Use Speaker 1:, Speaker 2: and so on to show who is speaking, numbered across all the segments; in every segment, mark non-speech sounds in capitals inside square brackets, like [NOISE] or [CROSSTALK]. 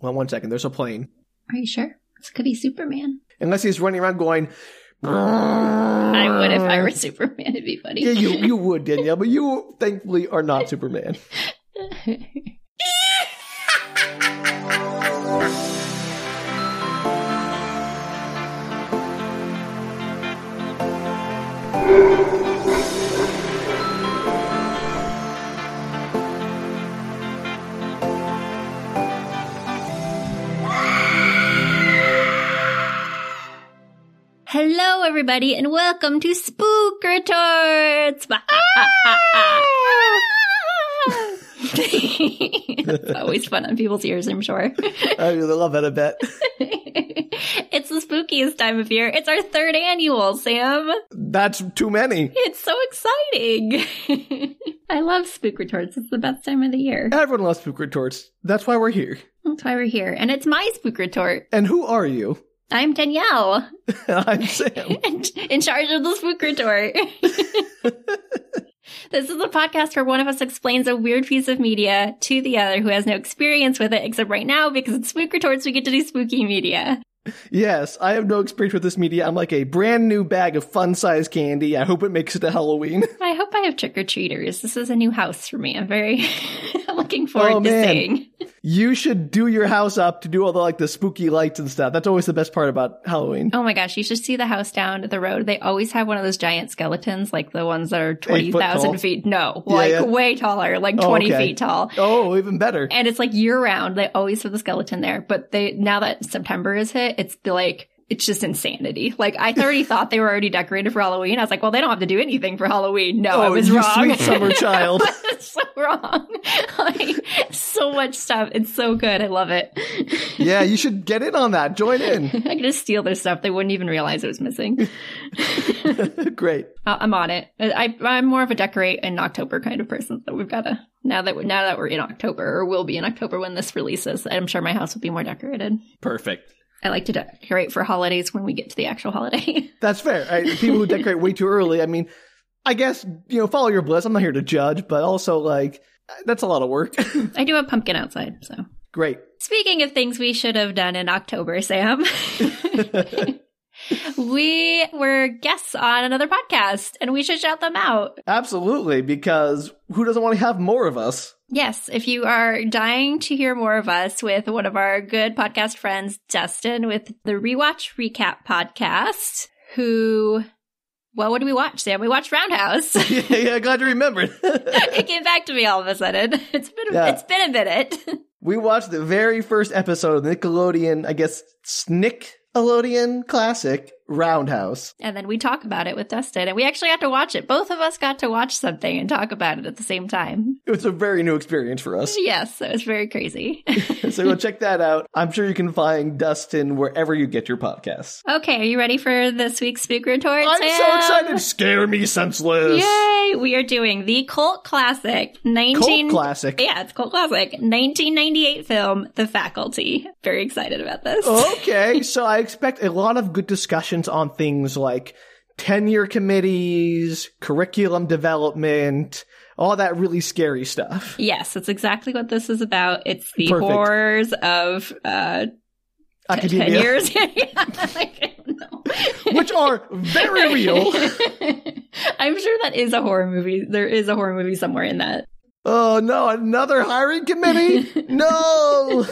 Speaker 1: Well, one second. There's a plane.
Speaker 2: Are you sure? This could be Superman.
Speaker 1: Unless he's running around going.
Speaker 2: I
Speaker 1: I
Speaker 2: would if I were Superman. It'd be
Speaker 1: [LAUGHS]
Speaker 2: funny.
Speaker 1: Uh, Yeah, you you would, Danielle, but you thankfully are not Superman.
Speaker 2: [LAUGHS] Hello, everybody, and welcome to Spook Retorts. ah, [LAUGHS] It's always fun on people's ears, I'm sure. [LAUGHS]
Speaker 1: I really love that a bit.
Speaker 2: it's the spookiest time of year. It's our third annual, Sam.
Speaker 1: That's too many.
Speaker 2: It's so exciting. [LAUGHS] I love Spook Retorts. It's the best time of the year.
Speaker 1: Everyone loves spook retorts. That's why we're here.
Speaker 2: That's why we're here. And it's my Spook Retort.
Speaker 1: And who are you? [LAUGHS]
Speaker 2: I'm Danielle,
Speaker 1: I'm Sam.
Speaker 2: and in charge of the Spook Retort. [LAUGHS] This is a podcast where one of us explains a weird piece of media to the other who has no experience with it, except right now because it's Spook Retorts, we get to do spooky media.
Speaker 1: Yes, I have no experience with this media. I'm like a brand new bag of fun sized candy. I hope it makes it to Halloween. [LAUGHS]
Speaker 2: I hope I have trick or treaters. This is a new house for me. I'm very [LAUGHS] looking forward
Speaker 1: Oh,
Speaker 2: to
Speaker 1: man.
Speaker 2: seeing.
Speaker 1: You should do your house up to do all the like the spooky lights and stuff. That's always the best part about Halloween.
Speaker 2: Oh my gosh, you should see the house down the road. They always have one of those giant skeletons, like the ones that are
Speaker 1: Eight foot tall?
Speaker 2: 20,000 feet. No, like
Speaker 1: yeah.
Speaker 2: way taller, like
Speaker 1: Oh,
Speaker 2: 20
Speaker 1: okay.
Speaker 2: feet tall.
Speaker 1: Oh, even better.
Speaker 2: And it's like year round. They always have the skeleton there. But they, now that September is hit, it's like, it's just insanity. Like
Speaker 1: [LAUGHS]
Speaker 2: I already thought they were already decorated for Halloween. I was like, well, they don't have to do anything for Halloween. No, I
Speaker 1: oh,
Speaker 2: was
Speaker 1: you
Speaker 2: wrong. [LAUGHS]
Speaker 1: sweet summer child.
Speaker 2: It's so wrong. [LAUGHS] Like, so much stuff. It's so good. I love it. [LAUGHS]
Speaker 1: yeah, you should get in on that. Join in. [LAUGHS]
Speaker 2: I could just steal their stuff. They wouldn't even realize it was missing.
Speaker 1: Great.
Speaker 2: I- I'm on it. I, I- I'm more of a decorate in October kind of person. So we've got to now that we- now that we're in October or will be in October when this releases, I'm sure my house will be more decorated.
Speaker 1: Perfect.
Speaker 2: I like to decorate for holidays when we get to the actual holiday. [LAUGHS]
Speaker 1: That's fair. I, people who decorate way too early, I mean, I guess, you know, follow your bliss. I'm not here to judge, but also, like, that's a lot of work. [LAUGHS]
Speaker 2: I do have pumpkin outside, so.
Speaker 1: Great.
Speaker 2: Speaking of things we should have done in October, Sam, we were guests on another podcast and we should shout them out.
Speaker 1: Absolutely, because who doesn't want to have more of us? [LAUGHS]
Speaker 2: Yes, if you are dying to hear more of us with one of our good podcast friends, Dustin, with the Rewatch Recap podcast, who, well, what did we watch, Sam? We watched Roundhouse. [LAUGHS]
Speaker 1: yeah, yeah, glad you remembered. [LAUGHS]
Speaker 2: it came back to me all of a sudden. It's been a,
Speaker 1: Yeah.
Speaker 2: it's been a minute.
Speaker 1: we watched the very first episode of the Nickelodeon, I guess, Snickelodeon classic, Roundhouse.
Speaker 2: And then we talk about it with Dustin. And we actually got to watch it. Both of us got to watch something and talk about it at the same time. [LAUGHS]
Speaker 1: It was a very new experience for us.
Speaker 2: Yes, that was very crazy. [LAUGHS]
Speaker 1: [LAUGHS] so go check that out. I'm sure you can find Dustin wherever you get your podcasts.
Speaker 2: okay, are you ready for this week's Spook Retort?
Speaker 1: I'm so
Speaker 2: Sam?
Speaker 1: excited. Scare me senseless.
Speaker 2: Yay! We are doing the cult classic, 19...
Speaker 1: Cult classic.
Speaker 2: Yeah, it's cult classic. 1998 film, The Faculty. Very excited about this. [LAUGHS]
Speaker 1: okay, so I expect a lot of good discussions on things like tenure committees, curriculum development, all that really scary stuff.
Speaker 2: Yes, that's exactly what this is about. It's the
Speaker 1: Perfect.
Speaker 2: horrors of uh, ten
Speaker 1: Academia, [LAUGHS]
Speaker 2: years. [LAUGHS] I don't know.
Speaker 1: which are very real.
Speaker 2: [LAUGHS] I'm sure that is a horror movie. There is a horror movie somewhere in that.
Speaker 1: Oh no, another hiring
Speaker 2: [LAUGHS]
Speaker 1: committee? No.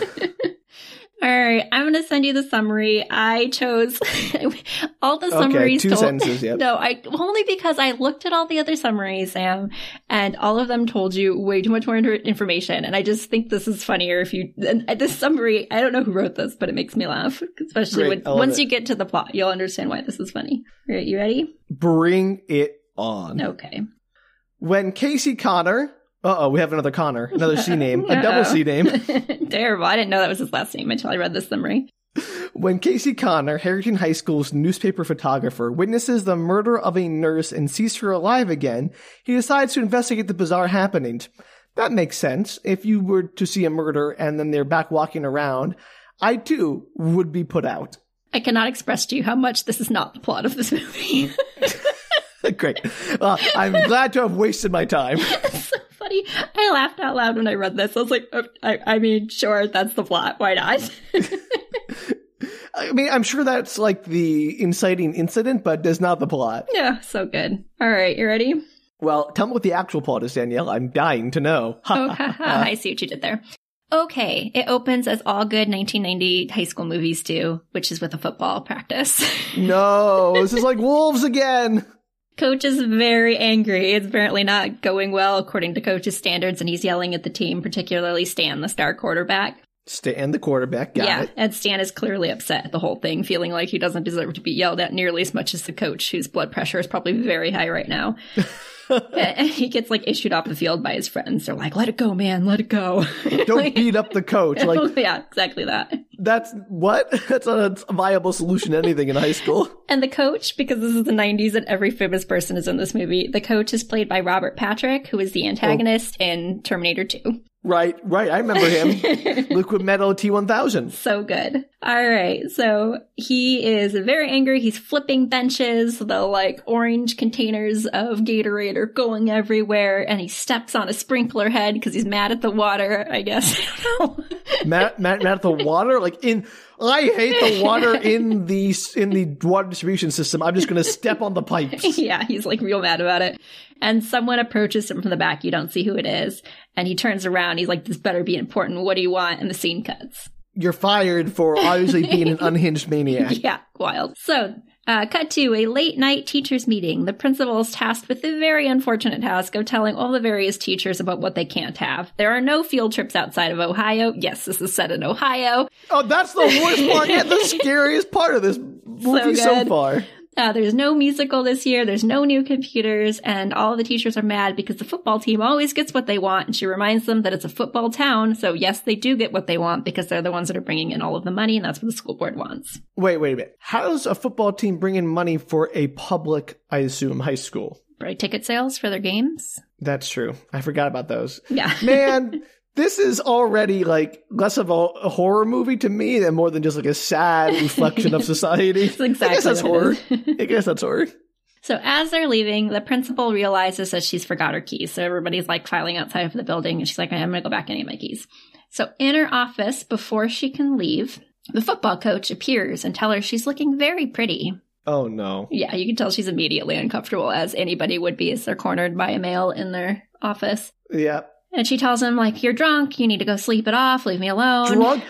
Speaker 2: All right, I'm going to send you the summary. I chose [LAUGHS] all the
Speaker 1: okay,
Speaker 2: summaries.
Speaker 1: two
Speaker 2: told-
Speaker 1: sentences, yep.
Speaker 2: No, I only because I looked at all the other summaries, Sam, and all of them told you way too much more inter- information. And I just think this is funnier if you. And this summary, I don't know who wrote this, but it makes me laugh, especially
Speaker 1: Great, I
Speaker 2: when,
Speaker 1: love
Speaker 2: once
Speaker 1: it.
Speaker 2: you get to the plot, you'll understand why this is funny. All right, you ready?
Speaker 1: Bring it on.
Speaker 2: Okay. [LAUGHS]
Speaker 1: When Casey Connor, uh oh, we have another Connor, another C name, a double
Speaker 2: Uh-oh.
Speaker 1: C name. [LAUGHS]
Speaker 2: Terrible. I didn't know that was his last name until I read this summary.
Speaker 1: When Casey Connor, Harrington High School's newspaper photographer, witnesses the murder of a nurse and sees her alive again, he decides to investigate the bizarre happenings. That makes sense. If you were to see a murder and then they're back walking around, I too would be put out. [LAUGHS]
Speaker 2: I cannot express to you how much this is not the plot of this [LAUGHS] movie.
Speaker 1: Uh, Great. Well, I'm glad to have wasted my time.
Speaker 2: so funny. funny. I laughed out loud when I read this. I was like, oh, I, I mean, sure, that's the plot. Why not? [LAUGHS]
Speaker 1: I mean, I'm sure that's like the inciting incident, but that's not the plot.
Speaker 2: yeah, so good. All right, you ready?
Speaker 1: Well, tell me what the actual plot is, Danielle. I'm dying to know.
Speaker 2: oh, ha, ha, I see what you did there. Okay, it opens as all good 1990 high school movies do, which is with a football practice. [LAUGHS]
Speaker 1: no, this is like wolves again.
Speaker 2: Coach is very angry. It's apparently not going well according to coach's standards, and he's yelling at the team, particularly Stan, the star quarterback.
Speaker 1: Stan the quarterback, got
Speaker 2: yeah,
Speaker 1: it.
Speaker 2: and Stan is clearly upset at the whole thing, feeling like he doesn't deserve to be yelled at nearly as much as the coach, whose blood pressure is probably very high
Speaker 1: [LAUGHS]
Speaker 2: right now. And he gets like issued off the field by his friends. They're like, "Let it go, man, let it go." [LAUGHS]
Speaker 1: Don't beat up the coach. Like
Speaker 2: yeah, exactly that.
Speaker 1: that's what? [LAUGHS] That's not a viable solution to anything in high school.
Speaker 2: And the coach, because this is the 90s and every famous person is in this movie, the coach is played by Robert Patrick, who
Speaker 1: Oh.
Speaker 2: is the antagonist in Terminator 2.
Speaker 1: Right, right. I remember him. Liquid metal T1000.
Speaker 2: so good. All right. So he is very angry. He's flipping benches. The like orange containers of Gatorade are going everywhere. And he steps on a sprinkler head because he's mad at the water, I guess. [LAUGHS] I don't know.
Speaker 1: Matt, Matt, Matt, the water, like in, I hate the water in the, in the water distribution system. I'm just going to step on the pipes.
Speaker 2: [LAUGHS] yeah, he's like real mad about it. And someone approaches him from the back. You don't see who it is. And he turns around. He's like, this better be important. What do you want? And the scene cuts.
Speaker 1: You're fired for obviously being an unhinged maniac.
Speaker 2: [LAUGHS] Yeah, wild. So, uh, cut to a late night teachers meeting. The principal is tasked with the very unfortunate task of telling all the various teachers about what they can't have. There are no field trips outside of Ohio. Yes, this is set in Ohio.
Speaker 1: Oh, that's the worst part and
Speaker 2: [LAUGHS]
Speaker 1: the scariest part of this movie so,
Speaker 2: good.
Speaker 1: far.
Speaker 2: Uh, there's no musical this year. There's no new computers, and all the teachers are mad because the football team always gets what they want. And she reminds them that it's a football town, so yes, they do get what they want because they're the ones that are bringing in all of the money, and that's what the school board wants.
Speaker 1: Wait, wait a minute. How does a football team bring in money for a public, I assume, high school?
Speaker 2: Right? Ticket sales for their games.
Speaker 1: That's true. I forgot about those.
Speaker 2: Yeah. [LAUGHS]
Speaker 1: Man, this is already like less of a, a horror movie to me than more than just like a sad reflection of
Speaker 2: [LAUGHS]
Speaker 1: society.
Speaker 2: That's exactly
Speaker 1: I guess that's
Speaker 2: what
Speaker 1: horror.
Speaker 2: it [LAUGHS]
Speaker 1: I guess that's horror.
Speaker 2: So as they're leaving, the principal realizes that she's forgot her keys. So everybody's like filing outside of the building and she's like, I'm going to go back and get my keys. So in her office, before she can leave, the football coach appears and tell her she's looking very pretty.
Speaker 1: Oh no.
Speaker 2: Yeah, you can tell she's immediately uncomfortable as anybody would be as they're cornered by a male in their office. [LAUGHS]
Speaker 1: Yeah.
Speaker 2: And she tells him like, you're drunk. You need to go sleep it off. Leave me alone.
Speaker 1: Drunk?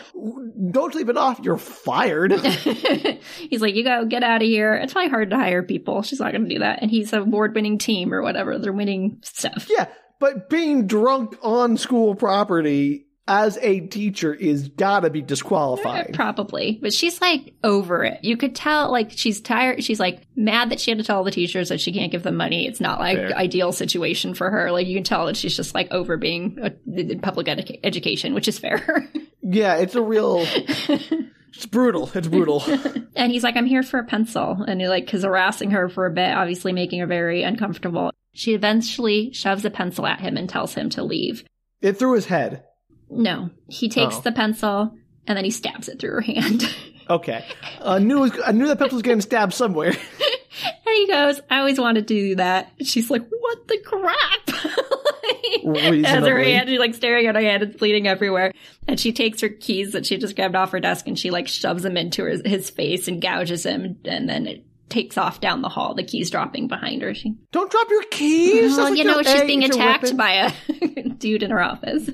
Speaker 1: Don't leave it off. You're
Speaker 2: [LAUGHS]
Speaker 1: fired.
Speaker 2: he's like, you go get out of here. It's probably hard to hire people. She's not going to do that. And he's a award winning team or whatever. They're winning stuff.
Speaker 1: yeah. But being drunk on school property as a teacher is gotta be disqualifying.
Speaker 2: Probably. But she's like over it. You could tell, like, she's tired. She's like mad that she had to tell all the teachers that she can't give them money. It's not like
Speaker 1: Fair.
Speaker 2: ideal situation for her. Like, you can tell that she's just like over being uh, in public educa- education, which is fair. [LAUGHS]
Speaker 1: Yeah, it's a real. It's brutal. It's brutal.
Speaker 2: and he's like, I'm here for a pencil. And he like, is harassing her for a bit, obviously making her very uncomfortable. She eventually shoves a pencil at him and tells him to leave.
Speaker 1: it threw his head.
Speaker 2: No, he takes
Speaker 1: Oh.
Speaker 2: the pencil and then he stabs it through her [LAUGHS] hand.
Speaker 1: Okay. I knew, it was, I knew that pencil was getting stabbed somewhere. [LAUGHS]
Speaker 2: And he goes, I always wanted to do that. And she's like, What the crap? [LAUGHS] Like, As her
Speaker 1: Reasonably.
Speaker 2: hand, she's like staring at her hand, it's bleeding everywhere. And she takes her keys that she just grabbed off her desk and she like shoves them into his, his face and gouges him. And then it takes off down the hall, the keys dropping behind her. She,
Speaker 1: Don't drop your keys.
Speaker 2: well,
Speaker 1: That's like
Speaker 2: you know,
Speaker 1: your-
Speaker 2: she's
Speaker 1: hey,
Speaker 2: being
Speaker 1: it's your
Speaker 2: attacked
Speaker 1: weapon.
Speaker 2: by a [LAUGHS] dude in her office.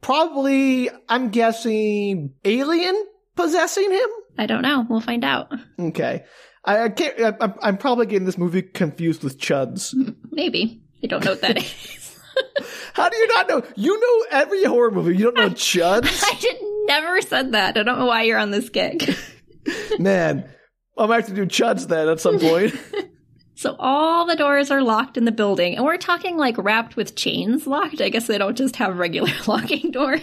Speaker 1: Probably, I'm guessing, alien possessing him?
Speaker 2: I don't know. We'll find out.
Speaker 1: Okay. I, I can't, I, I'm- I'm probably getting this movie confused with
Speaker 2: [LAUGHS]
Speaker 1: Chuds.
Speaker 2: Maybe. I don't know what that [LAUGHS] is.
Speaker 1: How do you not know? You know every horror movie. You don't know Chuds?
Speaker 2: [LAUGHS] I should never said that. I don't know why you're on this gig. [LAUGHS]
Speaker 1: Man, I'm going to have to do Chuds then at some
Speaker 2: [LAUGHS]
Speaker 1: point.
Speaker 2: So all the doors are locked in the building, and we're talking like wrapped with chains locked. I guess they don't just have regular [LAUGHS] locking doors.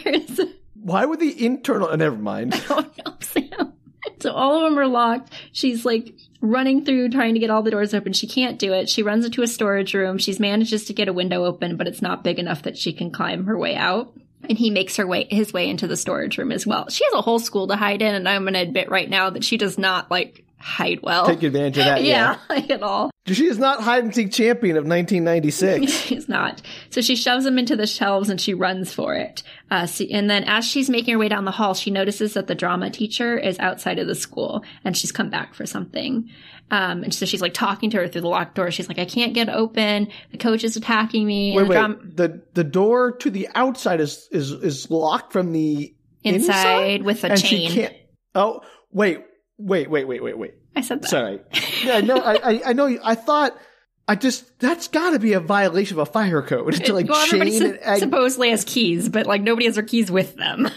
Speaker 1: Why would the internal, oh, never mind.
Speaker 2: oh no, Sam. So all of them are locked. She's like running through trying to get all the doors open. She can't do it. She runs into a storage room. She's manages to get a window open, but it's not big enough that she can climb her way out. And he makes her way his way into the storage room as well. She has a whole school to hide in, and I'm gonna admit right now that she does not like hide well.
Speaker 1: Take advantage of that.
Speaker 2: [LAUGHS] yeah, at all.
Speaker 1: She is not hide and seek champion of [LAUGHS]
Speaker 2: [LAUGHS]
Speaker 1: 1996.
Speaker 2: She's not. So she shoves him into the shelves and she runs for it. Uh, so- and then as she's making her way down the hall, she notices that the drama teacher is outside of the school and she's come back for something. Um, and so she's like talking to her through the locked door. She's like, I can't get open. The coach is attacking me.
Speaker 1: wait,
Speaker 2: and the
Speaker 1: wait.
Speaker 2: dram-
Speaker 1: the the door to the outside is is is locked from the
Speaker 2: inside, with a
Speaker 1: and
Speaker 2: chain.
Speaker 1: she can't. Oh, wait, wait, wait, wait, wait, wait.
Speaker 2: I said that. [LAUGHS]
Speaker 1: Sorry. Yeah, I know. I, I, I know. I thought. I just that's got to be a violation of a fire code [LAUGHS] to like
Speaker 2: well,
Speaker 1: chain
Speaker 2: everybody su-
Speaker 1: an egg.
Speaker 2: supposedly has keys, but like nobody has their keys with them.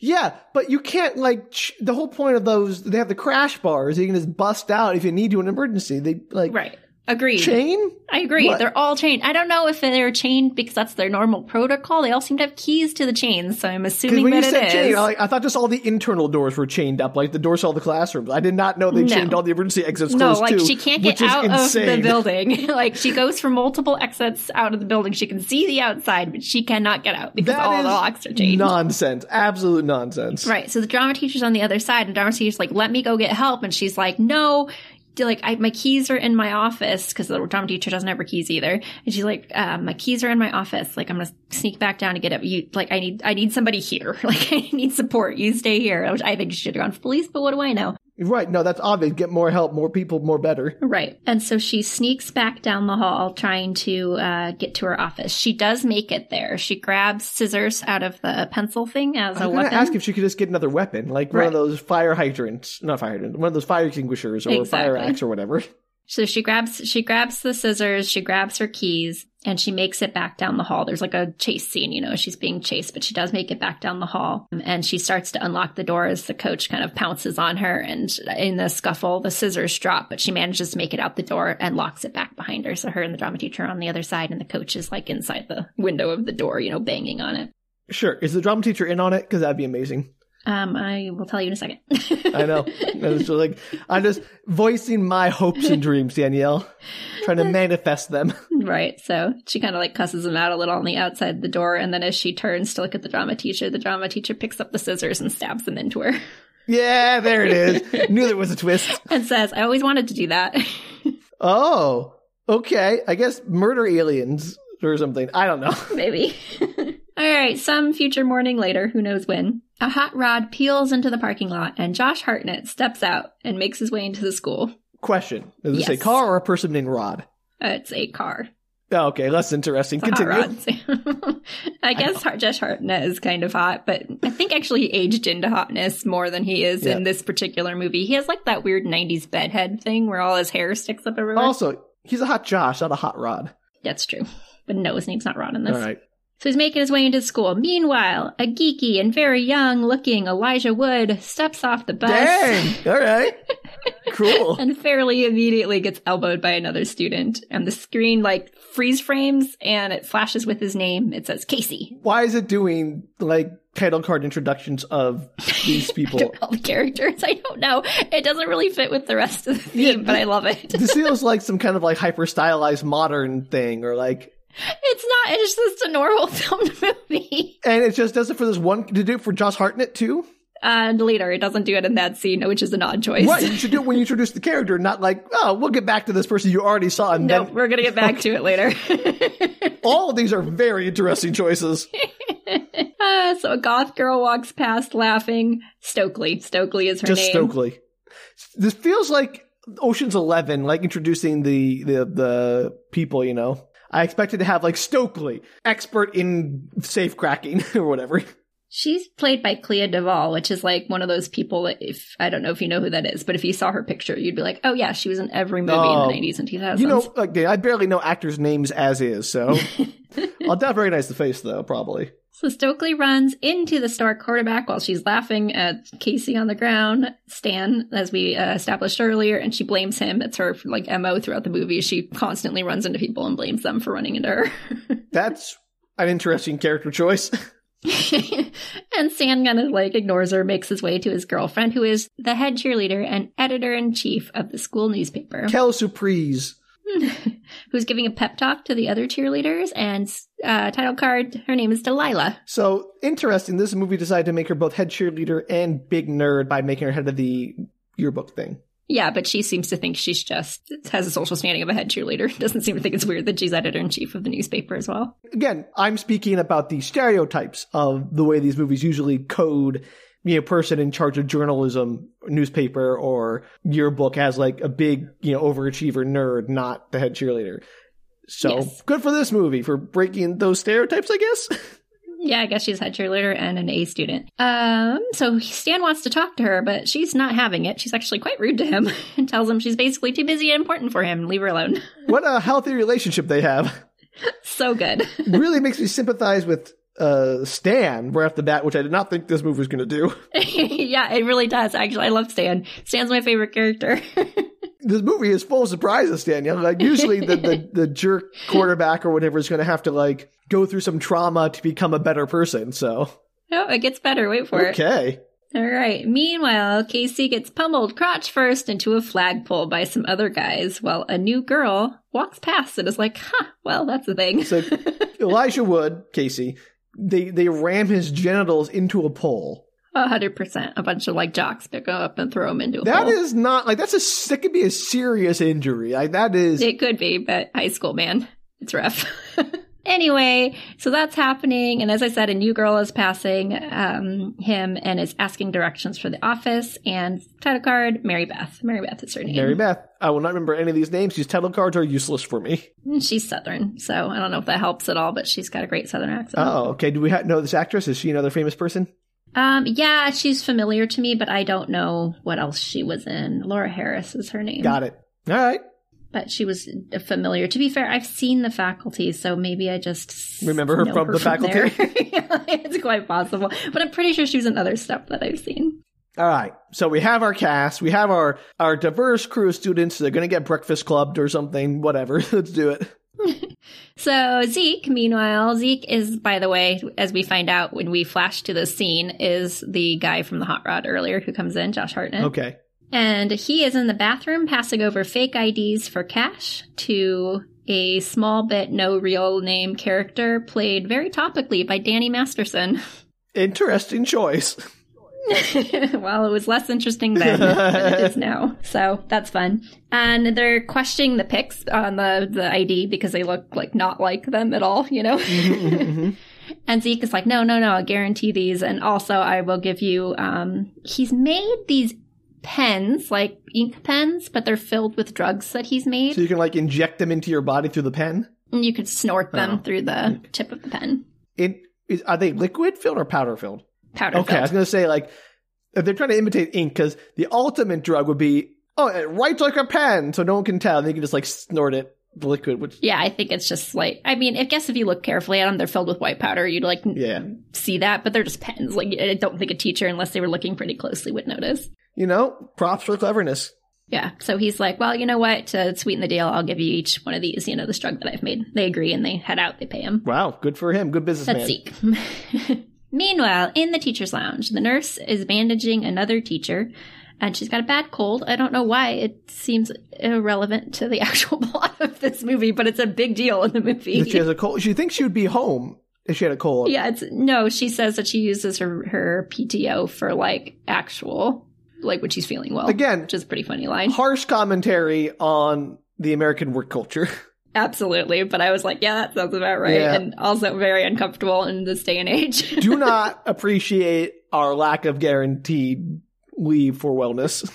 Speaker 1: yeah, but you can't like ch- the whole point of those. They have the crash bars. You can just bust out if you need to in an emergency. They like
Speaker 2: right. Agreed.
Speaker 1: chain.
Speaker 2: I agree.
Speaker 1: What?
Speaker 2: They're all chained. I don't know if they're chained because that's their normal protocol. They all seem to have keys to the chains, so I'm
Speaker 1: Because
Speaker 2: assuming
Speaker 1: when you
Speaker 2: that it
Speaker 1: said
Speaker 2: is.
Speaker 1: chain, I, like, I thought just all the internal doors were chained up, like the doors to all the classrooms. I did not know they
Speaker 2: No.
Speaker 1: chained all the emergency exits.
Speaker 2: no,
Speaker 1: closed
Speaker 2: like
Speaker 1: too,
Speaker 2: she can't
Speaker 1: which
Speaker 2: get
Speaker 1: is
Speaker 2: out of
Speaker 1: insane.
Speaker 2: the building. [LAUGHS] like she goes for multiple exits out of the building. She can see the outside, but she cannot get out because
Speaker 1: That
Speaker 2: all
Speaker 1: is
Speaker 2: the locks are chained.
Speaker 1: Nonsense. Absolute nonsense.
Speaker 2: Right. So the drama teacher's on the other side, and drama teacher's like, "Let me go get help," and she's like, "No." Like I, my keys are in my office because the drama teacher doesn't have her keys either, and she's like, uh, "My keys are in my office. Like I'm gonna sneak back down to get it. You like I need I need somebody here. [LAUGHS] Like I need support. You stay here." Which I think she should have gone to police, but what do I know?
Speaker 1: Right. No, that's obvious. Get more help, more people, more better.
Speaker 2: Right. And so she sneaks back down the hall trying to uh, get to her office. She does make it there. She grabs scissors out of the pencil thing as a
Speaker 1: I'm
Speaker 2: weapon.
Speaker 1: gonna ask if she could just get another weapon, like one
Speaker 2: Right.
Speaker 1: of those fire hydrants, not fire hydrants, one of those fire extinguishers or fire
Speaker 2: Exactly.
Speaker 1: axe or whatever.
Speaker 2: So she grabs she grabs the scissors, she grabs her keys, and she makes it back down the hall. There's like a chase scene, you know, she's being chased, but she does make it back down the hall. And she starts to unlock the door as the coach kind of pounces on her and in the scuffle the scissors drop, but she manages to make it out the door and locks it back behind her. So her and the drama teacher are on the other side and the coach is like inside the window of the door, you know, banging on it.
Speaker 1: Sure. Is the drama teacher in on it? Because that'd be amazing.
Speaker 2: Um, I will tell you in a second. [LAUGHS]
Speaker 1: I know. It's just like I'm just voicing my hopes and dreams, Danielle, trying to manifest them.
Speaker 2: Right. So she kind of like cusses him out a little on the outside the door. And then as she turns to look at the drama teacher, the drama teacher picks up the scissors and stabs them into her [LAUGHS]
Speaker 1: Yeah, there it is. Knew there was a twist.
Speaker 2: and says, I always wanted to do that. [LAUGHS]
Speaker 1: Oh, okay. I guess murder aliens or something. I don't know.
Speaker 2: Maybe. [LAUGHS] All right. Some future morning later, who knows when, a hot rod peels into the parking lot and Josh Hartnett steps out and makes his way into the school.
Speaker 1: Question: Is this a
Speaker 2: Yes.
Speaker 1: car or a person named Rod?
Speaker 2: Uh, it's a car.
Speaker 1: Oh, okay, less interesting.
Speaker 2: It's
Speaker 1: [LAUGHS]
Speaker 2: a
Speaker 1: Continue.
Speaker 2: hot rod. [LAUGHS] I guess Har- Josh Hartnett is kind of hot, but I think actually he aged into hotness more than he is in this particular movie. He has like that weird 90s bedhead thing where all his hair sticks up everywhere.
Speaker 1: Also, he's a hot Josh, not a hot Rod.
Speaker 2: That's true. But no, his name's not Ron in this.
Speaker 1: All right.
Speaker 2: So he's making his way into school. Meanwhile, a geeky and very young looking Elijah Wood steps off the bus.
Speaker 1: Dang. All right. Cool.
Speaker 2: [LAUGHS] and fairly immediately gets elbowed by another student and the screen like freeze frames and it flashes with his name it says casey
Speaker 1: Why is it doing like title card introductions of
Speaker 2: [LAUGHS]
Speaker 1: these people?
Speaker 2: all the characters. I don't know. It doesn't really fit with the rest of the theme, but I love [LAUGHS] it.
Speaker 1: this feels like some kind of like hyper stylized modern thing, or like,
Speaker 2: It's not. It's just a normal [LAUGHS] filmed movie.
Speaker 1: and it just does it for this one. To do it for Josh Hartnett too.
Speaker 2: And later, it doesn't do it in that scene, which is an odd choice. [LAUGHS]
Speaker 1: Right. You should do it when you introduce the character, not like, oh, we'll get back to this person you already saw. And
Speaker 2: No,
Speaker 1: then
Speaker 2: we're gonna get back to it later.
Speaker 1: all of these are very interesting
Speaker 2: [LAUGHS]
Speaker 1: choices.
Speaker 2: [LAUGHS] Uh, so a goth girl walks past laughing. Stokely. Stokely is her
Speaker 1: just
Speaker 2: name.
Speaker 1: Stokely. This feels like Ocean's Eleven, like introducing the the the people. You know, I expected to have like Stokely, expert in safe cracking [LAUGHS] or whatever.
Speaker 2: She's played by Clea Duvall, which is like one of those people. that If I don't know if you know who that is, but if you saw her picture, you'd be like, "Oh yeah, she was in every movie in
Speaker 1: Oh.
Speaker 2: the '90s and 2000s."
Speaker 1: You know, like I barely know actors' names as is, so I'll definitely recognize the face though. Probably
Speaker 2: So Stokely runs into the star quarterback while she's laughing at Casey on the ground, Stan, as we uh, established earlier, and she blames him. That's her like mo throughout the movie. She constantly runs into people and blames them for running into her. [LAUGHS]
Speaker 1: that's an interesting character choice. [LAUGHS]
Speaker 2: and Stan kind of like ignores her, makes his way to his girlfriend, who is the head cheerleader and editor in chief of the school newspaper,
Speaker 1: Kel Surprise.
Speaker 2: [LAUGHS] who's giving a pep talk to the other cheerleaders. And uh, title card, her name is Delilah.
Speaker 1: So interesting. This movie decided to make her both head cheerleader and big nerd by making her head of the yearbook thing.
Speaker 2: Yeah, but she seems to think she's just has a social standing of a head cheerleader. [LAUGHS] Doesn't seem to think it's weird that she's editor in chief of the newspaper as well.
Speaker 1: Again, I'm speaking about the stereotypes of the way these movies usually code you know, person in charge of journalism, newspaper, or yearbook as like a big, you know, overachiever nerd, not the head cheerleader. So
Speaker 2: Yes.
Speaker 1: good for this movie for breaking those stereotypes, I guess. [LAUGHS]
Speaker 2: Yeah, I guess she's a head cheerleader and an A student. Um, so Stan wants to talk to her, but she's not having it. She's actually quite rude to him [LAUGHS] and tells him she's basically too busy and important for him. Leave her alone. [LAUGHS]
Speaker 1: what a healthy relationship they have.
Speaker 2: So good. [LAUGHS]
Speaker 1: really makes me sympathize with uh, Stan right off the bat, which I did not think this movie was going to do.
Speaker 2: yeah, it really does. Actually, I love Stan. Stan's my favorite character. [LAUGHS]
Speaker 1: This movie is full of surprises, Daniel. Like usually the, the, the jerk quarterback or whatever is going to have to like go through some trauma to become a better person. So
Speaker 2: no, Oh, it gets better. Wait for it.
Speaker 1: okay,
Speaker 2: All right. Meanwhile, Casey gets pummeled crotch first into a flagpole by some other guys while a new girl walks past and is like, huh, well, that's a thing. [LAUGHS]
Speaker 1: so Elijah Wood, Casey, they they ram his genitals into a pole.
Speaker 2: A hundred percent. A bunch of like jocks pick him up and throw him into a
Speaker 1: That
Speaker 2: hole.
Speaker 1: is not like that's a that could be a serious injury. Like that is
Speaker 2: It could be, but high school man, it's rough. [LAUGHS] anyway, so that's happening, and as I said, a new girl is passing um, him and is asking directions for the office and title card Mary Beth. Mary Beth is her name.
Speaker 1: Mary Beth. I will not remember any of these names. These title cards are useless for me.
Speaker 2: And She's Southern, so I don't know if that helps at all, but she's got a great Southern accent.
Speaker 1: Oh, okay. Do we ha- know this actress? Is she another famous person?
Speaker 2: Um, yeah, she's familiar to me, but I don't know what else she was in. Laura Harris is her name.
Speaker 1: Got it. All right.
Speaker 2: but she was familiar. To be fair, I've seen the faculty, so maybe I just
Speaker 1: Remember her
Speaker 2: know
Speaker 1: from The Faculty?
Speaker 2: there. [LAUGHS] Yeah, it's quite possible, but I'm pretty sure she was in other stuff that I've seen.
Speaker 1: All right. So we have our cast. We have our our diverse crew of students. They're going to get breakfast clubbed or something. Whatever. [LAUGHS] Let's do it.
Speaker 2: So Zeke, meanwhile, Zeke is, by the way, as we find out when we flash to the scene, is the guy from the hot rod earlier who comes in, Josh Hartnett,
Speaker 1: Okay.
Speaker 2: and he is in the bathroom passing over fake IDs for cash to. A small bit no real name character played very topically by Danny Masterson. [LAUGHS]
Speaker 1: Interesting choice. [LAUGHS]
Speaker 2: well, it was less interesting then than it is now. So that's fun. And they're questioning the pics on the, the ID because they look like not like them at all, you know?
Speaker 1: Mhm.
Speaker 2: and Zeke is like, no, no, no, I guarantee these. And also, I will give you, um, he's made these pens, like ink pens, but they're filled with drugs that he's made.
Speaker 1: so you can like inject them into your body through the pen.
Speaker 2: and you could snort them
Speaker 1: Oh.
Speaker 2: through the tip of the pen.
Speaker 1: It is. Are they liquid filled or powder filled?
Speaker 2: Powder
Speaker 1: Okay. I was
Speaker 2: filled.
Speaker 1: going to say like if they're trying to imitate ink because the ultimate drug would be oh it writes like a pen so no one can tell. And you can just like snort it the liquid. Which
Speaker 2: Yeah, I think it's just like, I mean, I guess if you look carefully at them, they're filled with white powder. You'd like
Speaker 1: yeah.
Speaker 2: see that, but they're just pens. Like I don't think a teacher, unless they were looking pretty closely, would notice.
Speaker 1: You know, props for cleverness.
Speaker 2: Yeah. So he's like, well, you know what? To sweeten the deal, I'll give you each one of these. You know, this drug that I've made. They agree and they head out. They pay him.
Speaker 1: Wow, good for him. Good businessman.
Speaker 2: That's Zeke. [LAUGHS] Meanwhile, in the teacher's lounge, the nurse is bandaging another teacher, and she's got a bad cold. I don't know why. It seems irrelevant to the [LAUGHS] actual plot of this movie, but it's a big deal in the movie.
Speaker 1: If she has a cold, she thinks she would be home if she had a cold.
Speaker 2: Yeah, it's no, she says that she uses her, her PTO for like actual like when she's feeling well.
Speaker 1: Again,
Speaker 2: Which is a pretty funny line.
Speaker 1: harsh commentary on the American work culture.
Speaker 2: Absolutely. But I was like, yeah, that sounds about right.
Speaker 1: Yeah.
Speaker 2: And also very uncomfortable in this day and age. [LAUGHS]
Speaker 1: Do not appreciate our lack of guaranteed leave for wellness.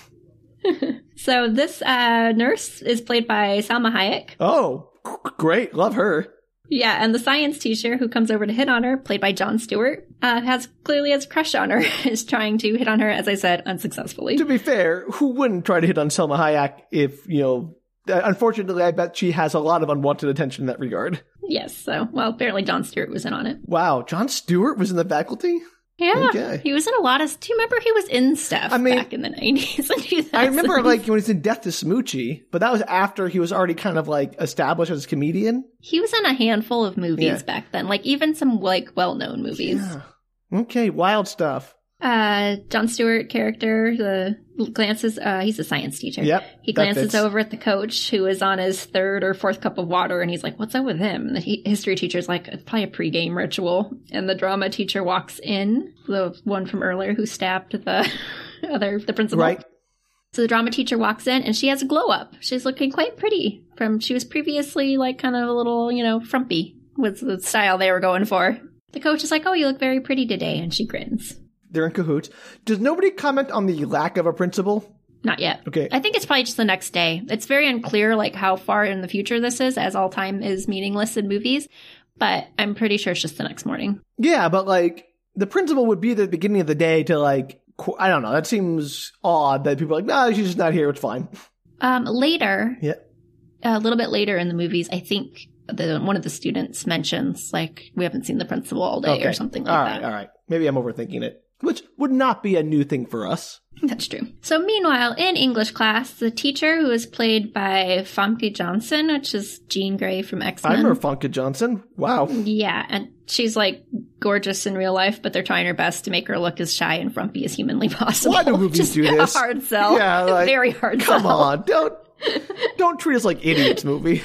Speaker 2: so this uh, nurse is played by Salma Hayek.
Speaker 1: Oh, g- great. Love her.
Speaker 2: Yeah, and the science teacher who comes over to hit on her, played by John Stewart, uh, has clearly has a crush on her, [LAUGHS] is trying to hit on her, as I said, unsuccessfully.
Speaker 1: To be fair, who wouldn't try to hit on Selma Hayek if, you know, uh, unfortunately, I bet she has a lot of unwanted attention in that regard.
Speaker 2: Yes, so well apparently John Stewart was in on it.
Speaker 1: Wow, John Stewart was in the faculty?
Speaker 2: Yeah.
Speaker 1: Okay.
Speaker 2: He was in a lot of. Do you remember he was in stuff
Speaker 1: I mean-
Speaker 2: back in the nineties [LAUGHS] and 2000s?
Speaker 1: I remember like when he was in Death to Smoochie, but that was after he was already kind of like established as a comedian.
Speaker 2: he was in a handful of movies
Speaker 1: Yeah.
Speaker 2: back then, like even some like well-known movies.
Speaker 1: Okay, wild stuff.
Speaker 2: Uh, John Stewart character the glances. Uh, he's a science teacher.
Speaker 1: Yep,
Speaker 2: He
Speaker 1: that
Speaker 2: glances
Speaker 1: fits.
Speaker 2: over at the coach who is on his third or fourth cup of water, and he's like, "What's up with him?" And the he- history teacher's like, "It's probably a pregame ritual." And the drama teacher walks in, the one from earlier who stabbed the [LAUGHS] other the principal.
Speaker 1: Right.
Speaker 2: So the drama teacher walks in and she has a glow up. She's looking quite pretty from she was previously like kind of a little, you know, frumpy was the style they were going for. The coach is like, "Oh, you look very pretty today." And she grins.
Speaker 1: They're in cahoots. Does nobody comment on the lack of a principal?
Speaker 2: Not yet.
Speaker 1: Okay.
Speaker 2: I think it's probably just the next day. It's very unclear like how far in the future this is as all time is meaningless in movies, but I'm pretty sure it's just the next morning.
Speaker 1: Yeah, but like the principal would be there at the beginning of the day to like qu- I don't know. That seems odd that people are like, no, she's just not here. It's fine.
Speaker 2: Um later,
Speaker 1: Yeah.
Speaker 2: a little bit later in the movies, I think the one of the students mentions like we haven't seen the principal all day or
Speaker 1: Okay.
Speaker 2: something like
Speaker 1: All
Speaker 2: that.
Speaker 1: right, all right. Maybe I'm overthinking it, which would not be a new thing for us.
Speaker 2: That's true. So, meanwhile, in English class, the teacher who is played by Famke Johnson, which is Jean Grey from X
Speaker 1: I remember
Speaker 2: Men.
Speaker 1: Funka Johnson.
Speaker 2: [LAUGHS]
Speaker 1: Wow.
Speaker 2: Yeah, and she's like gorgeous in real life, but they're trying her best to make her look as shy and frumpy as humanly possible. [LAUGHS]
Speaker 1: do movies
Speaker 2: Just
Speaker 1: do this?
Speaker 2: A hard sell.
Speaker 1: Yeah, like,
Speaker 2: very hard
Speaker 1: Come
Speaker 2: sell.
Speaker 1: on,
Speaker 2: [LAUGHS]
Speaker 1: don't don't treat us like idiots, movie.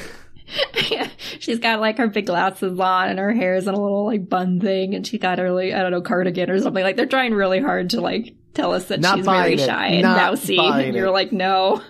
Speaker 2: [LAUGHS] she's got like her big glasses on and her hair is in a little like bun thing, and she got her like I don't know cardigan or something. Like they're trying really hard to like tell us that
Speaker 1: Not
Speaker 2: she's very
Speaker 1: buying it.
Speaker 2: shy and
Speaker 1: Not
Speaker 2: mousy.
Speaker 1: buying
Speaker 2: And you're
Speaker 1: it.
Speaker 2: like no. [LAUGHS]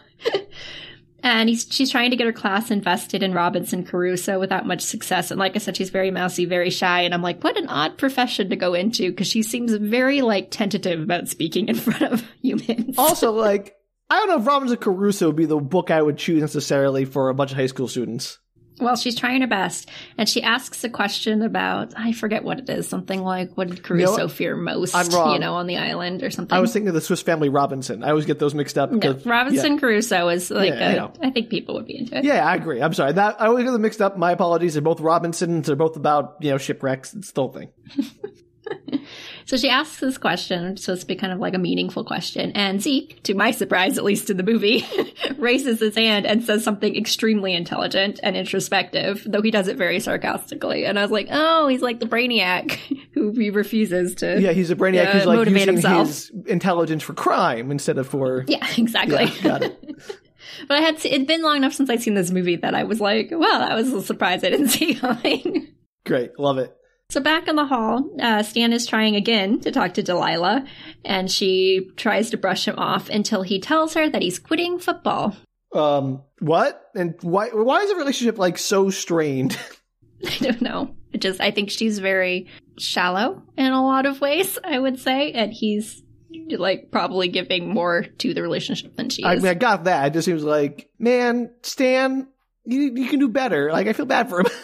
Speaker 2: and he's she's trying to get her class invested in Robinson Crusoe without much success. And like I said, she's very mousy, very shy. And I'm like, what an odd profession to go into because she seems very like tentative about speaking in front of [LAUGHS] humans.
Speaker 1: Also, like, I don't know if Robinson Crusoe would be the book I would choose necessarily for a bunch of high school students.
Speaker 2: Well, she's trying her best, and she asks a question about I forget what it is, something like what did
Speaker 1: know
Speaker 2: Caruso
Speaker 1: what?
Speaker 2: fear most?
Speaker 1: I'm wrong.
Speaker 2: You know, on the island or something.
Speaker 1: I was thinking of the Swiss Family Robinson. I always get those mixed up.
Speaker 2: no,
Speaker 1: 'cause-
Speaker 2: Robinson Crusoe is like
Speaker 1: Yeah, I
Speaker 2: a-
Speaker 1: know.
Speaker 2: I think people would be into it.
Speaker 1: Yeah. yeah, I agree. I'm sorry. That I always get them mixed up. My apologies. They're both Robinsons. They're both about you know shipwrecks. It's the whole thing.
Speaker 2: So she asks this question, it's supposed to be kind of like a meaningful question, and Zeke, to my surprise, at least in the movie, [LAUGHS] raises his hand and says something extremely intelligent and introspective, though he does it very sarcastically. And I was like, oh, he's like the brainiac [LAUGHS] who he refuses to.
Speaker 1: Yeah, he's a brainiac
Speaker 2: Yeah,
Speaker 1: who's like
Speaker 2: motivate
Speaker 1: using
Speaker 2: himself.
Speaker 1: his intelligence for crime instead of for.
Speaker 2: Yeah, [LAUGHS] exactly.
Speaker 1: Yeah, got it.
Speaker 2: [LAUGHS] But I had se- it'd been long enough since I'd seen this movie that I was like, well, that was a surprise I didn't [LAUGHS] see coming.
Speaker 1: Great, love it.
Speaker 2: so back in the hall, uh, Stan is trying again to talk to Delilah, and she tries to brush him off until he tells her that he's quitting football. [LAUGHS]
Speaker 1: Um, what and why? Why is the relationship like so strained?
Speaker 2: I don't know. It just I think she's very shallow in a lot of ways, I would say, and he's like probably giving more to the relationship than she is.
Speaker 1: I mean, I got that. It just seems like, man, Stan, you you can do better. Like, I feel bad for him. [LAUGHS]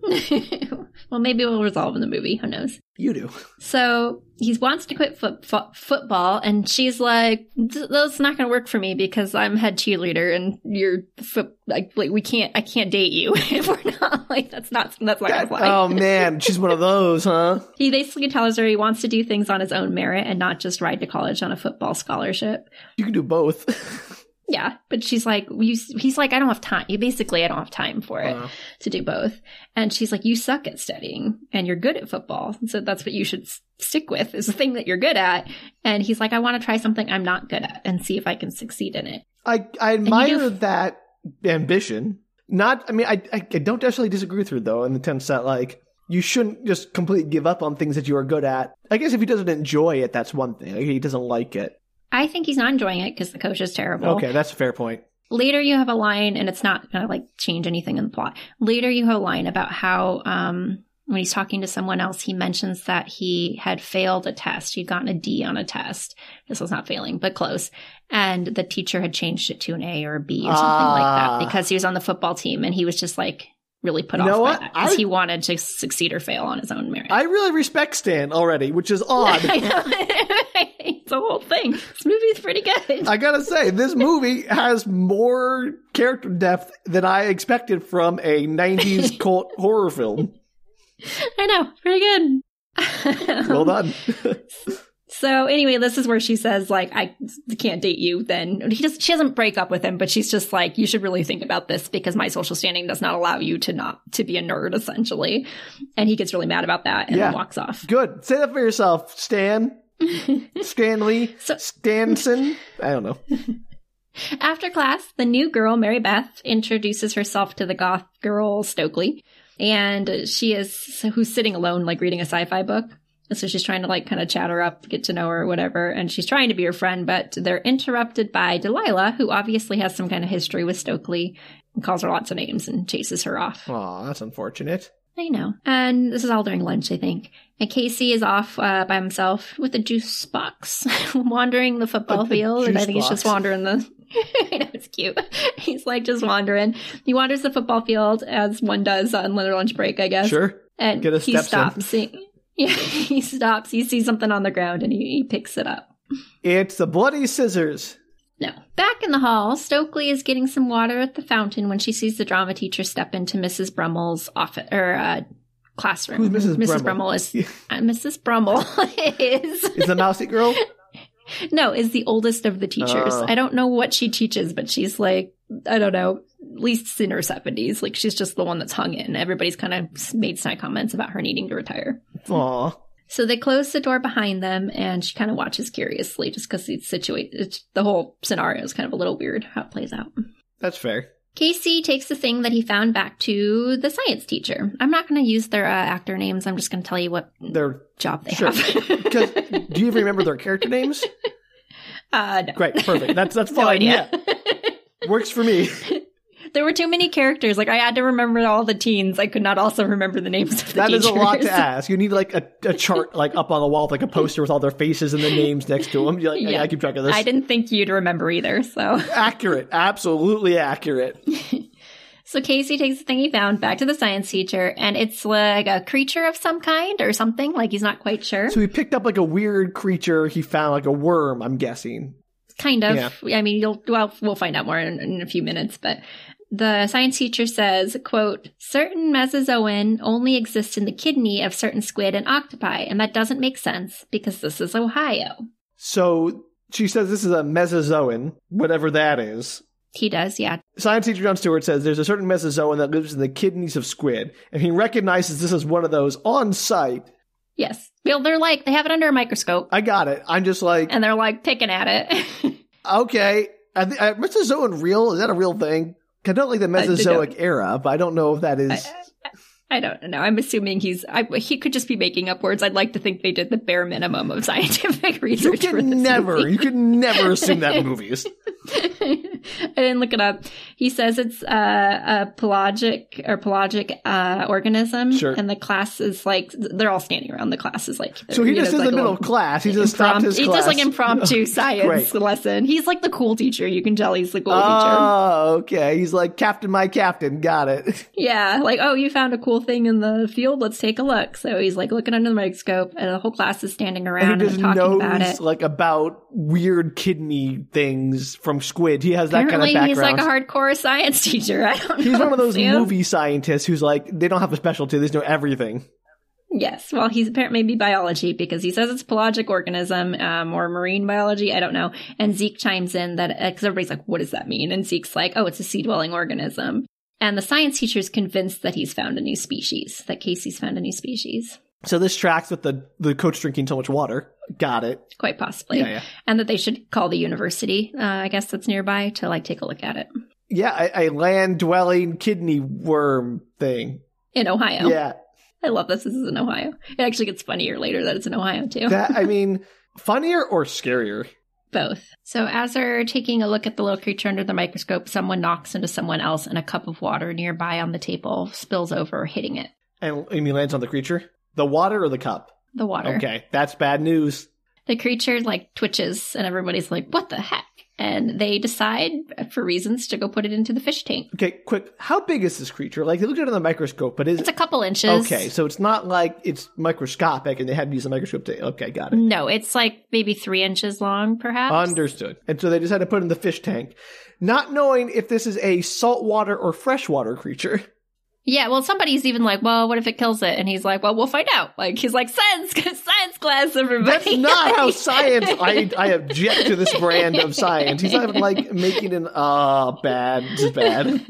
Speaker 2: [LAUGHS] well, maybe we'll resolve in the movie. Who knows?
Speaker 1: you do.
Speaker 2: So he wants to quit foot, fo- football, and she's like, "Th- "That's not going to work for me because I'm head cheerleader, and you're foot like, like we can't, I can't date you [LAUGHS] if we're not like that's not that's not going to fly."
Speaker 1: oh man, she's one of those, huh?
Speaker 2: He basically tells her he wants to do things on his own merit and not just ride to college on a football scholarship.
Speaker 1: You can do both.
Speaker 2: Yeah, but she's like, you, he's like, I don't have time. You basically, I don't have time for it
Speaker 1: Uh,
Speaker 2: to do both. And she's like, you suck at studying and you're good at football. So that's what you should s- stick with is the thing that you're good at. And he's like, I want to try something I'm not good at and see if I can succeed in it.
Speaker 1: I I
Speaker 2: you
Speaker 1: admire
Speaker 2: do-
Speaker 1: that ambition. Not, I mean, I, I I don't actually disagree with her though, in the sense that like you shouldn't just completely give up on things that you are good at. I guess if he doesn't enjoy it, that's one thing. Like, he doesn't like it.
Speaker 2: I think he's not enjoying it because the coach is terrible.
Speaker 1: Okay, that's a fair point.
Speaker 2: Later, you have a line, and it's not going to like change anything in the plot. Later, you have a line about how um, when he's talking to someone else, he mentions that he had failed a test. He'd gotten a D on a test. This was not failing, but close. And the teacher had changed it to an A or a B or something
Speaker 1: Ah.
Speaker 2: like that because he was on the football team and he was just like really put
Speaker 1: You know
Speaker 2: off
Speaker 1: what?
Speaker 2: by that because
Speaker 1: I-
Speaker 2: he wanted to succeed or fail on his own [LAUGHS] merit.
Speaker 1: I really respect Stan already, which
Speaker 2: [LAUGHS]
Speaker 1: is odd.
Speaker 2: I know. it's a whole thing. This movie's pretty good.
Speaker 1: I gotta say, this movie has more character depth than I expected from a
Speaker 2: [LAUGHS]
Speaker 1: 90s cult horror film.
Speaker 2: [LAUGHS] I know. Pretty good.
Speaker 1: Well done. [LAUGHS]
Speaker 2: So anyway, this is where she says like I can't date you. Then he does. She doesn't break up with him, but she's just like you should really think about this because my social standing does not allow you to not to be a nerd essentially. And he gets really mad about that and
Speaker 1: Yeah.
Speaker 2: walks off.
Speaker 1: Good. Say that for yourself, Stan.
Speaker 2: [LAUGHS]
Speaker 1: Stanley.
Speaker 2: So-
Speaker 1: Stanson. I don't know.
Speaker 2: After class, the new girl Mary Beth introduces herself to the goth girl Stokely, and she is who's sitting alone like reading a sci-fi book. And so she's trying to like kind of chat her up, get to know her, whatever. And she's trying to be her friend, but they're interrupted by Delilah, who obviously has some kind of history with Stokely and calls her lots of names and chases her off.
Speaker 1: Aw, that's unfortunate.
Speaker 2: I know. And this is all during lunch, I think. And Casey is off uh, by himself with a juice box, [LAUGHS] wandering the football
Speaker 1: A- a
Speaker 2: field. And I
Speaker 1: juice
Speaker 2: think he's just
Speaker 1: box.
Speaker 2: wandering the. [LAUGHS] I know it's cute. [LAUGHS] He's like just wandering. He wanders the football field as one does on their lunch break, I guess.
Speaker 1: Sure.
Speaker 2: And
Speaker 1: Get a
Speaker 2: he
Speaker 1: steps in.
Speaker 2: stops. He, yeah, [LAUGHS] he stops. He sees something on the ground and he, he picks it up.
Speaker 1: It's the bloody scissors.
Speaker 2: No. Back in the hall, Stokely is getting some water at the fountain when she sees the drama teacher step into Mrs. Brummel's office or uh, classroom.
Speaker 1: Who's Mrs.
Speaker 2: Mrs.
Speaker 1: Brummel?
Speaker 2: Brummel
Speaker 1: [LAUGHS]
Speaker 2: is
Speaker 1: Yeah.
Speaker 2: uh, Mrs. Brummel [LAUGHS] is
Speaker 1: Is the mousy
Speaker 2: [LAUGHS]
Speaker 1: girl?
Speaker 2: no is the oldest of the teachers.
Speaker 1: Oh.
Speaker 2: I don't know what she teaches, but she's like I don't know, at least in her seventies. Like she's just the one that's hung in. Everybody's kind of made snide comments about her needing to retire.
Speaker 1: Aw.
Speaker 2: So they close the door behind them, and she kind of watches curiously, just because it's situated. It's, the whole scenario is kind of a little weird how it plays out.
Speaker 1: That's fair.
Speaker 2: Casey takes the thing that he found back to the science teacher. I'm not going to use their uh, actor names. I'm just going to tell you what
Speaker 1: They're
Speaker 2: job they
Speaker 1: Sure. because
Speaker 2: have. [LAUGHS]
Speaker 1: do you even remember their character names?
Speaker 2: uh, no.
Speaker 1: Great, perfect. That's that's
Speaker 2: [LAUGHS] No
Speaker 1: fine.
Speaker 2: idea.
Speaker 1: Yeah. Works for
Speaker 2: [LAUGHS]
Speaker 1: me.
Speaker 2: there were too many characters. Like I had to remember all the teens. I could not also remember the names of the
Speaker 1: That is
Speaker 2: teachers.
Speaker 1: a lot to ask. You need like a, a chart like up on the wall, with, like a poster with all their faces and the names next to them. You're like, I
Speaker 2: Yeah.
Speaker 1: gotta keep track of this.
Speaker 2: [LAUGHS] I didn't think you'd remember either. So. [LAUGHS]
Speaker 1: accurate, absolutely accurate.
Speaker 2: So Casey takes the thing he found back to the science teacher, and it's like a creature of some kind or something. Like he's not quite sure.
Speaker 1: So he picked up like a weird creature. He found like a worm. I'm guessing.
Speaker 2: kind of. I mean, you'll well, we'll find out more in, in a few minutes. But the science teacher says, "quote Certain mesozoan only exist in the kidney of certain squid and octopi, and that doesn't make sense because this is Ohio."
Speaker 1: So she says this is a Mesozoan, whatever that is.
Speaker 2: He does, yeah.
Speaker 1: Science teacher John Stewart says there's a certain Mesozoan that lives in the kidneys of squid, and he recognizes this as one of those on site.
Speaker 2: Yes. Well, they're like they have it under a microscope,
Speaker 1: I got it. I'm just like,
Speaker 2: and they're like picking at it. [LAUGHS]
Speaker 1: okay. I th- I, Mesozoan real? Is that a real thing? I don't like the
Speaker 2: I don't-
Speaker 1: Mesozoic era, but I don't know if that is.
Speaker 2: uh, I don't know. I'm assuming he's. I, he could just be making up words. I'd like to think they did the bare minimum of
Speaker 1: [LAUGHS]
Speaker 2: scientific
Speaker 1: you
Speaker 2: research. for this
Speaker 1: can never,
Speaker 2: movie.
Speaker 1: you can never assume that in
Speaker 2: [LAUGHS]
Speaker 1: movies.
Speaker 2: I didn't look it up. He says it's uh, a pelagic or pelagic uh, organism,
Speaker 1: Sure.
Speaker 2: and the class is like they're all standing around. The class is like
Speaker 1: So he
Speaker 2: you know,
Speaker 1: just
Speaker 2: it's
Speaker 1: in
Speaker 2: like
Speaker 1: the
Speaker 2: a
Speaker 1: middle
Speaker 2: little
Speaker 1: of class. He just stopped
Speaker 2: impromptu-
Speaker 1: his
Speaker 2: He's
Speaker 1: class.
Speaker 2: just
Speaker 1: [LAUGHS]
Speaker 2: like impromptu science lesson. He's like the cool teacher. You can tell he's the cool teacher.
Speaker 1: Oh, okay. He's like captain, my captain. Got it. [LAUGHS]
Speaker 2: Yeah, like, oh, you found a cool thing in the field. Let's take a look. So he's like looking under the microscope, and the whole class is standing around
Speaker 1: and
Speaker 2: and,
Speaker 1: he just
Speaker 2: talking
Speaker 1: knows
Speaker 2: about it.
Speaker 1: like about weird kidney things from squid. He has that
Speaker 2: Apparently,
Speaker 1: kind of
Speaker 2: he's like
Speaker 1: background.
Speaker 2: a hardcore science [LAUGHS] teacher. I don't know.
Speaker 1: He's one of
Speaker 2: [LAUGHS]
Speaker 1: those
Speaker 2: Sam.
Speaker 1: movie scientists who's like they don't have a specialty. They just know everything.
Speaker 2: Yes, well, he's apparently maybe biology because he says it's pelagic organism um, or marine biology. I don't know. And Zeke chimes in that because everybody's like, "What does that mean?" And Zeke's like, "Oh, it's a sea dwelling organism." And the science teacher's convinced that he's found a new species. That Casey's found a new species.
Speaker 1: So this tracks with the the coach drinking so much water. Got it.
Speaker 2: quite possibly
Speaker 1: Yeah, yeah.
Speaker 2: and that they should call the university uh, i guess that's nearby to like take a look at it
Speaker 1: Yeah, a, a land dwelling kidney worm thing.
Speaker 2: in ohio
Speaker 1: Yeah,
Speaker 2: i love this this is in ohio it actually gets funnier later that it's in ohio too
Speaker 1: that I mean, funnier or scarier?
Speaker 2: both so as they're taking a look at the little creature under the microscope someone knocks into someone else and a cup of water nearby on the table spills over hitting it
Speaker 1: And Amy lands on the creature, the water or the cup.
Speaker 2: the water
Speaker 1: Okay, that's bad news.
Speaker 2: the creature like twitches and everybody's like what the heck and they decide for reasons to go put it into the fish tank
Speaker 1: Okay, quick. How big is this creature? Like they looked at it on the microscope, but is
Speaker 2: it's a couple inches
Speaker 1: okay. So it's not like it's microscopic, and they had to use a microscope to. Okay, got it.
Speaker 2: No, it's like maybe three inches long, perhaps.
Speaker 1: Understood. And so they decided to put it in the fish tank, not knowing if this is a saltwater or freshwater creature.
Speaker 2: yeah, well, somebody's even like, well, what if it kills it? And he's like, well, we'll find out. Like, he's like, science, [LAUGHS] science class, everybody.
Speaker 1: That's not
Speaker 2: [LAUGHS]
Speaker 1: how science. I I object to this brand of science. He's not even like making an ah bad. This is bad.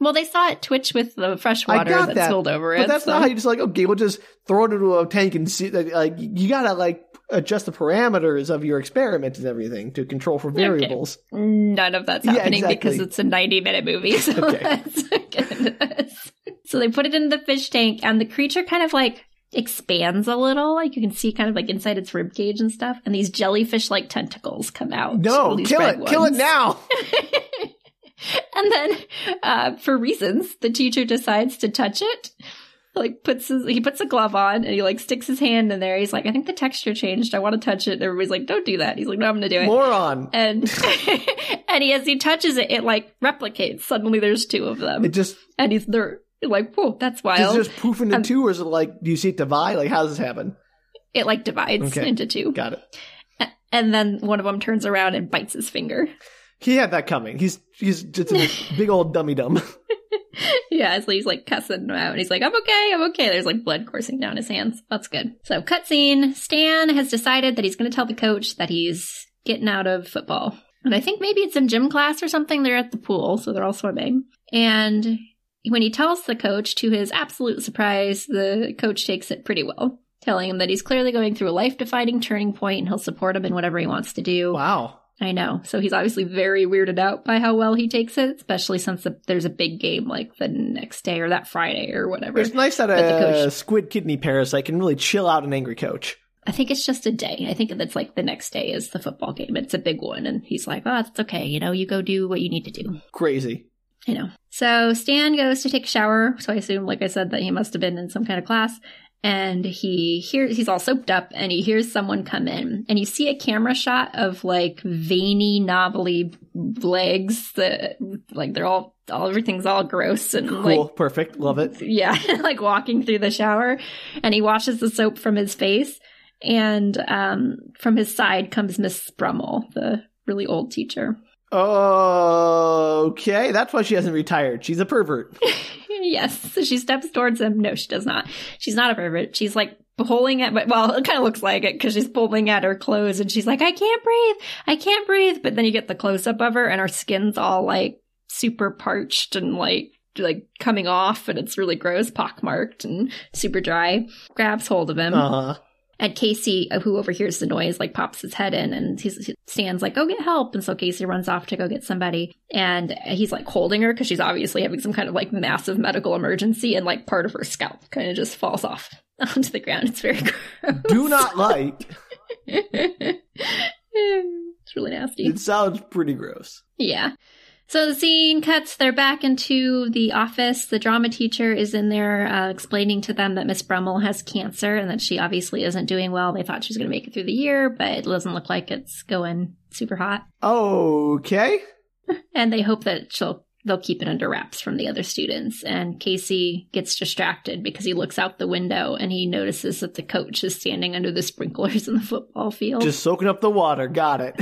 Speaker 2: well, they saw it twitch with the fresh
Speaker 1: I
Speaker 2: water
Speaker 1: got
Speaker 2: that,
Speaker 1: that,
Speaker 2: spilled over it.
Speaker 1: But that's
Speaker 2: so-
Speaker 1: not how you just like okay. We'll just throw it into a tank and see. that, Like you gotta like adjust the parameters of your experiments and everything to control for variables.
Speaker 2: None of that's
Speaker 1: Yeah,
Speaker 2: happening because
Speaker 1: exactly.
Speaker 2: it's a 90 minute movie. [LAUGHS] So
Speaker 1: Okay.
Speaker 2: let's get into this. So they put it in the fish tank, and the creature kind of like expands a little. Like you can see kind of like inside its rib cage and stuff. And these jellyfish like tentacles come out.
Speaker 1: No,
Speaker 2: these
Speaker 1: kill
Speaker 2: red
Speaker 1: it, kill it
Speaker 2: ones. [LAUGHS]
Speaker 1: now.
Speaker 2: and then, uh, for reasons, the teacher decides to touch it. Like puts his, he puts a glove on and he like sticks his hand in there. He's like, I think the texture changed. I want to touch it. And everybody's like, Don't do that. He's like, No, I'm gonna do it.
Speaker 1: Moron.
Speaker 2: and [LAUGHS] and he, as he touches it, it like replicates. Suddenly, there's two of them,
Speaker 1: It just
Speaker 2: and he's there. Like, whoa, that's
Speaker 1: does
Speaker 2: wild.
Speaker 1: it just poof into
Speaker 2: Um,
Speaker 1: two, or is it like do you see it divide? Like how does this happen?
Speaker 2: it like divides
Speaker 1: Okay.
Speaker 2: into two,
Speaker 1: Got it.
Speaker 2: and then one of them turns around and bites his finger.
Speaker 1: He had that coming. He's he's just
Speaker 2: [LAUGHS]
Speaker 1: a big old dummy dumb.
Speaker 2: yeah, so he's like cussing him out, and he's like, "I'm okay, I'm okay." There's like blood coursing down his hands. That's good. So, cutscene. Stan has decided that he's going to tell the coach that he's getting out of football, and I think maybe it's in gym class or something. They're at the pool, so they're all swimming, and when he tells the coach, to his absolute surprise, the coach takes it pretty well. Telling him that he's clearly going through a life defining turning point and he'll support him in whatever he wants to do.
Speaker 1: Wow.
Speaker 2: I know. So he's obviously very weirded out by how well he takes it, especially since the, there's a big game like the next day or that Friday or whatever.
Speaker 1: It's nice that
Speaker 2: But the
Speaker 1: a squid kidney parasite can really chill out an angry coach.
Speaker 2: I think it's just a day. I think that's like the next day is the football game. It's a big one. And he's like, oh, that's okay. You know, you go do what you need to do. [LAUGHS]
Speaker 1: Crazy.
Speaker 2: You know. So Stan goes to take a shower. So I assume, like I said, that he must have been in some kind of class. And he hears, he's all soaped up and he hears someone come in. And you see a camera shot of like veiny, knobbly legs that, like, they're all, all everything's all gross and
Speaker 1: Cool.
Speaker 2: like,
Speaker 1: Perfect. Love it.
Speaker 2: yeah, [LAUGHS] like walking through the shower. And he washes the soap from his face. And um, from his side comes Miss Brummel, the really old teacher.
Speaker 1: Okay, that's why she hasn't retired. She's a pervert.
Speaker 2: [LAUGHS] yes. So she steps towards him. No, she does not. She's not a pervert. She's like pulling at, but well, it kind of looks like it because she's pulling at her clothes and she's like, I can't breathe. I can't breathe. But then you get the close up of her and her skin's all like super parched and like, like coming off and it's really gross, pockmarked and super dry. Grabs hold of him.
Speaker 1: Uh huh.
Speaker 2: And Casey, uh, who overhears the noise, like pops his head in and he's, he stands like, go get help. And so Casey runs off to go get somebody. And he's like holding her because she's obviously having some kind of like massive medical emergency and like part of her scalp kind of just falls off [LAUGHS] onto the ground. It's very [LAUGHS] gross.
Speaker 1: Do not like.
Speaker 2: it's really nasty.
Speaker 1: It sounds pretty gross.
Speaker 2: Yeah. So the scene cuts. They're back into the office. The drama teacher is in there uh, explaining to them that Miss Brummel has cancer and that she obviously isn't doing well. They thought she was going to make it through the year, but it doesn't look like it's going super hot.
Speaker 1: Okay.
Speaker 2: And they hope that she'll they'll keep it under wraps from the other students. And Casey gets distracted because he looks out the window and he notices that the coach is standing under the sprinklers [LAUGHS] in the football field.
Speaker 1: Just soaking up the water. Got it.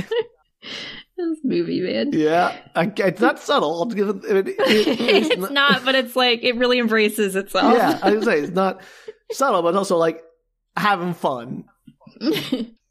Speaker 2: this movie, man.
Speaker 1: Yeah. I, it's not subtle. I'll give it. it, it-
Speaker 2: [LAUGHS]
Speaker 1: it's
Speaker 2: it's
Speaker 1: not-
Speaker 2: not, but it's like it really embraces itself.
Speaker 1: yeah, I was gonna say it's not subtle, but also like having fun.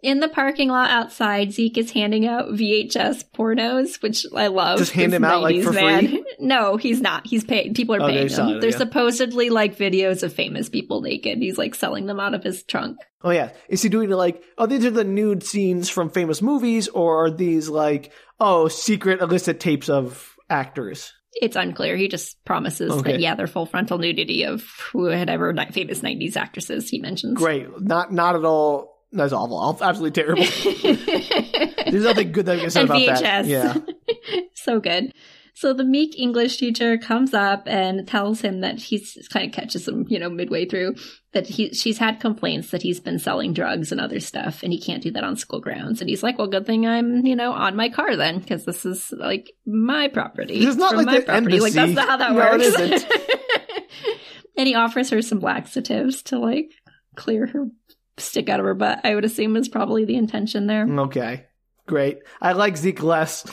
Speaker 2: In the parking lot outside, Zeke is handing out VHS pornos, which I love.
Speaker 1: Just hand
Speaker 2: It's
Speaker 1: him out, like,
Speaker 2: 90s,
Speaker 1: for
Speaker 2: man. [LAUGHS]
Speaker 1: free?
Speaker 2: No, he's not. He's paid. People are
Speaker 1: Oh, they
Speaker 2: paying
Speaker 1: sell
Speaker 2: him.
Speaker 1: it,
Speaker 2: They're
Speaker 1: yeah.
Speaker 2: supposedly like videos of famous people naked. He's like selling them out of his trunk.
Speaker 1: Oh yeah, is he doing like? Oh, these are the nude scenes from famous movies, or are these like oh secret illicit tapes of actors?
Speaker 2: It's unclear. He just promises
Speaker 1: Okay.
Speaker 2: that yeah, they're full frontal nudity of whatever ni- famous '90s actresses he mentions. [LAUGHS]
Speaker 1: Great, not not at all. That's awful. Aw- Absolutely terrible.
Speaker 2: There's
Speaker 1: There's nothing good that I can say
Speaker 2: and
Speaker 1: about
Speaker 2: VHS.
Speaker 1: that. Yeah,
Speaker 2: [LAUGHS] so good. So the meek English teacher comes up and tells him that he's kind of catches him, you know, midway through that he she's had complaints that he's been selling drugs and other stuff and he can't do that on school grounds. And he's like, "Well, good thing I'm, you know, on my car then because this is like my property.
Speaker 1: This is not
Speaker 2: from
Speaker 1: like
Speaker 2: my
Speaker 1: the
Speaker 2: property. Like that's
Speaker 1: embassy.
Speaker 2: not how that
Speaker 1: No, it
Speaker 2: works."
Speaker 1: isn't.
Speaker 2: [LAUGHS] and he offers her some laxatives to like clear her stick out of her butt. I would assume is probably the intention
Speaker 1: Mm.
Speaker 2: there. [LAUGHS]
Speaker 1: okay, great. I like Zeke less.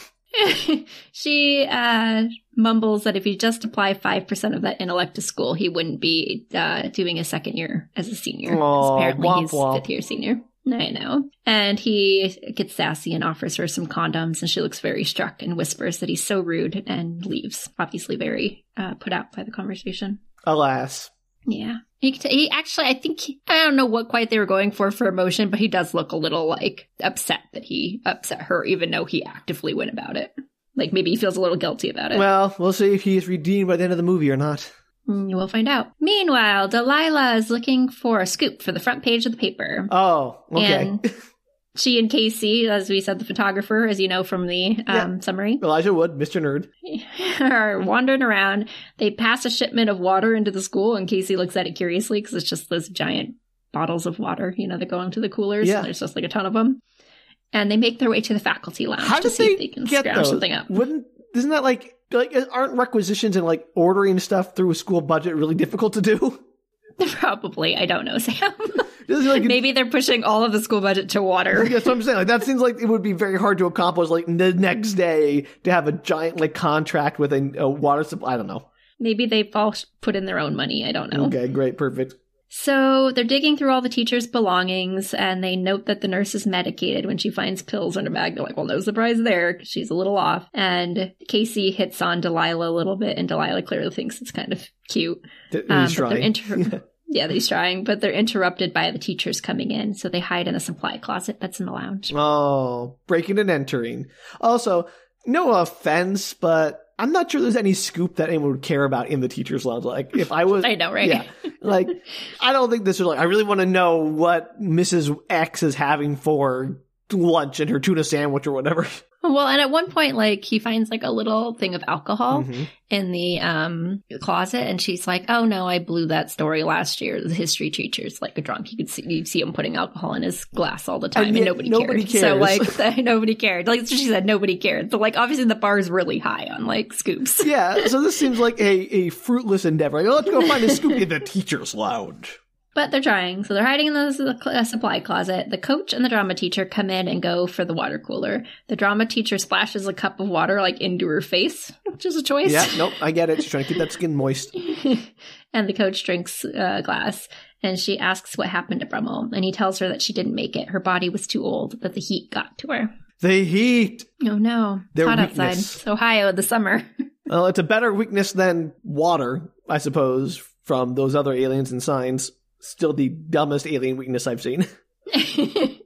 Speaker 2: [LAUGHS] she uh, mumbles that if he just apply 5% of that intellect to school, he wouldn't be uh, doing a second year as a senior. 'Cause
Speaker 1: Aw,
Speaker 2: apparently
Speaker 1: womp
Speaker 2: he's
Speaker 1: womp.
Speaker 2: fifth year senior. I know. And he gets sassy and offers her some condoms, and she looks very struck and whispers that he's so rude and leaves, obviously very uh, put out by the conversation.
Speaker 1: Alas,
Speaker 2: Yeah. He, could- he actually, I think, he- I don't know what quite they were going for for emotion, but he does look a little like upset that he upset her, even though he actively went about it. Like maybe he feels a little guilty about it.
Speaker 1: well, we'll see if he's redeemed by the end of the movie or not.
Speaker 2: Mm, We'll find out. Meanwhile, Delilah is looking for a scoop for the front page of the paper.
Speaker 1: Oh, okay.
Speaker 2: And she and Casey, as we said, the photographer, as you know from the um, summary,
Speaker 1: [LAUGHS] Elijah Wood, Mr. Nerd.
Speaker 2: [LAUGHS] are wandering around. They pass a shipment of water into the school, and Casey looks at it curiously because it's just those giant bottles of water. You know, they go into the coolers,
Speaker 1: Yeah.
Speaker 2: and there's just like a ton of them. And they make their way to the faculty lounge
Speaker 1: How
Speaker 2: to
Speaker 1: did
Speaker 2: see
Speaker 1: they
Speaker 2: if they can
Speaker 1: get
Speaker 2: scrounge
Speaker 1: those?
Speaker 2: something up. [LAUGHS]
Speaker 1: Wouldn't isn't that like like aren't requisitions and like ordering stuff through a school budget really difficult to do? [LAUGHS]
Speaker 2: Probably, I don't know, Sam.
Speaker 1: Just like-
Speaker 2: [LAUGHS] Maybe they're pushing all of the school budget to
Speaker 1: [LAUGHS]
Speaker 2: water.
Speaker 1: That's what I'm saying. Like that seems like it would be very hard to accomplish. Like the next day to have a giant like contract with a, a water supply. I don't know.
Speaker 2: Maybe they've all sh- put in their own money. I don't know.
Speaker 1: Okay, great, perfect.
Speaker 2: So they're digging through all the teacher's belongings and they note that the nurse is medicated when she finds pills in her bag. They're like, well, no surprise there. 'cause She's a little off. And Casey hits on Delilah a little bit and Delilah clearly thinks it's kind of cute.
Speaker 1: Th-
Speaker 2: Um,
Speaker 1: he's
Speaker 2: but they're
Speaker 1: trying. [LAUGHS]
Speaker 2: inter- yeah, that he's trying, but they're interrupted by the teachers coming in. So they hide in the supply closet that's in the lounge.
Speaker 1: oh, breaking and entering. Also, no offense, but I'm not sure there's any scoop that anyone would care about in the teachers' lounge. Like if I was,
Speaker 2: I know, [LAUGHS] right?
Speaker 1: Yeah. like I don't think this is like I really want to know what Mrs. X is having for lunch and her tuna sandwich or whatever.
Speaker 2: Well, and at one point, like, he finds like a little thing of alcohol.
Speaker 1: Mhm.
Speaker 2: in the um closet and she's like, "Oh no, I blew that story last year. The history teacher's like a drunk. You could see you see him putting alcohol in his glass all the time
Speaker 1: And
Speaker 2: and,
Speaker 1: yet
Speaker 2: nobody,
Speaker 1: Uh, nobody
Speaker 2: cared." So
Speaker 1: cares.
Speaker 2: like [LAUGHS] nobody cared. Like she said nobody cared. So like obviously the bar's really high on like scoops. [LAUGHS]
Speaker 1: Yeah, so this seems like a, a fruitless endeavor. Like, let's go [LAUGHS] find a scoop in the teacher's lounge.
Speaker 2: But they're trying. So they're hiding in the su- uh, supply closet. The coach and the drama teacher come in and go for the water cooler. The drama teacher splashes a cup of water like into her face, which is a choice. [LAUGHS]
Speaker 1: Yeah, nope, I get it. She's trying to keep that skin moist.
Speaker 2: and the coach drinks a glass and she asks what happened to Brummel. And he tells her that she didn't make it. Her body was too old, that the heat got to her.
Speaker 1: The heat.
Speaker 2: Oh no. It's
Speaker 1: Their
Speaker 2: hot outside.
Speaker 1: weakness.
Speaker 2: It's Ohio in the summer. [LAUGHS]
Speaker 1: Well, it's a better weakness than water, I suppose, from those other aliens and signs. Still the dumbest alien weakness I've seen.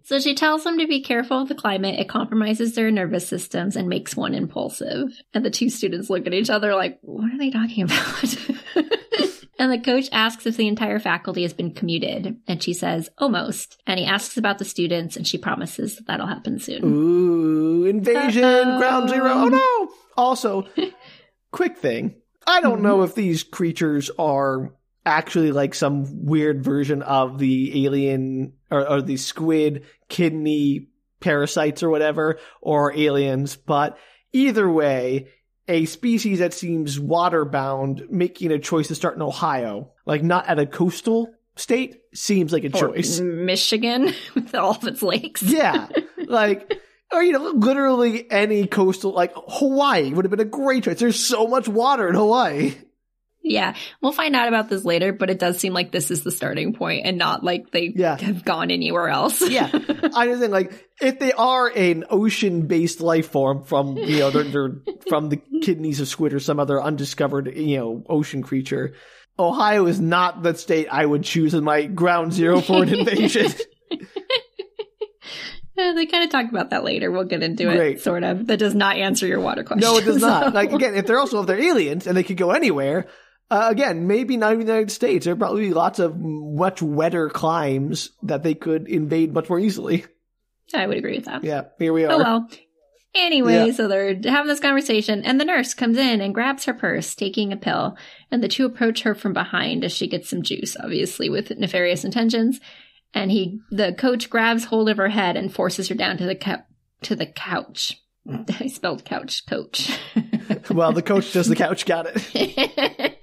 Speaker 2: so she tells them to be careful of the climate. It compromises their nervous systems and makes one impulsive. And the two students look at each other like, what are they talking about? [LAUGHS] and the coach asks if the entire faculty has been commuted. And she says, almost. And he asks about the students and she promises that that'll happen soon.
Speaker 1: Ooh, invasion,
Speaker 2: Uh-oh.
Speaker 1: ground zero. Oh no! Also, quick thing. I don't know if these creatures are actually like some weird version of the alien or, or the squid kidney parasites or whatever, or aliens, but either way, a species that seems waterbound making a choice to start in Ohio, like not at a coastal state, seems like a
Speaker 2: Or
Speaker 1: choice.
Speaker 2: Michigan [LAUGHS] with all of its lakes.
Speaker 1: Yeah. Like, or, you know, literally any coastal, like Hawaii would have been a great choice. There's so much water in Hawaii.
Speaker 2: Yeah. We'll find out about this later, but it does seem like this is the starting point and not like they
Speaker 1: Yeah.
Speaker 2: have gone anywhere else.
Speaker 1: Yeah. [LAUGHS] I just think, like, if they are an ocean based life form from, you know, they're, they're from the kidneys of squid or some other undiscovered, you know, ocean creature, Ohio is not the state I would choose as my ground zero for an invasion.
Speaker 2: Uh, [LAUGHS] they kind of talk about that later. We'll get into
Speaker 1: Great.
Speaker 2: it, sort of. That does not answer your water question.
Speaker 1: No, it does
Speaker 2: [LAUGHS] so-
Speaker 1: not. Like again, if they're also if they're aliens and they could go anywhere, uh, again, maybe not even the United States. There are probably lots of much wetter climes that they could invade much more easily.
Speaker 2: I would agree with that.
Speaker 1: Yeah, here we are.
Speaker 2: Oh well. Anyway,
Speaker 1: Yeah.
Speaker 2: so they're having this conversation, and the nurse comes in and grabs her purse, taking a pill, and the two approach her from behind as she gets some juice, obviously with nefarious intentions. And he, the coach, grabs hold of her head and forces her down to the cou- to the couch.
Speaker 1: Mm.
Speaker 2: [LAUGHS] I spelled couch, coach.
Speaker 1: [LAUGHS]
Speaker 2: [LAUGHS]
Speaker 1: Well, the coach does the couch. Got it.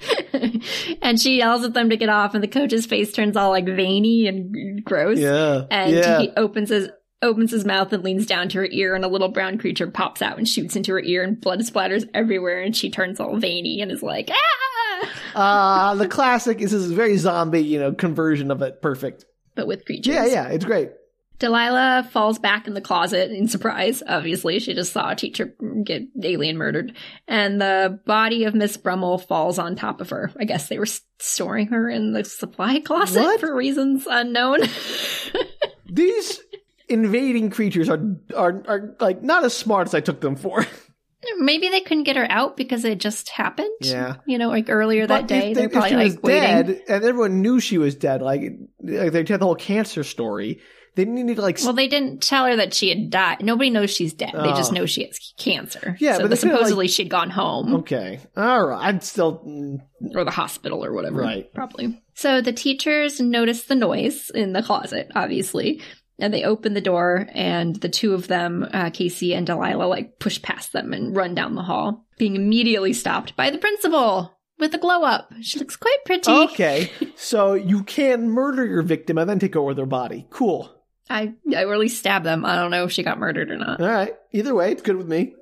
Speaker 2: and she yells at them to get off, and the coach's face turns all like veiny and gross
Speaker 1: Yeah,
Speaker 2: and
Speaker 1: yeah.
Speaker 2: he opens his opens his mouth and leans down to her ear and a little brown creature pops out and shoots into her ear and blood splatters everywhere and she turns all veiny and is like ah
Speaker 1: Uh, the classic is this very zombie, you know, conversion of it. Perfect.
Speaker 2: but with creatures
Speaker 1: Yeah, yeah, it's great.
Speaker 2: delilah falls back in the closet in surprise obviously she just saw a teacher get alien murdered and the body of miss brummel falls on top of her i guess they were s- storing her in the supply closet
Speaker 1: What?
Speaker 2: for reasons
Speaker 1: [LAUGHS]
Speaker 2: unknown
Speaker 1: These invading creatures are are are like not as smart as I took them for. [LAUGHS]
Speaker 2: Maybe they couldn't get her out because it just happened.
Speaker 1: Yeah.
Speaker 2: You know, like earlier that
Speaker 1: But
Speaker 2: day,
Speaker 1: if,
Speaker 2: they're
Speaker 1: if
Speaker 2: probably
Speaker 1: she was
Speaker 2: like waiting.
Speaker 1: dead, and everyone knew she was dead. Like, like they had the whole cancer story. They didn't need to like. s-
Speaker 2: Well, they didn't tell her that she had died. Nobody knows she's dead. They just
Speaker 1: Oh.
Speaker 2: know she has cancer.
Speaker 1: Yeah,
Speaker 2: so
Speaker 1: but
Speaker 2: the-
Speaker 1: they could've, like-
Speaker 2: supposedly she'd gone home
Speaker 1: okay, all right. I'm still mm,
Speaker 2: or the hospital or whatever.
Speaker 1: Right.
Speaker 2: Probably. So the teachers notice the noise in the closet, obviously, and they open the door, and the two of them, uh, Casey and Delilah, like push past them and run down the hall, being immediately stopped by the principal with a glow up. She looks quite pretty. [LAUGHS]
Speaker 1: okay. so you can murder your victim and then take over their body. Cool.
Speaker 2: I, I really stabbed them. I don't know if she got murdered or not.
Speaker 1: All right. Either way, it's good with me.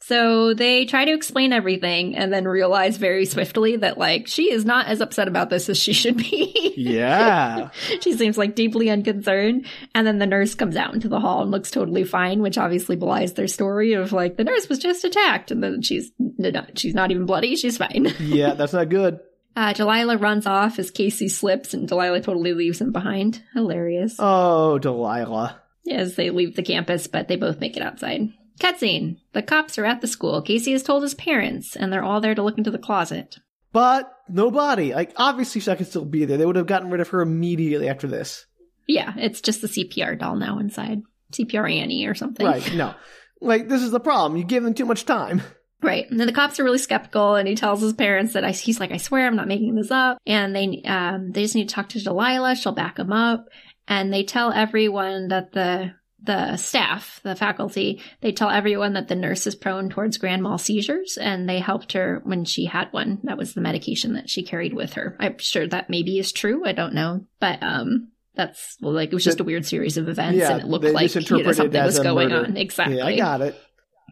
Speaker 2: So they try to explain everything and then realize very swiftly that, like, she is not as upset about this as she should be. [LAUGHS]
Speaker 1: Yeah.
Speaker 2: she seems like deeply unconcerned. And then the nurse comes out into the hall and looks totally fine, which obviously belies their story of like the nurse was just attacked and then she's not, she's not even bloody. She's fine.
Speaker 1: [LAUGHS]
Speaker 2: [LAUGHS]
Speaker 1: yeah. That's not good.
Speaker 2: Uh, Delilah runs off as Casey slips and Delilah totally leaves him behind. Hilarious.
Speaker 1: Oh, Delilah.
Speaker 2: as they leave the campus, but they both make it outside. Cutscene. The cops are at the school. Casey has told his parents, and they're all there to look into the closet.
Speaker 1: But no body. Like obviously, she could still be there. They would have gotten rid of her immediately after this.
Speaker 2: Yeah, it's just the CPR doll now inside. CPR Annie or something.
Speaker 1: Right. No. Like this is the problem. You give them too much time.
Speaker 2: Right. And then the cops are really skeptical, and he tells his parents that I, he's like, I swear I'm not making this up. And they um, they just need to talk to Delilah. She'll back him up. And they tell everyone that the the staff, the faculty, they tell everyone that the nurse is prone towards grand mal seizures, and they helped her when she had one. That was the medication that she carried with her. I'm sure that maybe is true. I don't know, but um. That's well, like it was just a weird series of events,
Speaker 1: Yeah,
Speaker 2: and it looked
Speaker 1: they
Speaker 2: like you know,
Speaker 1: misinterpreted it
Speaker 2: something
Speaker 1: as
Speaker 2: was
Speaker 1: a
Speaker 2: going
Speaker 1: murder.
Speaker 2: on. Exactly.
Speaker 1: Yeah, I got it.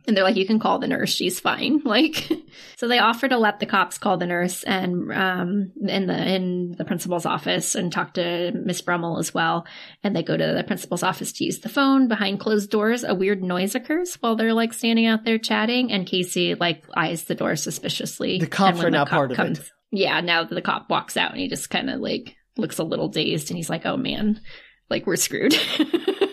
Speaker 2: And they're like, you can call the nurse. She's fine. [LAUGHS] Like, so they offer to let the cops call the nurse and um in the in the principal's office and talk to Miss Brummel as well. And they go to the principal's office to use the phone. Behind closed doors, a weird noise occurs while they're like standing out there chatting. And Casey like eyes the door suspiciously.
Speaker 1: The cops
Speaker 2: And when
Speaker 1: are now
Speaker 2: the
Speaker 1: part of it.
Speaker 2: Yeah, now that the cop walks out and he just kind of like looks a little dazed and he's like, oh man, like we're screwed. [LAUGHS]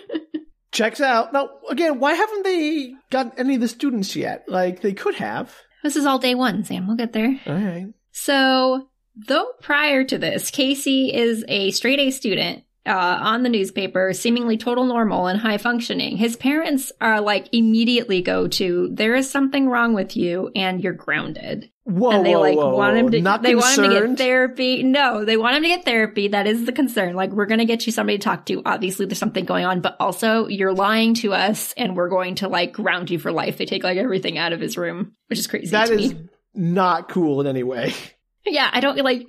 Speaker 1: Checks out. Now, again, why haven't they gotten any of the students yet? Like, they could have.
Speaker 2: this is all day one, Sam. We'll get there.
Speaker 1: All right.
Speaker 2: So, though prior to this, Casey is a straight A student uh, on the newspaper, seemingly total normal and high functioning. His parents are like immediately go to, "There is something wrong with you, and you're grounded."
Speaker 1: Whoa,
Speaker 2: and they
Speaker 1: whoa,
Speaker 2: like
Speaker 1: whoa,
Speaker 2: want him
Speaker 1: whoa.
Speaker 2: to.
Speaker 1: Not
Speaker 2: they
Speaker 1: concerned.
Speaker 2: want him to get therapy. No, they want him to get therapy. That is the concern. Like, we're going to get you somebody to talk to. Obviously, there's something going on, but also you're lying to us, and we're going to like ground you for life. They take like everything out of his room, which is crazy.
Speaker 1: That
Speaker 2: to me.
Speaker 1: is not cool in any way.
Speaker 2: Yeah, I don't like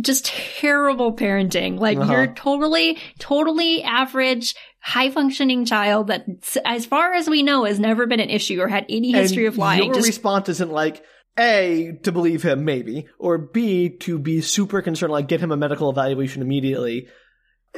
Speaker 2: just terrible parenting. Like
Speaker 1: Uh-huh.
Speaker 2: you're totally, totally average, high functioning child that, s- as far as we know, has never been an issue or had any history
Speaker 1: And
Speaker 2: of lying.
Speaker 1: Your
Speaker 2: Just
Speaker 1: response isn't like, A, to believe him, maybe, or B, to be super concerned, like, get him a medical evaluation immediately.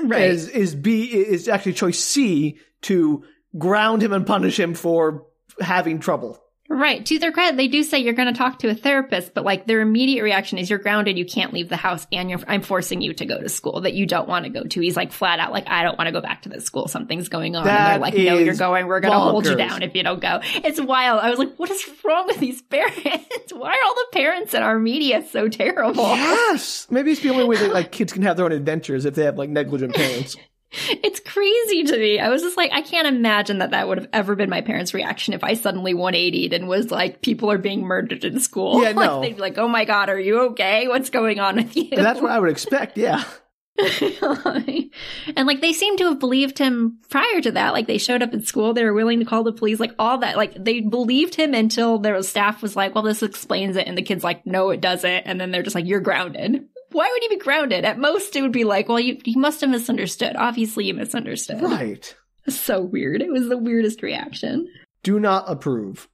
Speaker 2: right.
Speaker 1: Is, is B, is actually choice C, to ground him and punish him for having trouble.
Speaker 2: Right. To their credit, they do say you're going to talk to a therapist, but like their immediate reaction is you're grounded, you can't leave the house, and you're, I'm forcing you to go to school that you don't want to go to. He's like flat out, like, I don't want to go back to this school. Something's going on. and they're
Speaker 1: That
Speaker 2: like, no, you're
Speaker 1: is
Speaker 2: going. We're going to hold you
Speaker 1: bonkers.
Speaker 2: down if you don't go. It's wild. I was like, what is wrong with these [LAUGHS] parents? Why are all the parents in our media so terrible?
Speaker 1: Yes! Maybe it's the only way that, like, kids can have their own adventures if they have, like, negligent parents.
Speaker 2: [LAUGHS] It's crazy to me. I was just like, I can't imagine that that would have ever been my parents' reaction if I suddenly 180'd and was like, people are being murdered in school.
Speaker 1: Yeah,
Speaker 2: [LAUGHS] like,
Speaker 1: no.
Speaker 2: They'd be like, oh my God, are you okay? What's going on with you?
Speaker 1: That's what I would expect, yeah.
Speaker 2: [LAUGHS] and like, they seem to have believed him prior to that. Like, they showed up at school, they were willing to call the police, like, all that. Like, they believed him until their staff was like, well, this explains it. And the kid's like, no, it doesn't. And then they're just like, you're grounded. Why would he be grounded? At most, it would be like, well, you, you must have misunderstood. Obviously, you misunderstood.
Speaker 1: Right.
Speaker 2: [LAUGHS] So weird. It was the weirdest reaction.
Speaker 1: Do not
Speaker 2: [LAUGHS]
Speaker 1: approve.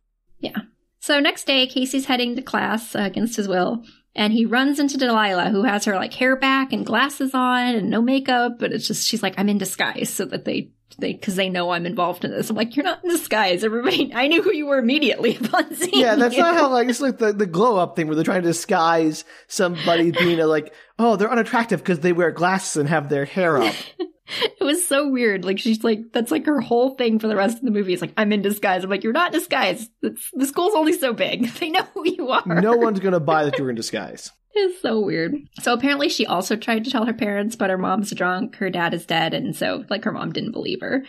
Speaker 2: So next day, Casey's heading to class uh, against his will, and he runs into Delilah, who has her like hair back and glasses on and no makeup, but it's just she's like, "I'm in disguise," so that they they because they know I'm involved in this. I'm like, "You're not in disguise, everybody. [LAUGHS] I knew who you were immediately [LAUGHS] upon seeing."
Speaker 1: Yeah, that's
Speaker 2: you.
Speaker 1: not how like it's like the, the glow up thing where they're trying to
Speaker 2: [LAUGHS]
Speaker 1: disguise somebody being a, like, oh, they're unattractive because they wear glasses and have their hair up.
Speaker 2: [LAUGHS] It was so weird. Like she's like that's like her whole thing for the rest of the movie. It's like I'm in disguise. I'm like you're not disguised. It's, the school's only so big. [LAUGHS] They know who you are.
Speaker 1: No one's going to buy that you're in disguise.
Speaker 2: It's so weird. So apparently she also tried to tell her parents, but her mom's drunk, her dad is dead, and so like her mom didn't believe her.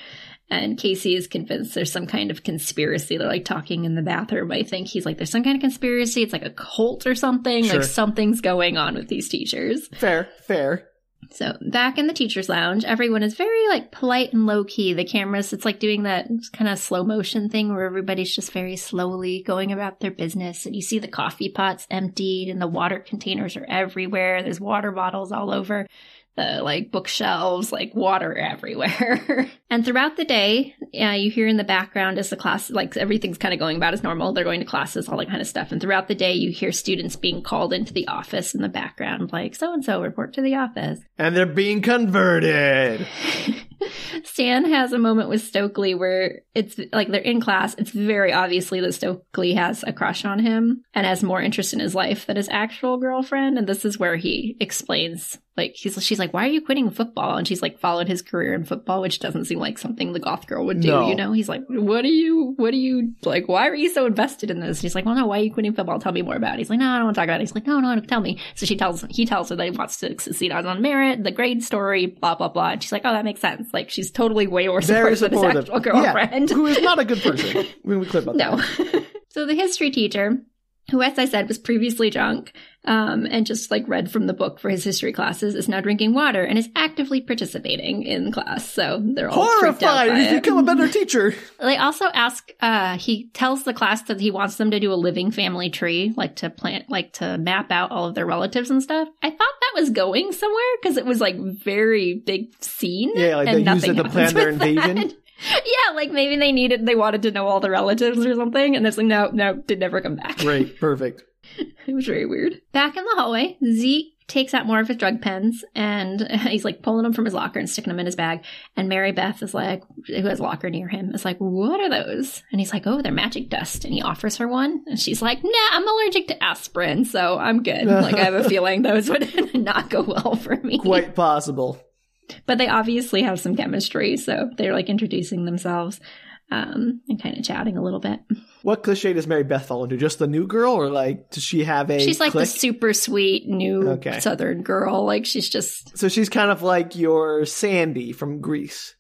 Speaker 2: And Casey is convinced there's some kind of conspiracy. They're like talking in the bathroom. I think he's like, there's some kind of conspiracy. It's like a cult or something.
Speaker 1: Sure.
Speaker 2: Like something's going on with these teachers.
Speaker 1: Fair, fair.
Speaker 2: So back in the teachers' lounge, everyone is very like polite and low key. The cameras, it's like doing that kind of slow motion thing where everybody's just very slowly going about their business. And you see the coffee pots emptied and the water containers are everywhere. There's water bottles all over the like bookshelves, like water [LAUGHS] everywhere. and throughout the day, uh, you hear in the background as the class, like everything's kind of going about as normal. They're going to classes, all that kind of stuff. And throughout the day, you hear students being called into the office in the background, like so and so report to the office.
Speaker 1: And they're being converted.
Speaker 2: [LAUGHS] Stan has a moment with Stokely where it's like they're in class. It's very obviously that Stokely has a crush on him and has more interest in his life than his actual girlfriend. And this is where he explains, like he's she's like, "Why are you quitting football?" And she's like, "Followed his career in football, which doesn't seem like something the goth girl would do."
Speaker 1: No.
Speaker 2: You know, he's like, "What are you? What are you like? Why are you so invested in this?" And he's like, "Well, no, why are you quitting football? Tell me more about it." He's like, "No, I don't want to talk about it." He's like, "No, no, no, tell me." So she tells he tells her that he wants to succeed on on merit, the grade story, blah blah blah. And she's like, "Oh, that makes sense." Like she's totally way more
Speaker 1: Very
Speaker 2: supportive,
Speaker 1: supportive.
Speaker 2: than his actual girlfriend.
Speaker 1: Yeah, who is not a good person. We, we clip about
Speaker 2: [LAUGHS] No. [LAUGHS]
Speaker 1: that.
Speaker 2: so the history teacher, who, as I said, was previously drunk um, and just like read from the book for his history classes, is now drinking water and is actively participating in class. So they're all freaked out
Speaker 1: Horrified.
Speaker 2: by
Speaker 1: He's
Speaker 2: it.
Speaker 1: become a better
Speaker 2: [LAUGHS]
Speaker 1: teacher.
Speaker 2: They also ask. Uh, he tells the class that he wants them to do a living family tree, like to plant, like to map out all of their relatives and stuff. I thought that was going somewhere because it was like very big scene.
Speaker 1: Yeah, like
Speaker 2: and
Speaker 1: they used
Speaker 2: nothing
Speaker 1: it to plan
Speaker 2: happens
Speaker 1: their
Speaker 2: with that.
Speaker 1: invasion.
Speaker 2: [LAUGHS] Yeah, like maybe they needed, they wanted to know all the relatives or something, and it's like, no, no, did never come back.
Speaker 1: Great, perfect.
Speaker 2: [LAUGHS] It was very weird. Back in the hallway, Zeke takes out more of his drug pens and [LAUGHS] he's like pulling them from his locker and sticking them in his bag. And Mary Beth is like, who has a locker near him, is like, what are those? And he's like, oh, they're magic dust. And he offers her one. And she's like, nah, I'm allergic to aspirin, so
Speaker 1: [LAUGHS]
Speaker 2: I'm good. like, I have a feeling those would [LAUGHS] not go well for me.
Speaker 1: Quite possible.
Speaker 2: But they obviously have some chemistry, so they're like introducing themselves um, and kind of chatting a little bit.
Speaker 1: What cliche does Mary Beth fall into? Just the new girl, or like does she have a?
Speaker 2: she's like
Speaker 1: clique?
Speaker 2: the super sweet new
Speaker 1: Okay.
Speaker 2: southern girl. Like, she's just
Speaker 1: So she's kind of like your Sandy from Greece.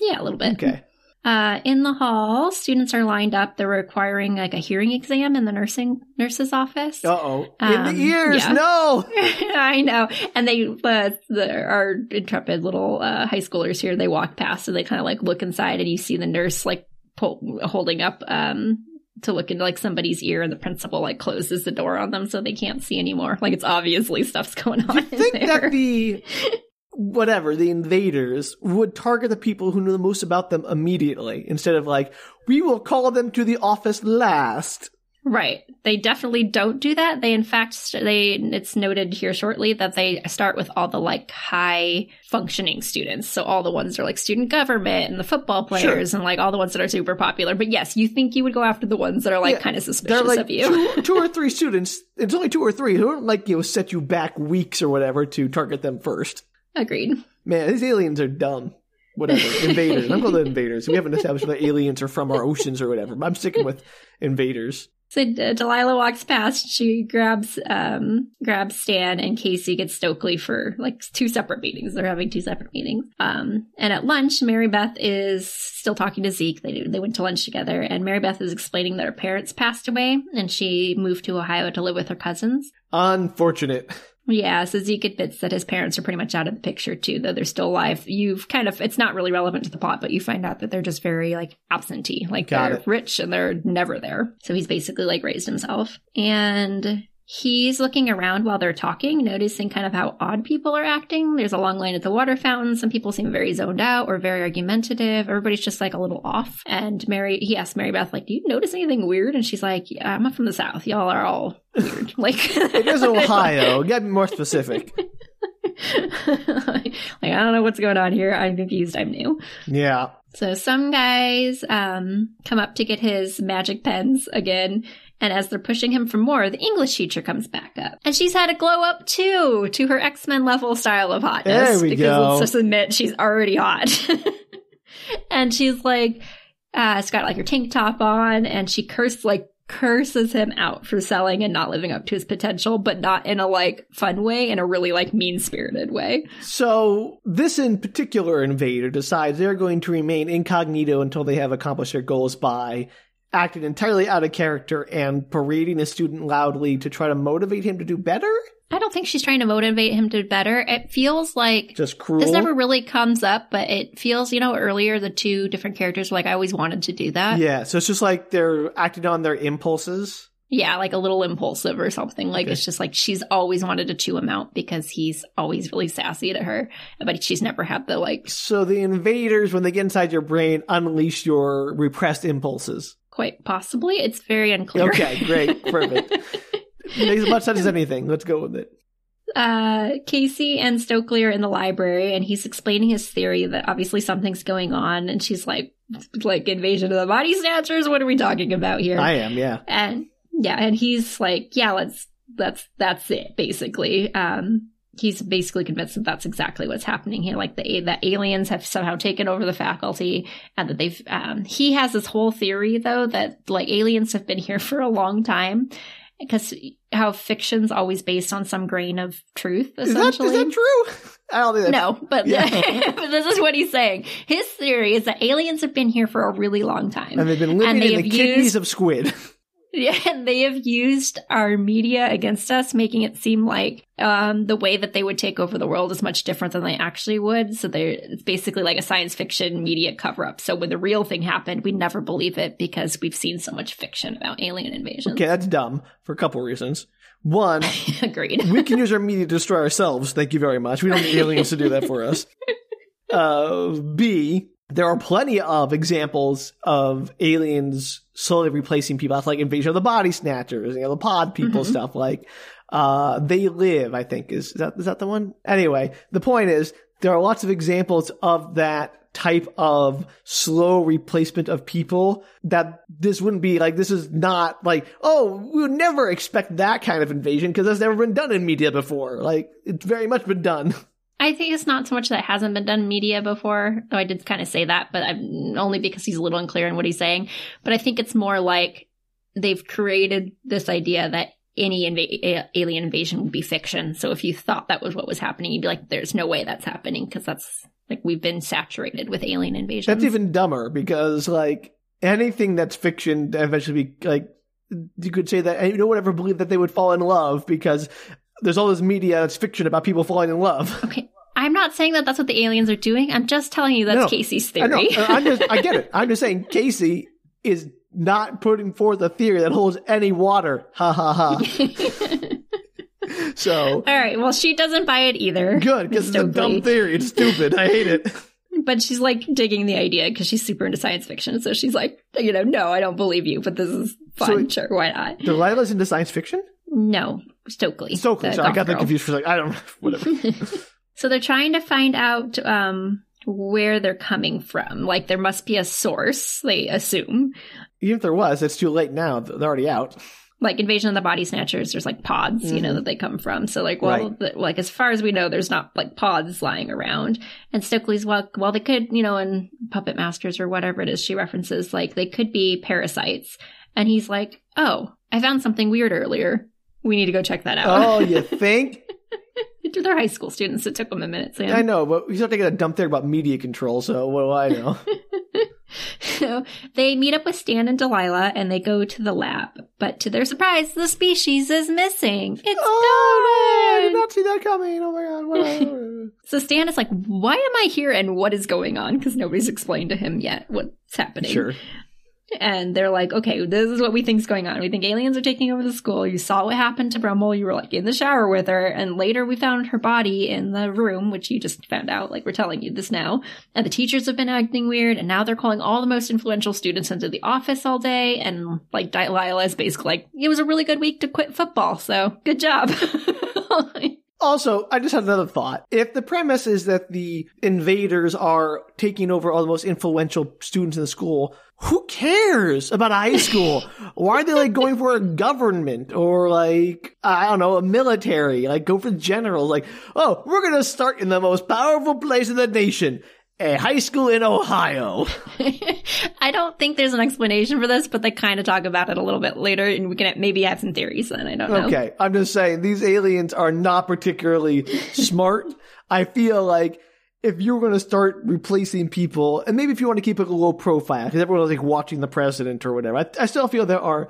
Speaker 2: Yeah, a little bit. [LAUGHS]
Speaker 1: Okay.
Speaker 2: Uh, in the hall, students are lined up. They're requiring like a hearing exam in the nursing nurse's office.
Speaker 1: Uh oh. In
Speaker 2: Um,
Speaker 1: the ears.
Speaker 2: yeah.
Speaker 1: No.
Speaker 2: [LAUGHS] I know. And they, uh, the, our intrepid little uh, high schoolers here, they walk past and they kind of like look inside, and you see the nurse like pull, holding up um, to look into like somebody's ear, and the principal like closes the door on them so they can't see anymore. Like it's obviously stuff's going on. in
Speaker 1: think
Speaker 2: there.
Speaker 1: that
Speaker 2: [LAUGHS]
Speaker 1: the whatever the invaders would target the people who knew the most about them immediately instead of like we will call them to the office last.
Speaker 2: Right. They definitely don't do that. They, in fact, st- they it's noted here shortly that they start with all the like high functioning students. So all the ones that are like student government and the football players and like all the ones that are super popular. But yes, you think you would go after the ones that are like
Speaker 1: Yeah.
Speaker 2: kind of
Speaker 1: They're
Speaker 2: suspicious
Speaker 1: like
Speaker 2: of you.
Speaker 1: two, two or three students. It's only two or three who don't like you know, set you back weeks or whatever to target them first.
Speaker 2: [LAUGHS] Agreed.
Speaker 1: Man, these aliens are dumb. Whatever
Speaker 2: [LAUGHS]
Speaker 1: invaders. I'm calling them invaders. We haven't established whether aliens are from our oceans or whatever. But I'm sticking with invaders.
Speaker 2: So uh, Delilah walks past. She grabs um grabs Stan and Casey gets Stokely for like two separate meetings. They're having two separate meetings. Um, and at lunch, Mary Beth is still talking to Zeke. They they went to lunch together, and Mary Beth is explaining that her parents passed away and she moved to Ohio to live with her cousins.
Speaker 1: Unfortunate.
Speaker 2: Yeah, so Zeke admits that his parents are pretty much out of the picture too, though they're still alive. You've kind of it's not really relevant to the plot, but you find out that they're just very like absentee. Like
Speaker 1: Got
Speaker 2: they're
Speaker 1: it.
Speaker 2: rich and they're never there. So he's basically like raised himself. And he's looking around while they're talking, noticing kind of how odd people are acting. There's a long line at the water fountain. Some people seem very zoned out or very argumentative. Everybody's just like a little off. And Mary he asks Mary Beth, like, Do you notice anything weird? And she's like, Yeah, I'm from the South. Y'all are all weird. [LAUGHS] Like
Speaker 1: It is Ohio. You gotta be more specific.
Speaker 2: [LAUGHS] like, I don't know what's going on here. I'm confused. I'm new.
Speaker 1: Yeah.
Speaker 2: So some guys um, come up to get his magic pens again, and as they're pushing him for more, the English teacher comes back up, and she's had a glow up too to her X Men level style of hotness.
Speaker 1: There we
Speaker 2: because
Speaker 1: go.
Speaker 2: let's just admit she's already hot, [LAUGHS] and she's like, uh, it's got like her tank top on, and she cursed like curses him out for selling and not living up to his potential, but not in a like fun way, in a really like mean spirited way.
Speaker 1: So, this in particular invader decides they're going to remain incognito until they have accomplished their goals by acting entirely out of character and parading a student loudly to try to motivate him to do better?
Speaker 2: I don't think she's trying to motivate him to better. It feels like
Speaker 1: Just cruel.
Speaker 2: this never really comes up, but it feels, you know, earlier the two different characters were like, I always wanted to do that.
Speaker 1: yeah, so it's just like they're acting on their impulses.
Speaker 2: Yeah, like a little impulsive or something. Like
Speaker 1: Okay.
Speaker 2: it's just like she's always wanted to chew him out because he's always really sassy to her, but she's never had the like
Speaker 1: So the invaders, when they get inside your brain, unleash your repressed
Speaker 2: [LAUGHS]
Speaker 1: impulses.
Speaker 2: quite possibly. It's very unclear.
Speaker 1: Okay, great,
Speaker 2: [LAUGHS]
Speaker 1: perfect. Makes as much sense as anything. Let's go with it.
Speaker 2: uh, Casey and Stokely are in the library, and he's explaining his theory that obviously something's going on, and she's like, like invasion of the body snatchers. What are we talking about here?
Speaker 1: I am, yeah.
Speaker 2: and yeah, and he's like, yeah, let's that's that's it basically. Um, he's basically convinced that that's exactly what's happening here, like the that aliens have somehow taken over the faculty, and that they've. Um, he has this whole theory though that like aliens have been [LAUGHS] here for a long time. Because how fiction's always based on some grain of truth,
Speaker 1: Is that,
Speaker 2: essentially.
Speaker 1: is that true? I don't think that's
Speaker 2: No, but,
Speaker 1: Yeah.
Speaker 2: [LAUGHS] but this is what he's saying. His theory is that aliens have been here for a really long time.
Speaker 1: And they've been living
Speaker 2: And they
Speaker 1: in the
Speaker 2: have
Speaker 1: kidneys
Speaker 2: used-
Speaker 1: of squid. [LAUGHS]
Speaker 2: Yeah, [LAUGHS] and they have used our media against us, making it seem like um, the way that they would take over the world is much different than they actually would. So they're it's basically like a science fiction media cover up. So when the real thing happened, we never believe it because we've seen so much fiction about alien invasions.
Speaker 1: Okay, that's dumb for a couple reasons. One,
Speaker 2: [LAUGHS] Agreed.
Speaker 1: we can use our media to destroy ourselves. Thank you very much. We don't need aliens to do that for us. Uh, B, there are plenty of examples of aliens slowly replacing people. That's like Invasion of the Body Snatchers, you know, the pod people
Speaker 2: Mhm.
Speaker 1: stuff. Like, uh, They Live, I think. Is, is, that, is that the one? Anyway, the point is there are lots of examples of that type of slow replacement of people that this wouldn't be like this is not like oh we would never expect that kind of invasion because that's never been done in media before like it's very much been done [LAUGHS]
Speaker 2: I think it's not so much that hasn't been done in media before, though I did kind of say that, but I'm only because he's a little unclear in what he's saying. But I think it's more like they've created this idea that any inv- a- alien invasion would be fiction. So if you thought that was what was happening, you'd be like, "There's no way that's happening," because that's like we've been saturated with alien invasion.
Speaker 1: That's even dumber because like anything that's fiction eventually be like you could say that and no one ever believed that they would fall in love because there's all this media that's fiction about people falling in love. [LAUGHS]
Speaker 2: okay, I'm not saying that that's what the aliens are doing. I'm just telling you that's
Speaker 1: No,
Speaker 2: Casey's
Speaker 1: I know.
Speaker 2: theory. [LAUGHS]
Speaker 1: I'm just I get it. I'm just saying Casey is not putting forth a theory that holds any water. Ha ha
Speaker 2: [LAUGHS]
Speaker 1: ha. So
Speaker 2: All right. Well, she doesn't buy it either.
Speaker 1: [LAUGHS] good because it's a dumb
Speaker 2: Stokely.
Speaker 1: theory. It's stupid. I hate it.
Speaker 2: But she's like digging the idea because she's super into science fiction. So she's like, you know, no, I don't believe you, but this is fun. sure, why not?
Speaker 1: Delilah's into science fiction.
Speaker 2: No, Stokely.
Speaker 1: Stokely.
Speaker 2: the
Speaker 1: Sorry, I
Speaker 2: golf
Speaker 1: got that
Speaker 2: girl.
Speaker 1: confused for a second. I don't. [LAUGHS] Whatever.
Speaker 2: So they're trying to find out um, where they're coming from. Like there must be a source, they assume.
Speaker 1: Even if there was, it's too late now. They're already out.
Speaker 2: Like Invasion of the Body Snatchers, there's like pods, you know,
Speaker 1: Mhm.
Speaker 2: that they come from. So like, well,
Speaker 1: Right.
Speaker 2: th- like as far as we know, there's not like pods lying around. And Stokely's well, well, they could, you know, in Puppet Masters or whatever it is she references, like they could be parasites. And he's like, oh, I found something weird earlier. We need to go check that out.
Speaker 1: Oh, you think?
Speaker 2: [LAUGHS] They're high school students. It took them a minute, Sam.
Speaker 1: I know, but you have to get a dump there about media control, so what do I know?
Speaker 2: [LAUGHS] So they meet up with Stan and Delilah and they go to the lab. But to their surprise, the species is missing. It's
Speaker 1: oh, no, I did
Speaker 2: gone.
Speaker 1: not see that coming. Oh my god. What-
Speaker 2: So Stan is like, why am I here and what is going on? Because nobody's explained to him yet what's happening.
Speaker 1: sure.
Speaker 2: And they're like, okay, this is what we think's going on. We think aliens are taking over the school. You saw what happened to Brummel. You were like in the shower with her. And later we found her body in the room, which you just found out. Like we're telling you this now. And the teachers have been acting weird. And now they're calling all the most influential students into the office all day. And like Delilah is basically [LAUGHS] like, it was a really good week to quit football. So good job.
Speaker 1: Also, I just had another thought. If the premise is that the invaders are taking over all the most influential students in the school, who cares about a high school? Why are they like going for a government or like, I don't know, a military? Like go for the generals. Like, oh, we're going to start in the most powerful place in the nation. A high school in Ohio.
Speaker 2: [LAUGHS] I don't think there's an explanation for this, but they kind of talk about it a little bit later, and we can maybe add some theories then. I don't know.
Speaker 1: Okay, I'm just saying these aliens are not
Speaker 2: [LAUGHS]
Speaker 1: particularly smart. I feel like if you're going to start replacing people, and maybe if you want to keep it a low profile, because everyone was like watching the president or whatever, I, I still feel there are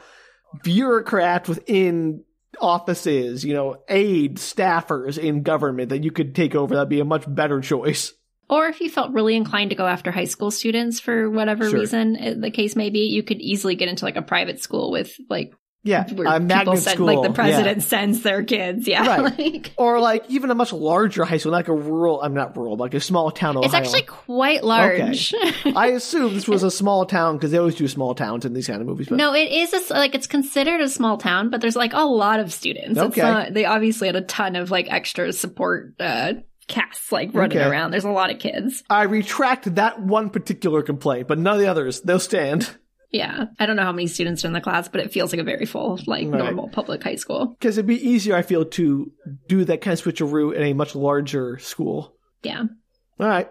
Speaker 1: bureaucrats within offices, you know, aides, staffers in government that you could take over. That'd be a much better choice.
Speaker 2: Or if you felt really inclined to go after high school students for whatever
Speaker 1: Sure.
Speaker 2: reason uh, the case may be, you could easily get into like a private school with like
Speaker 1: Yeah,
Speaker 2: where
Speaker 1: a
Speaker 2: people
Speaker 1: magnet
Speaker 2: send,
Speaker 1: school.
Speaker 2: like the
Speaker 1: yeah.
Speaker 2: president sends their kids. Yeah, [LAUGHS]
Speaker 1: Right.
Speaker 2: like
Speaker 1: Or like even a much larger high school, like a rural, I'm not rural, like a small town. Ohio.
Speaker 2: it's actually quite large.
Speaker 1: I assume this was a small town because they always do small towns in these kind of movies. But
Speaker 2: [LAUGHS] No, it is a s like it's considered a small town, but there's like a lot of students. It's
Speaker 1: Okay.
Speaker 2: not- they obviously had a ton of like extra support uh, casts like running
Speaker 1: Okay.
Speaker 2: around. There's a lot of kids.
Speaker 1: I retract that one particular complaint, but none of the others. They'll stand
Speaker 2: Yeah, I don't know how many students are in the class, but it feels like a very full like
Speaker 1: Right.
Speaker 2: normal public high school.
Speaker 1: because it'd be easier, I feel, to do that kind of switcheroo in a much larger school.
Speaker 2: Yeah.
Speaker 1: All right.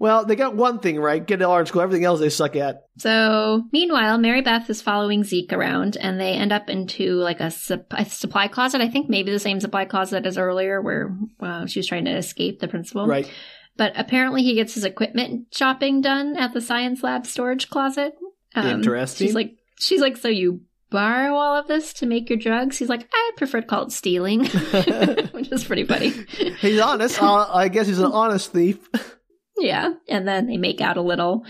Speaker 1: Well, they got one thing right: get a large school. Everything else they suck at.
Speaker 2: So, meanwhile, Mary Beth is following Zeke around, and they end up into like a, sup- a supply closet. I think maybe the same supply closet as earlier, where uh, she was trying to escape the principal. [LAUGHS]
Speaker 1: Right.
Speaker 2: But apparently, he gets his equipment shopping done at the science lab storage closet. Um,
Speaker 1: Interesting.
Speaker 2: She's like, she's like, so you borrow all of this to make your drugs? He's like, I prefer to call it stealing, [LAUGHS] which is pretty funny.
Speaker 1: He's honest. uh, I guess he's an honest thief. [LAUGHS]
Speaker 2: Yeah, and then they make out a little.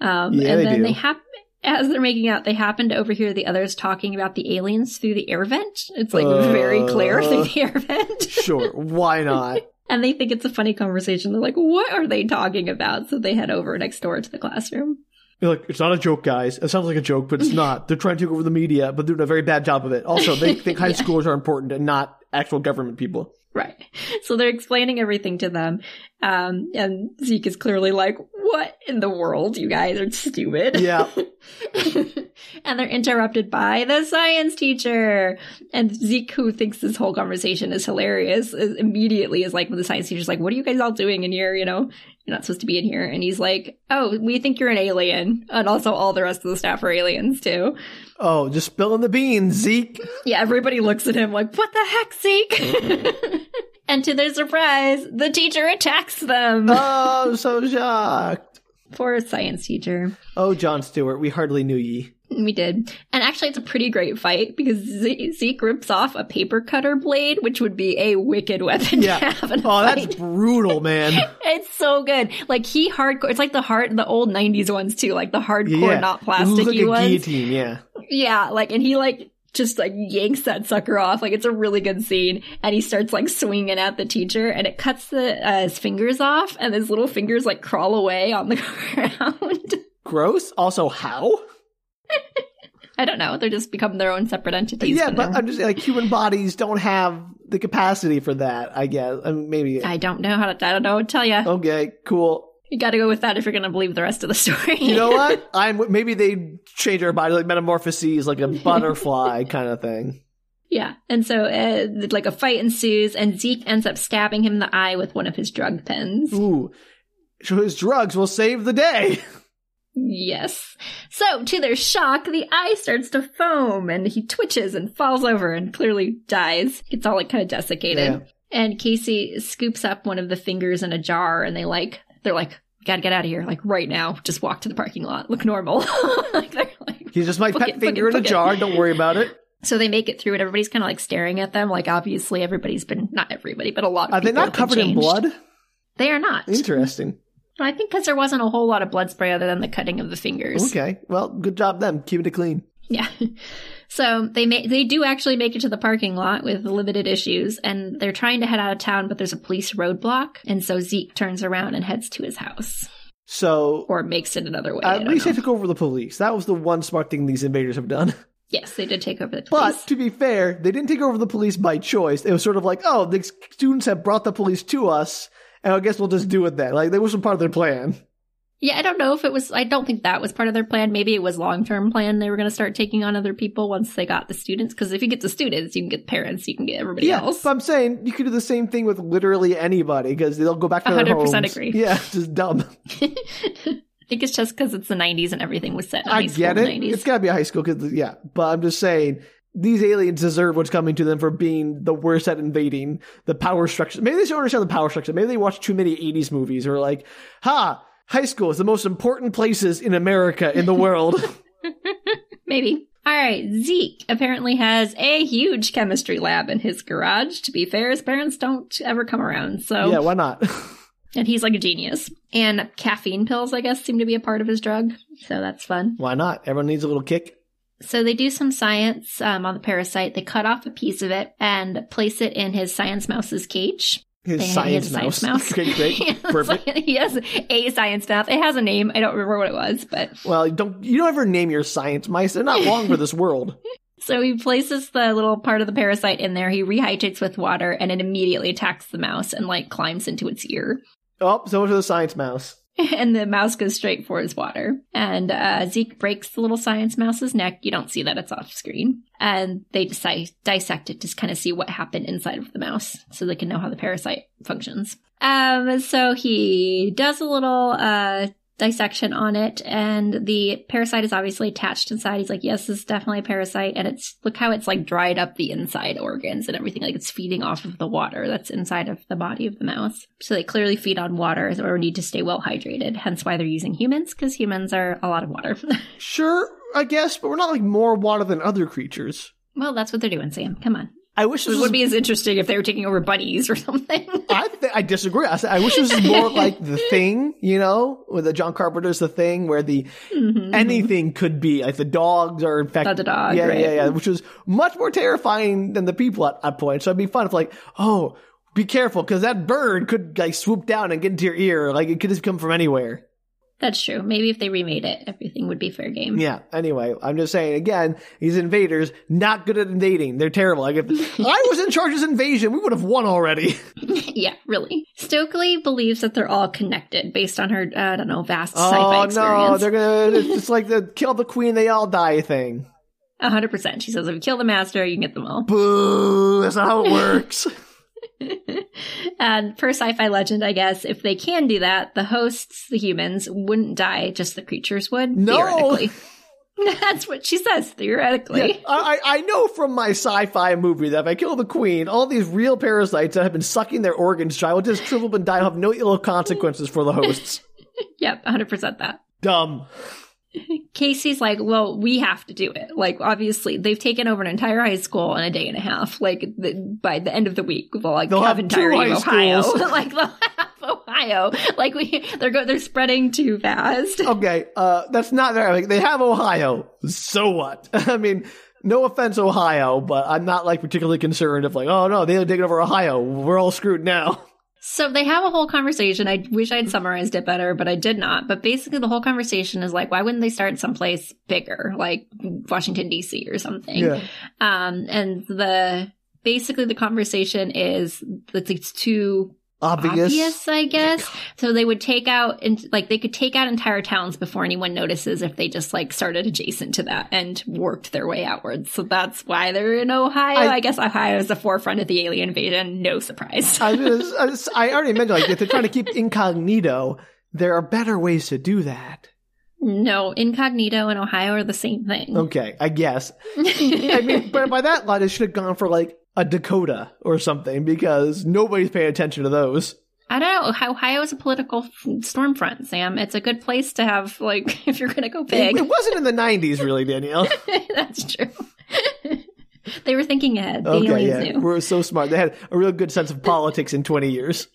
Speaker 2: Um,
Speaker 1: Yeah,
Speaker 2: and
Speaker 1: they
Speaker 2: then
Speaker 1: do.
Speaker 2: they happen as they're making out, they happen to overhear the others talking about the aliens through the air vent. It's like very clear
Speaker 1: Uh.
Speaker 2: through the air vent, [LAUGHS]
Speaker 1: Sure. Why not?
Speaker 2: and they think it's a funny conversation. They're like, "What are they talking about?" So they head over next door to the classroom.
Speaker 1: You're like, it's not a joke, guys. It sounds like a joke,
Speaker 2: [LAUGHS]
Speaker 1: but it's not. They're trying to take over the media, but they're doing a very bad job of it. Also, they think high
Speaker 2: [LAUGHS] Yeah.
Speaker 1: schoolers are important and not actual government people.
Speaker 2: Right. So they're explaining everything to them, um, and Zeke is clearly like, "What in the world? You guys are stupid."
Speaker 1: Yeah.
Speaker 2: [LAUGHS] and they're interrupted by the science teacher. And Zeke, who thinks this whole conversation is hilarious, is immediately is like, when the science teacher's like, What are you guys all doing in here? You know, you're not supposed to be in here. And he's like, Oh, we think you're an alien. And also, all the rest of the staff are aliens too.
Speaker 1: Oh, just spilling the beans, Zeke.
Speaker 2: Yeah, everybody looks at him like, What the heck, Zeke? [LAUGHS] and to their surprise, the teacher attacks them.
Speaker 1: [LAUGHS] Oh, I'm so shocked.
Speaker 2: Poor science teacher.
Speaker 1: Oh, John Stewart, we hardly knew ye.
Speaker 2: We did. And actually, it's a pretty great fight because Ze- Zeke rips off a paper cutter blade, which would be a wicked weapon
Speaker 1: Yeah.
Speaker 2: to have in a
Speaker 1: Oh, that's
Speaker 2: fight.
Speaker 1: brutal, [LAUGHS] man.
Speaker 2: It's so good. Like, he hardcore, it's like the hard, the old 90s ones too, like the hardcore,
Speaker 1: Yeah.
Speaker 2: not
Speaker 1: It looks
Speaker 2: plasticky
Speaker 1: like a
Speaker 2: ones.
Speaker 1: guillotine, yeah.
Speaker 2: Yeah, like, and he like, just like yanks that sucker off. Like, it's a really good scene. And he starts like swinging at the teacher and it cuts the, uh, his fingers off and his little fingers like crawl away on the [LAUGHS] ground.
Speaker 1: Gross. Also, how?
Speaker 2: I don't know. They just become their own separate entities.
Speaker 1: yeah,
Speaker 2: when
Speaker 1: but
Speaker 2: they're-
Speaker 1: I'm just like, human bodies don't have the capacity for that, I guess. I mean, maybe.
Speaker 2: I don't know how to. I don't know what to tell you.
Speaker 1: okay, cool.
Speaker 2: You got to go with that if you're going to believe the rest of the [LAUGHS] story.
Speaker 1: You know what? [LAUGHS] I'm maybe they change our body like metamorphoses, like a [LAUGHS] butterfly kind of thing.
Speaker 2: yeah. And so, uh, like a fight ensues, and Zeke ends up stabbing him in the eye with one of his drug pens.
Speaker 1: Ooh. So his drugs will save the day. [LAUGHS]
Speaker 2: Yes. So, to their shock, the eye starts to foam, and he twitches and falls over, and clearly dies. It's all like kind of desiccated.
Speaker 1: Yeah.
Speaker 2: And Casey scoops up one of the fingers in a jar, and they like they're like, "We gotta get out of here, like right now. Just walk to the parking lot. Look normal." [LAUGHS] like they're like.
Speaker 1: He's just my
Speaker 2: Book
Speaker 1: pet
Speaker 2: it, book
Speaker 1: finger
Speaker 2: it,
Speaker 1: in a
Speaker 2: book it.
Speaker 1: jar. Don't worry about it.
Speaker 2: So they make it through, and everybody's kind of like staring at them. Like obviously, everybody's been not everybody, but a lot of
Speaker 1: Are they
Speaker 2: people
Speaker 1: not
Speaker 2: have been
Speaker 1: covered in
Speaker 2: changed. [LAUGHS]
Speaker 1: blood?
Speaker 2: They are not.
Speaker 1: Interesting.
Speaker 2: I think because there wasn't a whole lot of blood spray other than the cutting of the fingers.
Speaker 1: Okay. Well, good job them keeping it clean.
Speaker 2: Yeah. [LAUGHS] So they ma- they do actually make it to the parking lot with limited issues, and they're trying to head out of town, but there's a police roadblock, and so Zeke turns around and heads to his house
Speaker 1: So
Speaker 2: or makes it another way. I
Speaker 1: at
Speaker 2: don't
Speaker 1: least
Speaker 2: know.
Speaker 1: they took over the police. That was the one smart thing these invaders have done. [LAUGHS]
Speaker 2: Yes, they did take over the police.
Speaker 1: But to be fair, they didn't take over the police by choice. It was sort of like, oh, the students have brought the police to us, and I guess we'll just do it then. Like, that wasn't part of their plan.
Speaker 2: yeah, I don't know if it was. I don't think that was part of their plan. Maybe it was long term plan. They were going to start taking on other people once they got the students. Because if you get the students, you can get parents, you can get everybody else.
Speaker 1: but I'm saying you could do the same thing with literally anybody because they'll go back to their
Speaker 2: 100%
Speaker 1: homes.
Speaker 2: agree.
Speaker 1: [LAUGHS] Yeah, just dumb.
Speaker 2: I think it's just because it's the '90s and everything was set. In
Speaker 1: I
Speaker 2: high school
Speaker 1: get
Speaker 2: in
Speaker 1: it.
Speaker 2: the 90s.
Speaker 1: It's got to be a high school kid. Yeah, but I'm just saying these aliens deserve what's coming to them for being the worst at invading the power structure. Maybe they should understand the power structure. Maybe they watch too many 80s movies or like, ha, high school is the most important places in America in the
Speaker 2: [LAUGHS]
Speaker 1: world.
Speaker 2: Maybe. All right, Zeke apparently has a huge chemistry lab in his garage. To be fair, his parents don't ever come around, so
Speaker 1: Yeah, why not? [LAUGHS]
Speaker 2: and he's like a genius. And caffeine pills, I guess, seem to be a part of his drug, so that's fun.
Speaker 1: why not? Everyone needs a little kick.
Speaker 2: So they do some science um, on the parasite. They cut off a piece of it and place it in his science mouse's cage. [LAUGHS]
Speaker 1: His
Speaker 2: They- he
Speaker 1: science,
Speaker 2: has a
Speaker 1: mouse.
Speaker 2: science
Speaker 1: [LAUGHS]
Speaker 2: mouse.
Speaker 1: great,
Speaker 2: [LAUGHS] He
Speaker 1: great,
Speaker 2: has-
Speaker 1: perfect.
Speaker 2: he has a science mouse. It has a name. I don't remember what it was, but
Speaker 1: Well, you don't you don't ever name your science mice? They're not long for this world.
Speaker 2: So he places the little part of the parasite in there. He rehydrates with water, and it immediately attacks the mouse and like climbs into its ear. [LAUGHS]
Speaker 1: Oh, so much for the science mouse.
Speaker 2: And the mouse goes straight for his water. And uh, Zeke breaks the little science mouse's neck. You don't see that; it's off screen. And they decide dissect it to kind of see what happened inside of the mouse, so they can know how the parasite functions. Um, so he does a little uh dissection on it and the parasite is obviously attached inside he's like yes this is definitely a parasite and it's look how it's like dried up the inside organs and everything like it's feeding off of the water that's inside of the body of the mouse so they clearly feed on water or need to stay well hydrated hence why they're using humans because humans are a lot of water [LAUGHS]
Speaker 1: Sure, I guess, but we're not like more water than other creatures.
Speaker 2: well that's what they're doing sam come on
Speaker 1: I wish this
Speaker 2: it
Speaker 1: was
Speaker 2: would be as interesting if they were taking over bunnies or something
Speaker 1: [LAUGHS]
Speaker 2: [LAUGHS]
Speaker 1: I, th- I disagree. I, said- I wish this was more like the thing, you know, with the John Carpenter's the thing where the
Speaker 2: Mhm.
Speaker 1: anything could be like the dogs are infected.
Speaker 2: The dog,
Speaker 1: yeah,
Speaker 2: right.
Speaker 1: yeah, yeah, which was much more terrifying than the people at that point. So it'd be fun if like, oh, be careful because that bird could like swoop down and get into your ear. Like it could just come from anywhere.
Speaker 2: that's true maybe if they remade it everything would be fair game
Speaker 1: Yeah. Anyway, I'm just saying again, these invaders not good at invading. They're terrible. Like if
Speaker 2: [LAUGHS]
Speaker 1: I was in charge of this invasion, we would have won already. [LAUGHS]
Speaker 2: yeah, really. Stokely believes that they're all connected based on her, uh, I don't know, vast sci-fi
Speaker 1: Oh no,
Speaker 2: experience.
Speaker 1: they're gonna
Speaker 2: [LAUGHS]
Speaker 1: it's like the kill the queen, they all die thing.
Speaker 2: 100%. She says, if you kill the master, you can get them all.
Speaker 1: Boo! That's not how it
Speaker 2: [LAUGHS]
Speaker 1: works.
Speaker 2: and per sci-fi legend, I guess, if they can do that, the hosts, the humans, wouldn't die, just the creatures would,
Speaker 1: No.
Speaker 2: theoretically. [LAUGHS] That's what she says, theoretically.
Speaker 1: Yeah, I, I I know from my sci-fi movie that if I kill the queen, all these real parasites that have been sucking their organs dry will just shrivel up and die and have no ill consequences for the
Speaker 2: [LAUGHS]
Speaker 1: hosts.
Speaker 2: Yep, 100% that.
Speaker 1: Dumb.
Speaker 2: Casey's like, well, we have to do it. Like, obviously, they've taken over an entire high school in a day and a half. Like, the, by the end of the week, we'll like
Speaker 1: They'll
Speaker 2: have,
Speaker 1: have two
Speaker 2: entirety
Speaker 1: high
Speaker 2: of Ohio. [LAUGHS]
Speaker 1: schools.
Speaker 2: like, they'll have Ohio. Like, we they're go they're spreading too fast.
Speaker 1: Okay, uh, that's not very. Like, they have Ohio. So what? [LAUGHS] I mean, no offense, Ohio, but I'm not like particularly concerned of like, oh no, they're taking over Ohio. We're all screwed now.
Speaker 2: So they have a whole conversation. I wish I'd summarized it better, but I did not. But basically, the whole conversation is like, why wouldn't they start someplace bigger, like Washington D.C. or something? Um, and the basically the conversation is that it's too
Speaker 1: obvious. oh.
Speaker 2: obvious, I guess. So they would take out and like they could take out entire towns before anyone notices if they just like started adjacent to that and worked their way outwards. So that's why they're in Ohio.
Speaker 1: I-
Speaker 2: I, guess Ohio is the forefront of the alien invasion. No surprise.
Speaker 1: I, was- I was- I already mentioned like if they're trying to keep incognito, there are better ways to do that.
Speaker 2: no, incognito and Ohio are the same thing. [LAUGHS]
Speaker 1: Okay, I guess. Oh. I mean, but by that line, it should have gone for like a Dakota or something because nobody's paying attention to those.
Speaker 2: I don't know. Ohio is a political f- storm front, Sam. It's a good place to have like [LAUGHS] if you're going to go
Speaker 1: It,
Speaker 2: big.
Speaker 1: it wasn't in the '90s, really, Danielle.
Speaker 2: that's true. [LAUGHS] they were thinking ahead. The
Speaker 1: Okay,
Speaker 2: aliens
Speaker 1: yeah,
Speaker 2: knew.
Speaker 1: we're so smart. They had a real good sense of politics in 20 years.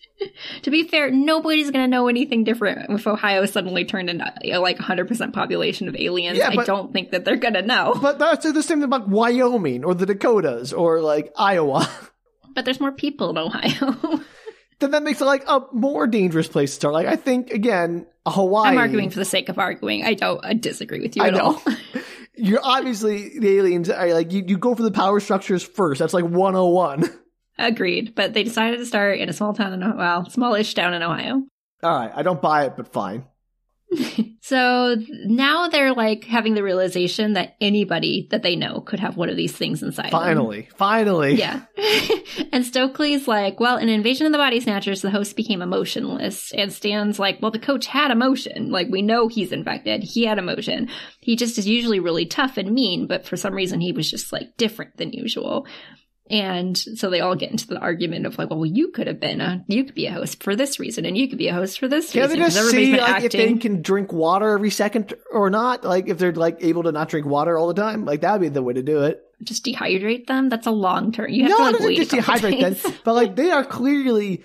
Speaker 2: To be fair, nobody's going to know anything different if Ohio suddenly turned into you know, like 100% population of aliens.
Speaker 1: Yeah,
Speaker 2: I
Speaker 1: but-
Speaker 2: don't think that they're going to know. [LAUGHS]
Speaker 1: But that's the same thing about Wyoming or the Dakotas or like Iowa. [LAUGHS]
Speaker 2: But there's more people in Ohio. [LAUGHS]
Speaker 1: then that makes it like a more dangerous place to start. Like I think again, Hawaii.
Speaker 2: I'm arguing for the sake of arguing. I don't I disagree with you
Speaker 1: I
Speaker 2: at
Speaker 1: know.
Speaker 2: all.
Speaker 1: You're obviously the aliens are like you, you go for the power structures first. That's like 101.
Speaker 2: [LAUGHS] Agreed. But they decided to start in a small town in Ohio, well, smallish town in Ohio.
Speaker 1: [LAUGHS] All right, I don't buy it, but fine.
Speaker 2: So th- now they're like having the realization that anybody that they know could have one of these things inside. them.
Speaker 1: Finally, finally.
Speaker 2: Yeah. [LAUGHS] and Stokely's like, well, in Invasion of the Body Snatchers, the host became emotionless. And Stan's like, well, the coach had emotion. Like, we know he's infected. He had emotion. He just is usually really tough and mean, but for some reason, he was just like different than usual. And so they all get into the argument of like, well, you could have been a, you could be a host for this reason, and you could be a host for this
Speaker 1: Can
Speaker 2: reason.
Speaker 1: they
Speaker 2: 'cause
Speaker 1: just
Speaker 2: everybody's
Speaker 1: see
Speaker 2: been
Speaker 1: like if they can drink water every second or not? Like if they're like able to not drink water all the time, like that would be the way to do it.
Speaker 2: just dehydrate them. That's a long term. You have
Speaker 1: no,
Speaker 2: to
Speaker 1: it
Speaker 2: like
Speaker 1: doesn't
Speaker 2: wait.
Speaker 1: just
Speaker 2: a couple
Speaker 1: dehydrate
Speaker 2: days.
Speaker 1: them, [LAUGHS] but like they are clearly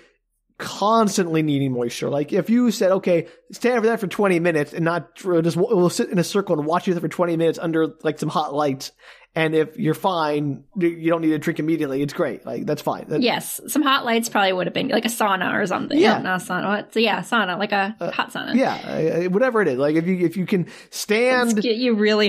Speaker 1: constantly needing moisture. Like if you said, okay, stay over there for 20 minutes and not or just we'll sit in a circle and watch you there for 20 minutes under like some hot lights. And if you're fine, you- you don't need to drink immediately. It's great. Like that's fine. That-
Speaker 2: Yes, some hot lights probably would have been like a sauna or something.
Speaker 1: Yeah. Uh,
Speaker 2: not a sauna. What? So yeah, sauna, like a hot sauna.
Speaker 1: Yeah, I- I- whatever it is. Like if you if you can
Speaker 2: Just
Speaker 1: stand,
Speaker 2: get you really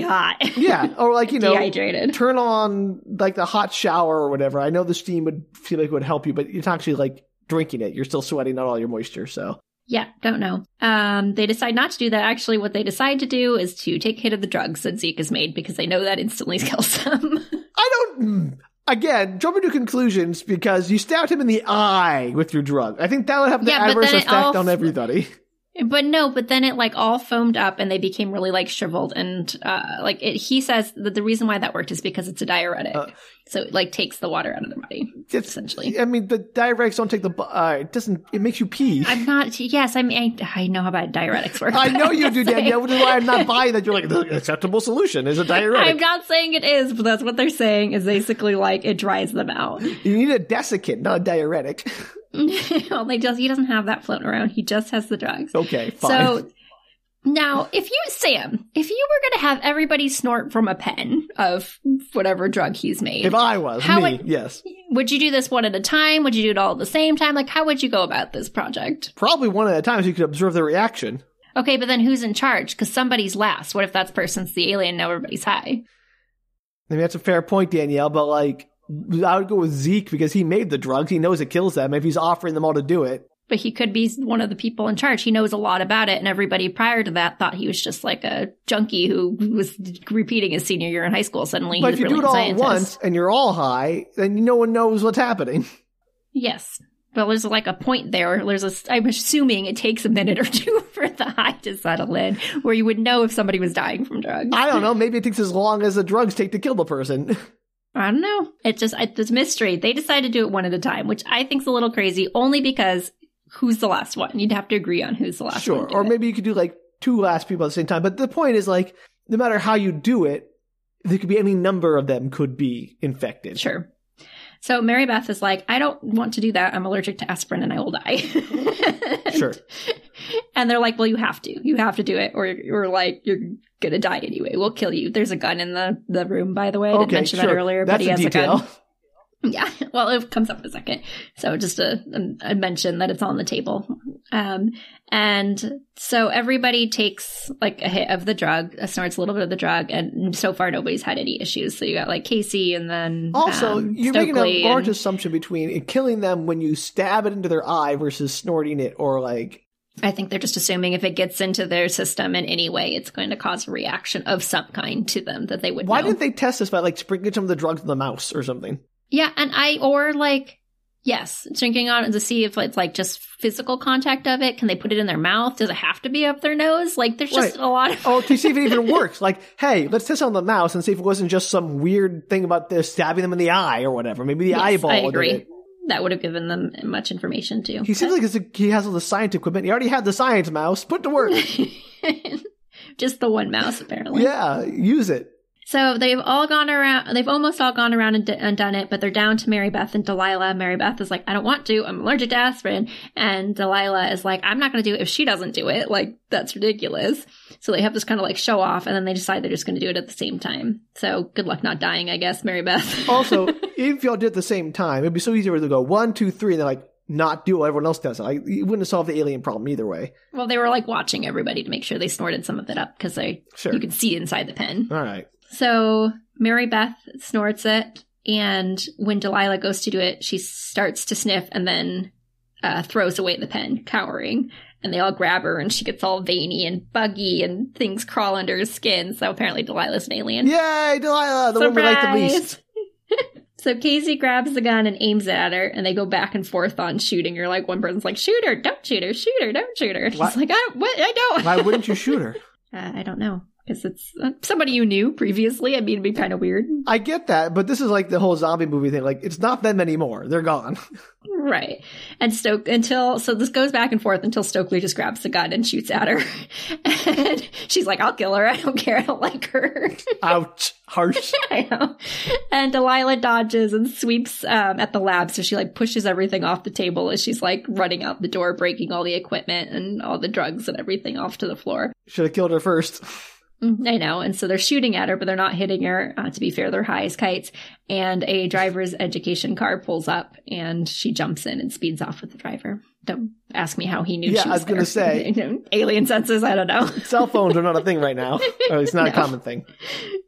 Speaker 1: [LAUGHS]
Speaker 2: hot. [LAUGHS]
Speaker 1: yeah, or like [LAUGHS] you know,
Speaker 2: dehydrated.
Speaker 1: turn on like the hot shower or whatever. I know the steam would feel like it would help you, but it's not actually like drinking it. You're still sweating out all your moisture. So
Speaker 2: Yeah, don't know. Um, they decide not to do that. Actually, what they decide to do is to take a hit of the drugs that Zeke has made because they know that instantly [LAUGHS] kills them.
Speaker 1: I don't. mm, Again, jumping to conclusions because you stabbed him in the eye with your drug. I think that would have the
Speaker 2: Yeah, but
Speaker 1: adverse
Speaker 2: then it
Speaker 1: effect
Speaker 2: all-
Speaker 1: on everybody.
Speaker 2: But no, but then it like all foamed up and they became really like shriveled and uh like it, he says that the reason why that worked is because it's a diuretic.
Speaker 1: Uh.
Speaker 2: so it like takes the water out of their body
Speaker 1: It's-
Speaker 2: [LAUGHS] essentially.
Speaker 1: I mean, the diuretics don't take the. bu- Uh, it doesn't. It makes you pee.
Speaker 2: I'm not yes, I mean I, I know how bad diuretics
Speaker 1: [LAUGHS]
Speaker 2: work.
Speaker 1: I know
Speaker 2: [LAUGHS]
Speaker 1: you do,
Speaker 2: Sorry.
Speaker 1: Danielle, which is why I'm not buying that. You're like the acceptable solution is a diuretic.
Speaker 2: [LAUGHS] I'm not saying it is, but that's what they're saying is basically like it dries them out. [LAUGHS]
Speaker 1: You need a desiccant, not a diuretic. [LAUGHS]
Speaker 2: well, they just he doesn't have that floating around. He just has the drugs.
Speaker 1: okay, fine.
Speaker 2: So now, if you, Sam, if you were going to have everybody snort from a pen of whatever drug he's made,
Speaker 1: if I was
Speaker 2: How
Speaker 1: me,
Speaker 2: it-
Speaker 1: yes,
Speaker 2: would you do this one at a time? Would you do it all at the same time? Like, how would you go about this project?
Speaker 1: probably one at a time, so you could observe the reaction.
Speaker 2: Okay, but then who's in charge? Because somebody's last. What if that person's the alien? Now everybody's high.
Speaker 1: I mean, that's a fair point, Danielle. But like, I would go with Zeke because he made the drugs. He knows it kills them. If he's offering them all to do it,
Speaker 2: But he could be one of the people in charge. He knows a lot about it, and everybody prior to that thought he was just like a junkie who was repeating his senior year in high school. Suddenly,
Speaker 1: but if
Speaker 2: he's
Speaker 1: you do it all
Speaker 2: brilliant scientist.
Speaker 1: at once and you're all high, then no one knows what's happening. [LAUGHS]
Speaker 2: Yes. Well, there's like a point there. There's a, I'm assuming it takes a minute or [LAUGHS] two for the high to settle in, where you would know if somebody was dying from drugs.
Speaker 1: I don't know. Maybe it takes as long as the drugs take to kill the person. [LAUGHS]
Speaker 2: I don't know. It's just it's this mystery. They decide to do it one at a time, which I think's a little crazy, only because who's the last one? You'd have to agree on who's the last one.
Speaker 1: sure,
Speaker 2: to
Speaker 1: or
Speaker 2: do it.
Speaker 1: maybe you could do like two last people at the same time. But the point is, like, no matter how you do it, there could be any number of them could be infected.
Speaker 2: sure. So Mary Beth is like, I don't want to do that. I'm allergic to aspirin and I will die. [LAUGHS]
Speaker 1: Sure.
Speaker 2: And they're like, well, you have to. You have to do it, or or like you're gonna die anyway. We'll kill you. There's a gun in the the room, by the way. I didn't
Speaker 1: okay,
Speaker 2: mention
Speaker 1: sure.
Speaker 2: that earlier,
Speaker 1: That's
Speaker 2: but he
Speaker 1: a
Speaker 2: has
Speaker 1: detail.
Speaker 2: a gun. Yeah. [LAUGHS] Well, it comes up in a second. So just a, a, a mention that it's on the table. Um, and so everybody takes like a hit of the drug, uh, snorts a little bit of the drug, and so far nobody's had any issues. So you got like Casey, and then
Speaker 1: Also,
Speaker 2: um,
Speaker 1: you're making
Speaker 2: Stokely
Speaker 1: a large
Speaker 2: and-
Speaker 1: assumption between it killing them when you stab it into their eye versus snorting it or like
Speaker 2: I think they're just assuming if it gets into their system in any way, it's going to cause a reaction of some kind to them that they would.
Speaker 1: Why
Speaker 2: know.
Speaker 1: didn't they test this by like sprinkling some of the drugs in the mouse or something?
Speaker 2: Yeah, and I or like yes, drinking on it to see if it's like just physical contact of it. Can they put it in their mouth? Does it have to be up their nose? Like there's just
Speaker 1: Right.
Speaker 2: a lot of
Speaker 1: Oh, to see if it
Speaker 2: [LAUGHS]
Speaker 1: even works. Like, hey, let's test on the mouse and see if it wasn't just some weird thing about this stabbing them in the eye or whatever. Maybe the
Speaker 2: Yes,
Speaker 1: eyeball.
Speaker 2: I
Speaker 1: did
Speaker 2: agree.
Speaker 1: it.
Speaker 2: That would have given them much information too.
Speaker 1: He seems like he's a, he has all the science equipment. He already had the science mouse. Put to
Speaker 2: [LAUGHS]
Speaker 1: work.
Speaker 2: just the one mouse apparently.
Speaker 1: yeah, use it.
Speaker 2: So they've all gone around, they've almost all gone around and, d- and done it, but they're down to Mary Beth and Delilah. Mary Beth is like, I don't want to, I'm allergic to aspirin. And Delilah is like, I'm not going to do it if she doesn't do it. Like, that's ridiculous. So they have this kind of like show off, and then they decide they're just going to do it at the same time. So good luck not dying, I guess, Mary Beth. [LAUGHS]
Speaker 1: Also, if y'all did it at the same time, it'd be so easier to go one, two, three, and they're like, not do what everyone else does. Like, you wouldn't have solved the alien problem either way.
Speaker 2: well, they were like watching everybody to make sure they snorted some of it up because they
Speaker 1: Sure.
Speaker 2: you could see inside the pen.
Speaker 1: All right.
Speaker 2: So Mary Beth snorts it, and when Delilah goes to do it, she starts to sniff and then uh, throws away the pen, cowering. And they all grab her, and she gets all veiny and buggy, and things crawl under her skin. So apparently, Delilah's an alien.
Speaker 1: Yay, Delilah, the one we like the
Speaker 2: Surprise!
Speaker 1: least.
Speaker 2: So Casey grabs the gun and aims it at her, and they go back and forth on shooting. You're like, one person's like, "Shoot her! Don't shoot her! Shoot her! Don't shoot her!" And
Speaker 1: Why-
Speaker 2: She's like, "I don't. What? I don't."
Speaker 1: Why wouldn't you shoot her?
Speaker 2: [LAUGHS] Uh, I don't know because it's uh, somebody you knew previously. I mean, it'd be kind of weird,
Speaker 1: I get that, but this is like the whole zombie movie thing. Like, it's not them anymore. They're
Speaker 2: [LAUGHS]
Speaker 1: gone.
Speaker 2: right? And Stoke until so this goes back and forth until Stokely just grabs the gun and shoots at her, [LAUGHS] and she's like, "I'll kill her. I don't care. I don't like her." [LAUGHS]
Speaker 1: Ouch. Harsh.
Speaker 2: I know. And Delilah dodges and sweeps um, at the lab, so she like pushes everything off the table as she's like running out the door, breaking all the equipment and all the drugs and everything off to the floor.
Speaker 1: Should have killed her first.
Speaker 2: Mm, I know. And so they're shooting at her, but they're not hitting her. Uh, to be fair, they're high as kites. And a driver's education car pulls up, and she jumps in and speeds off with the driver. Don't ask me how he knew.
Speaker 1: Yeah,
Speaker 2: she
Speaker 1: I was gonna
Speaker 2: there.
Speaker 1: say.
Speaker 2: [LAUGHS] You know, alien senses. I don't know. [LAUGHS]
Speaker 1: Cell phones are not a thing right now. Or it's not a
Speaker 2: No.
Speaker 1: common thing.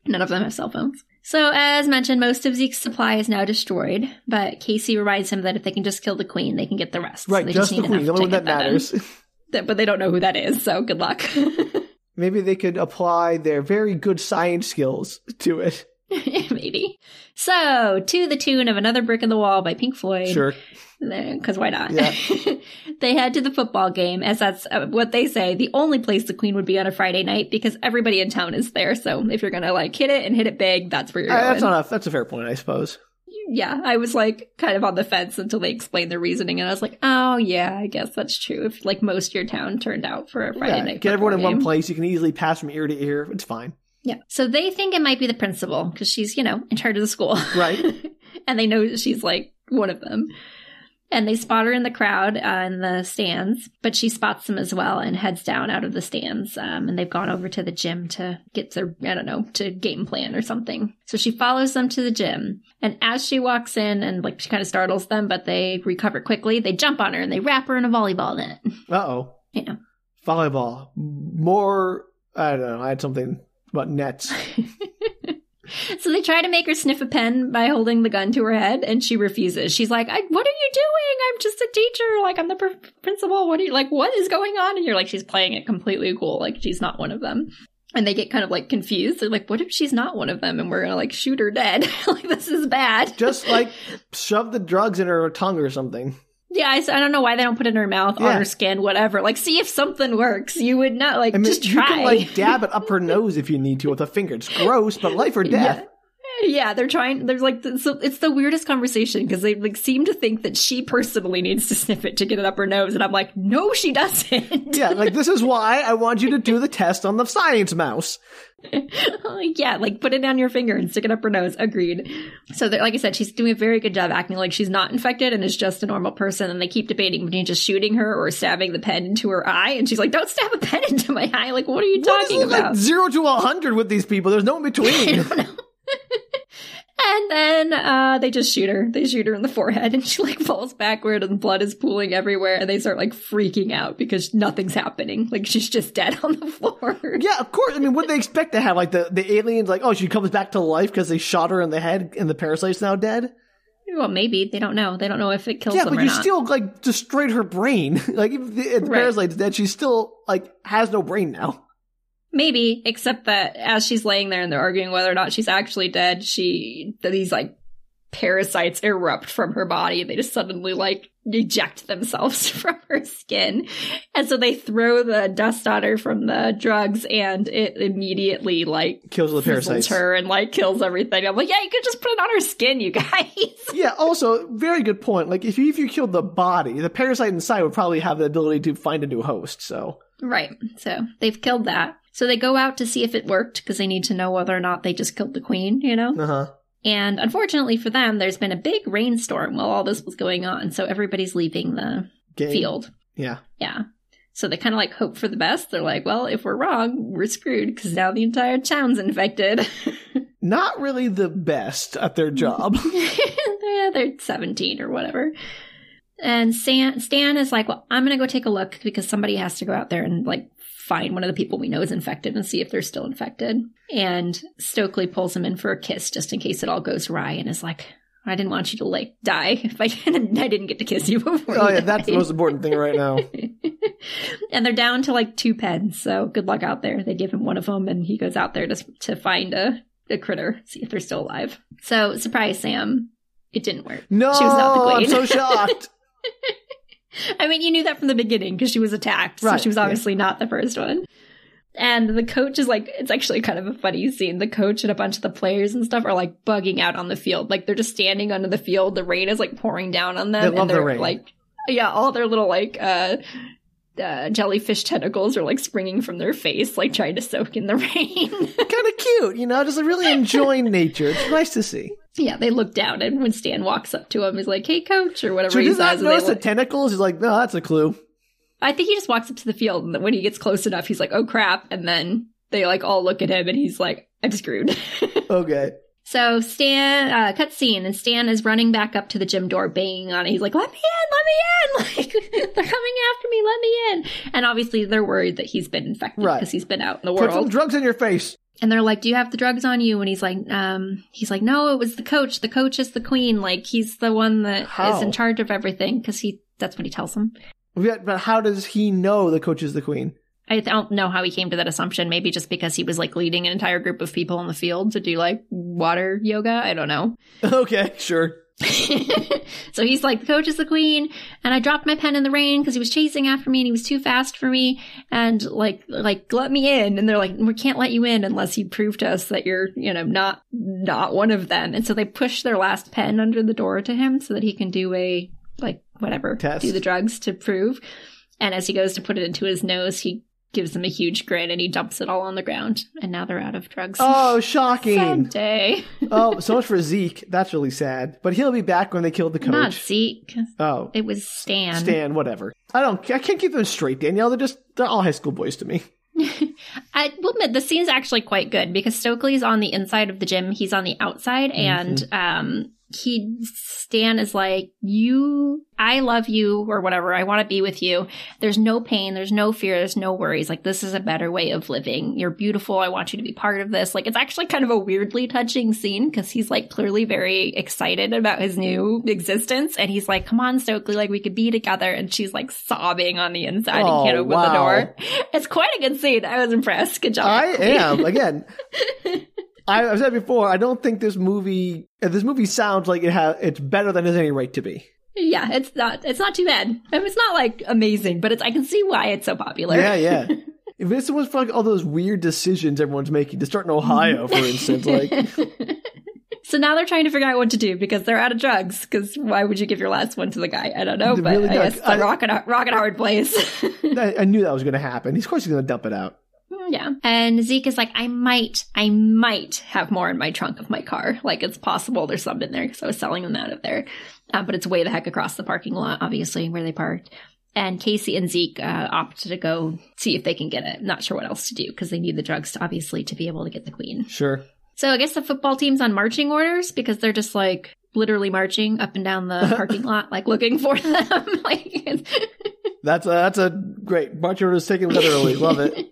Speaker 2: None of them have cell phones. So, as mentioned, most of Zeke's supply is now destroyed, but Casey reminds him that if they can just kill the queen, they can get the rest. So
Speaker 1: Right,
Speaker 2: they
Speaker 1: just the
Speaker 2: need enough
Speaker 1: queen, the
Speaker 2: to
Speaker 1: only one
Speaker 2: get
Speaker 1: that
Speaker 2: in.
Speaker 1: matters.
Speaker 2: Th- [LAUGHS] But they don't know who that is, so good luck.
Speaker 1: [LAUGHS]
Speaker 2: [LAUGHS]
Speaker 1: Maybe they could apply their very good science skills to it.
Speaker 2: Maybe. So, to the tune of Another Brick in the Wall by Pink Floyd.
Speaker 1: Sure.
Speaker 2: Because why not?
Speaker 1: Yeah.
Speaker 2: [LAUGHS] they head to the football game, as that's uh, what they say the only place the queen would be on a Friday night because everybody in town is there. So, if you're going to like hit it and hit it big, that's where you're
Speaker 1: Uh,
Speaker 2: going.
Speaker 1: that's not a, that's a fair point, I suppose.
Speaker 2: yeah, I was like kind of on the fence until they explained their reasoning, and I was like, oh yeah, I guess that's true. If like most of your town turned out for a Friday
Speaker 1: yeah,
Speaker 2: night,
Speaker 1: get everyone in
Speaker 2: football
Speaker 1: one
Speaker 2: game.
Speaker 1: place. You can easily pass from ear to ear. It's fine.
Speaker 2: Yeah, so they think it might be the principal because she's you know in charge of the school,
Speaker 1: Right.
Speaker 2: [LAUGHS] and they know that she's like one of them. And they spot her in the crowd uh, in the stands, but she spots them as well and heads down out of the stands. Um, and they've gone over to the gym to get their, I don't know, to game plan or something. So she follows them to the gym. And as she walks in and like she kind of startles them, but they recover quickly, they jump on her and they wrap her in a volleyball net.
Speaker 1: Uh oh.
Speaker 2: Yeah.
Speaker 1: Volleyball. More. I don't know. I had something about nets.
Speaker 2: [LAUGHS] So they try to make her sniff a pen by holding the gun to her head, and she refuses. She's like, I, "What are you doing? I'm just a teacher. Like I'm the pr- principal. What are you like? What is going on?" And you're like, "She's playing it completely cool. Like she's not one of them." And they get kind of like confused. They're like, "What if she's not one of them? And we're gonna like shoot her dead? [LAUGHS] like this is bad."
Speaker 1: Just
Speaker 2: [LAUGHS]
Speaker 1: like shove the drugs in her tongue or something.
Speaker 2: yeah, I, s- I don't know why they don't put it in her mouth,
Speaker 1: Yeah.
Speaker 2: on her skin, whatever. Like, see if something works. You would not like
Speaker 1: I mean,
Speaker 2: just
Speaker 1: you
Speaker 2: try.
Speaker 1: can like dab it up her nose if you need to with a finger. It's gross, but
Speaker 2: [LAUGHS]
Speaker 1: life or death.
Speaker 2: Yeah. Yeah, they're trying. There's like, so it's the weirdest conversation because they like seem to think that she personally needs to [LAUGHS] sniff it to get it up her nose, and I'm like, no, she doesn't. [LAUGHS]
Speaker 1: Yeah, like this is why I want you to do the test on the science mouse.
Speaker 2: Like, yeah, like put it on your finger and stick it up her nose. Agreed. So, they're- like I said, she's doing a very good job acting like she's not infected and is just a normal person. And they keep debating between just shooting her or stabbing the pen into her eye, and she's like, "Don't stab a pen [LAUGHS] into my eye!" Like, what are you
Speaker 1: What is
Speaker 2: talking
Speaker 1: it,
Speaker 2: about?
Speaker 1: like zero to a hundred with these people? There's no in
Speaker 2: [LAUGHS]
Speaker 1: between.
Speaker 2: And then uh, they just shoot her. They shoot her in the forehead, and she like falls backward, and blood is pooling everywhere. And they start like freaking out because nothing's happening. Like she's just dead on the floor.
Speaker 1: yeah, of course. I mean, what they expect to have? Like the, the aliens, like, oh, she comes back to life because they shot her in the head and the parasite's now dead?
Speaker 2: Well, maybe they don't know. They don't know if it kills
Speaker 1: Yeah,
Speaker 2: them
Speaker 1: but
Speaker 2: or
Speaker 1: you
Speaker 2: not.
Speaker 1: still, like, destroyed her brain. [LAUGHS] like, if the, if the
Speaker 2: Right.
Speaker 1: parasite's dead, she still, like, has no brain now.
Speaker 2: maybe, except that as she's laying there and they're arguing whether or not she's actually dead, she these like parasites erupt from her body. They just suddenly like eject themselves [LAUGHS] from her skin. And so they throw the dust on her from the drugs and it immediately like
Speaker 1: Kills the
Speaker 2: sizzles
Speaker 1: parasites.
Speaker 2: her and like kills everything. I'm like, yeah, you could just put it on her skin, you [LAUGHS] guys.
Speaker 1: Yeah, also, very good point. Like, if you, if you killed the body, the parasite inside would probably have the ability to find a new host, so.
Speaker 2: right. So they've killed that. So they go out to see if it worked because they need to know whether or not they just killed the queen, you know?
Speaker 1: Uh huh.
Speaker 2: And unfortunately for them, there's been a big rainstorm while all this was going on. So everybody's leaving the field.
Speaker 1: Yeah.
Speaker 2: Yeah. So they kind of like hope for the best. They're like, well, if we're wrong, we're screwed because now the entire town's infected. [LAUGHS]
Speaker 1: Not really the best at their
Speaker 2: [LAUGHS]
Speaker 1: job. [LAUGHS]
Speaker 2: yeah, they're 17 or whatever. And Stan, Stan is like, well, I'm going to go take a look because somebody has to go out there and like find one of the people we know is infected and see if they're still infected. And Stokely pulls him in for a kiss just in case it all goes awry and is like, I didn't want you to like die [LAUGHS] if I didn't I didn't get to kiss you before.
Speaker 1: Oh
Speaker 2: you
Speaker 1: yeah, that's the
Speaker 2: died."
Speaker 1: most important thing right
Speaker 2: [LAUGHS]
Speaker 1: now.
Speaker 2: and they're down to like two pens, so good luck out there. They give him one of them, and he goes out there to to find a, a critter, see if they're still alive. So surprise, Sam, it didn't work.
Speaker 1: No,
Speaker 2: She was not the
Speaker 1: I'm
Speaker 2: queen. [LAUGHS]
Speaker 1: so shocked.
Speaker 2: I mean, you knew that from the beginning because she was attacked, so
Speaker 1: Right,
Speaker 2: she was
Speaker 1: yeah.
Speaker 2: obviously not the first one. And the coach is like, it's actually kind of a funny scene. The coach and a bunch of the players and stuff are like bugging out on the field. Like they're just standing under the field. The rain is like pouring down on them.
Speaker 1: They
Speaker 2: and
Speaker 1: love the
Speaker 2: they're,
Speaker 1: rain.
Speaker 2: Like, yeah, all their little like, uh, uh, jellyfish tentacles are like springing from their face, like trying to soak in the [LAUGHS] rain.
Speaker 1: kind of cute, you know, just really enjoying nature. It's nice to
Speaker 2: [LAUGHS]
Speaker 1: see.
Speaker 2: yeah, they look down, and when Stan walks up to him, he's like, "Hey, coach," or whatever
Speaker 1: So he
Speaker 2: he
Speaker 1: does not
Speaker 2: says. and they
Speaker 1: notice the
Speaker 2: look-
Speaker 1: tentacles. He's like, no, that's a
Speaker 2: [LAUGHS]
Speaker 1: clue.
Speaker 2: I think he just walks up to the field, and when he gets close enough, he's like, "Oh crap!" And then they like all look at him, and he's like, "I'm screwed." [LAUGHS]
Speaker 1: Okay.
Speaker 2: so Stan, uh, cutscene, and Stan is running back up to the gym door, banging on it. He's like, "Let me in! [LAUGHS] Let me in! Like they're coming after me! Let me in!" And obviously, they're worried that he's been infected
Speaker 1: Right.
Speaker 2: because he's been out in the
Speaker 1: Put some
Speaker 2: world.
Speaker 1: drugs in your face.
Speaker 2: and they're like, "Do you have the drugs on you?" And he's like, "Um, he's like, no, it was the coach. The coach is the queen. Like he's the one that is
Speaker 1: How?
Speaker 2: in charge of everything because he." That's what he tells them.
Speaker 1: Yeah, But how does he know the coach is the queen?
Speaker 2: I don't know how he came to that assumption. Maybe just because he was like leading an entire group of people in the field to do like water yoga. I don't know.
Speaker 1: [LAUGHS] Okay, sure.
Speaker 2: [LAUGHS] so he's like, the coach is the queen, and I dropped my pen in the rain because he was chasing after me and he was too fast for me. And like, like let me in. And they're like, we can't let you in unless you prove to us that you're, you know, not not one of them. And so they push their last pen under the door to him so that he can do a like whatever
Speaker 1: Test.
Speaker 2: do the drugs to prove. And as he goes to put it into his nose, he gives them a huge grin and he dumps it all on the ground. And now they're out of drugs.
Speaker 1: Oh, shocking.
Speaker 2: [LAUGHS] Sad day.
Speaker 1: [LAUGHS] oh, so much for Zeke. That's really sad. But he'll be back when they killed the
Speaker 2: Not
Speaker 1: coach.
Speaker 2: Zeke.
Speaker 1: Oh,
Speaker 2: It was Stan.
Speaker 1: Stan, whatever. I don't. I can't keep them straight, Danielle. They're just they're all high school boys to me.
Speaker 2: I will admit the scene's actually quite good because Stokely's on the inside of the gym, he's on the outside,
Speaker 1: Mm-hmm.
Speaker 2: and um he Stan is like, You I love you or whatever, I wanna be with you. There's no pain, there's no fear, there's no worries. Like this is a better way of living. You're beautiful, I want you to be part of this. Like it's actually kind of a weirdly touching scene because he's like clearly very excited about his new existence and he's like, Come on, Stokely, like we could be together and she's like sobbing on the inside
Speaker 1: Oh,
Speaker 2: and can't open
Speaker 1: wow.
Speaker 2: the door. [LAUGHS] It's quite a good scene. I was impressed. Good job.
Speaker 1: I am again. I, I've said before. I don't think this movie. uh, This movie sounds like it has. It's better than it has any right to be.
Speaker 2: Yeah, it's not it's not too bad. I mean, it's not like amazing, but it's I can see why it's so popular.
Speaker 1: Yeah, yeah. [LAUGHS] If this was for like all those weird decisions everyone's making to start in Ohio, for instance, like
Speaker 2: [LAUGHS] so now they're trying to figure out what to do because they're out of drugs. Because why would you give your last one to the guy? I don't know,
Speaker 1: They're
Speaker 2: but
Speaker 1: really
Speaker 2: I
Speaker 1: dark.
Speaker 2: guess the
Speaker 1: I-
Speaker 2: rock and rock and hard place. [LAUGHS]
Speaker 1: I, I knew that was going to happen. Of course, he's going to dump it out.
Speaker 2: Mm, yeah, and Zeke is like, I might, I might have more in my trunk of my car. Like it's possible there's some in there because I was selling them out of there, uh, but it's way the heck across the parking lot, obviously where they parked. And Casey and Zeke uh, opt to go see if they can get it. Not sure what else to do because they need the drugs, to, obviously, to be able to get the queen.
Speaker 1: Sure.
Speaker 2: So I guess the football team's on marching orders because they're just like literally marching up and down the parking lot, like looking for them. [LAUGHS] like, it's-
Speaker 1: That's a, that's a great. March orders taken literally. Love it.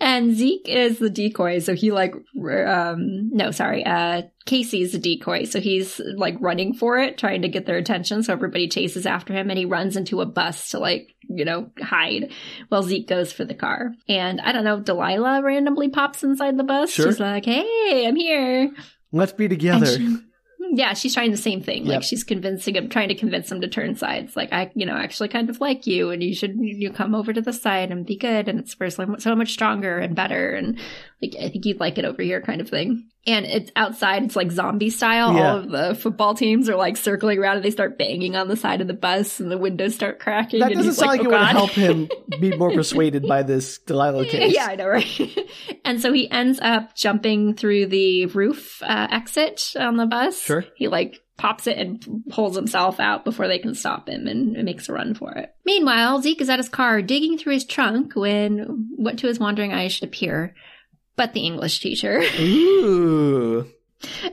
Speaker 2: and Zeke is the decoy, so he like, r- um, no, sorry, uh, Casey's the decoy, so he's like running for it, trying to get their attention. So everybody chases after him, and he runs into a bus to like, you know, hide. Well, Zeke goes for the car, and I don't know, Delilah randomly pops inside the bus.
Speaker 1: Sure.
Speaker 2: She's like, "Hey, I'm here."
Speaker 1: Let's be
Speaker 2: And
Speaker 1: together.
Speaker 2: she- yeah, she's trying the same thing.
Speaker 1: Yep.
Speaker 2: Like she's convincing him, trying to convince him to turn sides. Like I, you know, actually kind of like you, and you should you come over to the side and be good, and it's for so so much stronger and better, and like I think you'd like it over here, kind of thing. And it's outside; it's like zombie style.
Speaker 1: Yeah.
Speaker 2: All of the football teams are like circling around, and they start banging on the side of the bus, and the windows start cracking.
Speaker 1: That
Speaker 2: and
Speaker 1: doesn't
Speaker 2: he's
Speaker 1: sound like,
Speaker 2: like
Speaker 1: it would
Speaker 2: "Oh, God."
Speaker 1: help him be
Speaker 2: [LAUGHS]
Speaker 1: more persuaded by this Delilah case.
Speaker 2: Yeah, I know, right? [LAUGHS] and so he ends up jumping through the roof uh, exit on the bus.
Speaker 1: Sure.
Speaker 2: He like pops it and pulls himself out before they can stop him and makes a run for it. Meanwhile, Zeke is at his car digging through his trunk when what to his wandering eyes should appear but the English teacher. [LAUGHS]
Speaker 1: Ooh.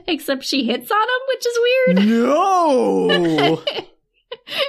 Speaker 2: Except she hits on him, which is weird.
Speaker 1: No.
Speaker 2: [LAUGHS]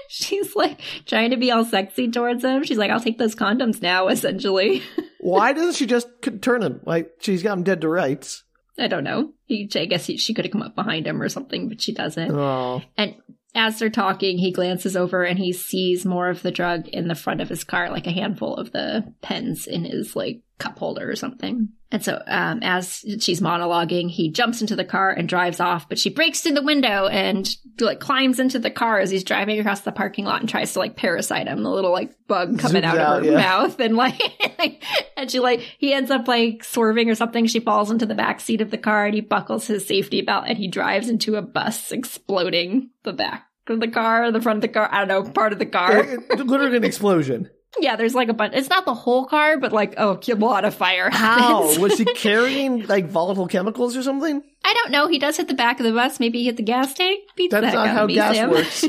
Speaker 2: She's She's like trying to be all sexy towards him. She's like, I'll take those condoms now, [LAUGHS] essentially.
Speaker 1: Why doesn't she just c- turn him? Like, she's got him dead to rights.
Speaker 2: I don't know. He, I guess he, she could have come up behind him or something, but she doesn't.
Speaker 1: Oh.
Speaker 2: And as they're talking, he glances over and he sees more of the drug in the front of his car, like a handful of the pens in his like cup holder or something. And so, um, as she's monologuing, he jumps into the car and drives off. But she breaks through the window and like climbs into the car as he's driving across the parking lot and tries to like parasite him. The little like bug coming
Speaker 1: Zooms
Speaker 2: out,
Speaker 1: out,
Speaker 2: of her
Speaker 1: yeah.
Speaker 2: mouth and like, [LAUGHS] and she like he ends up like swerving or something. She falls into the back seat of the car and he buckles his safety belt and he drives into a bus, exploding the back of the car, the front of the car. I don't know, part of the car.
Speaker 1: [LAUGHS] It- it- literally an
Speaker 2: [LAUGHS]
Speaker 1: explosion.
Speaker 2: Yeah, there's like a bunch. It's not the whole car, but like oh, a lot of fire.
Speaker 1: How?
Speaker 2: happens.
Speaker 1: Oh, Was he carrying, like, volatile chemicals or something?
Speaker 2: [LAUGHS] I don't know. He does hit the back of the bus. Maybe he hit the gas tank. Beats
Speaker 1: That's
Speaker 2: the heck
Speaker 1: not
Speaker 2: out of
Speaker 1: how
Speaker 2: me,
Speaker 1: gas
Speaker 2: Sam. [LAUGHS]
Speaker 1: works.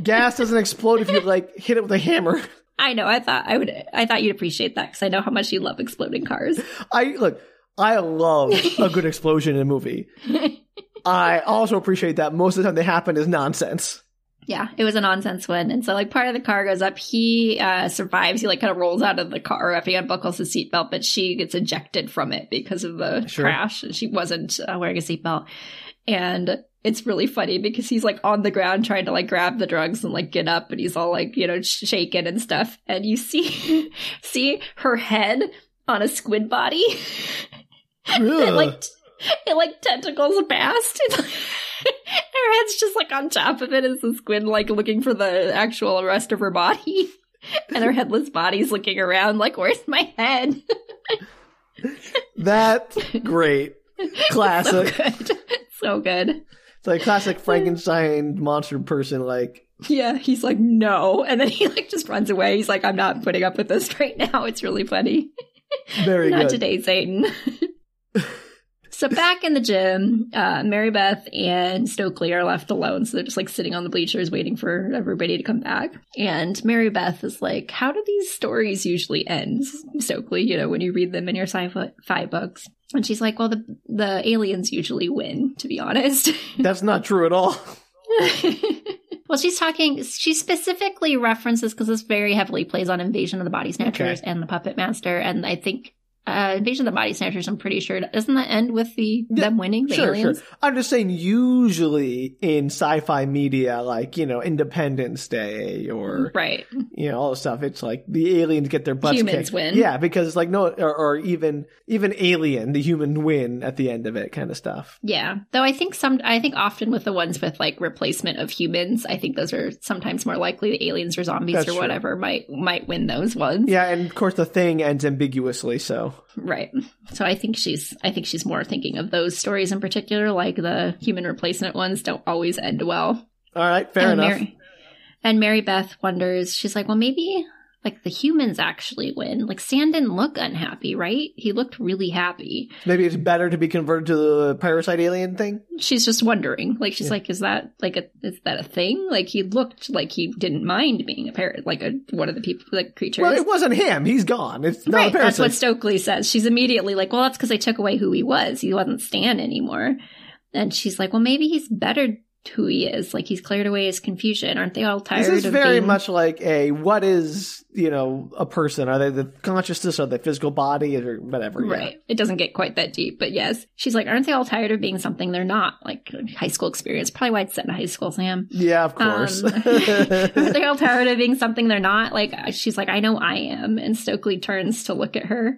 Speaker 1: gas doesn't explode if you, like, hit it with a hammer.
Speaker 2: I know. I thought I would. I thought you'd appreciate that because I know how much you love exploding cars.
Speaker 1: I look, I love a
Speaker 2: [LAUGHS]
Speaker 1: good explosion in a movie. I also appreciate that most of the time they happen is nonsense.
Speaker 2: yeah, it was a nonsense one. And so like part of the car goes up. He uh, survives. He like kind of rolls out of the car after he unbuckles his seatbelt, but she gets ejected from it because of the
Speaker 1: Sure.
Speaker 2: crash. And she wasn't uh, wearing a seatbelt. And it's really funny because he's like on the ground trying to like grab the drugs and like get up and he's all like, you know, sh- shaken and stuff. And you see, [LAUGHS] see her head on a squid body. [LAUGHS] it like
Speaker 1: Ugh.
Speaker 2: t- it like tentacles [LAUGHS] past. It, like, her head's just like on top of it as the squid like looking for the actual rest of her body. [LAUGHS] And her headless body's looking around like, where's my head? [LAUGHS]
Speaker 1: That's great.
Speaker 2: so
Speaker 1: Classic.
Speaker 2: good. [LAUGHS] so good.
Speaker 1: It's like classic Frankenstein monster person like
Speaker 2: Yeah, he's like, no. And then he like just runs away. He's like, I'm not putting up with this [LAUGHS] right now. It's really funny.
Speaker 1: very
Speaker 2: Not
Speaker 1: good.
Speaker 2: today, Satan. [LAUGHS] so back in the gym, uh, Mary Beth and Stokely are left alone. So they're just like sitting on the bleachers waiting for everybody to come back. And Mary Beth is like, How do these stories usually end, Stokely? You know, when you read them in your sci fi books. And she's like, Well, the, the aliens usually win, to be honest. [LAUGHS]
Speaker 1: That's not true at all.
Speaker 2: well, she's talking, she specifically references because this very heavily plays on Invasion of the Body Snatchers
Speaker 1: Okay.
Speaker 2: and the Puppet Master. And I think uh, Invasion of the Body Snatchers, I'm pretty sure, doesn't that end with the
Speaker 1: Yeah,
Speaker 2: them winning? The
Speaker 1: sure,
Speaker 2: aliens?
Speaker 1: sure. I'm just saying usually in sci-fi media like, you know, Independence Day or
Speaker 2: Right.
Speaker 1: you know all this stuff it's like the aliens get their butts
Speaker 2: Humans
Speaker 1: kicked
Speaker 2: win.
Speaker 1: yeah because it's like no or, or even even alien the human win at the end of it kind of stuff
Speaker 2: Yeah. Though I think some, I think often with the ones with like replacement of humans, I think those are sometimes more likely the aliens or zombies
Speaker 1: That's
Speaker 2: or
Speaker 1: true.
Speaker 2: whatever might, might win those ones.
Speaker 1: yeah and of course the thing ends ambiguously so
Speaker 2: Right. So I think she's I think she's more thinking of those stories in particular, like the human replacement ones don't always end well.
Speaker 1: all right fair
Speaker 2: and
Speaker 1: enough
Speaker 2: Mary, and Mary Beth wonders, she's like, Well maybe like the humans actually win. Like Sand didn't look unhappy, right? He looked really happy.
Speaker 1: maybe it's better to be converted to the parasite alien thing
Speaker 2: She's just wondering. Like she's
Speaker 1: Yeah.
Speaker 2: like, Is that like a is that a thing? Like he looked like he didn't mind being a parrot like a one of the people like creatures.
Speaker 1: well it wasn't him he's gone it's not a
Speaker 2: right, that's
Speaker 1: parasite
Speaker 2: what Stokely says. She's immediately like, "Well, that's because I took away who he was. He wasn't Stan anymore." And she's like, "Well, maybe he's better who he is. Like he's cleared away his confusion. Aren't they all tired?"
Speaker 1: this is
Speaker 2: of
Speaker 1: very
Speaker 2: being-
Speaker 1: much like a what is you know a person are they the consciousness or the physical body or whatever yeah.
Speaker 2: right. It doesn't get quite that deep, but yes, she's like, "Aren't they all tired of being something they're not?" Like high school experience, probably why it's set in high school, Sam.
Speaker 1: yeah of course
Speaker 2: Um, [LAUGHS] they're all tired of being something they're not. Like uh, she's like, I know I am. And Stokely turns to look at her,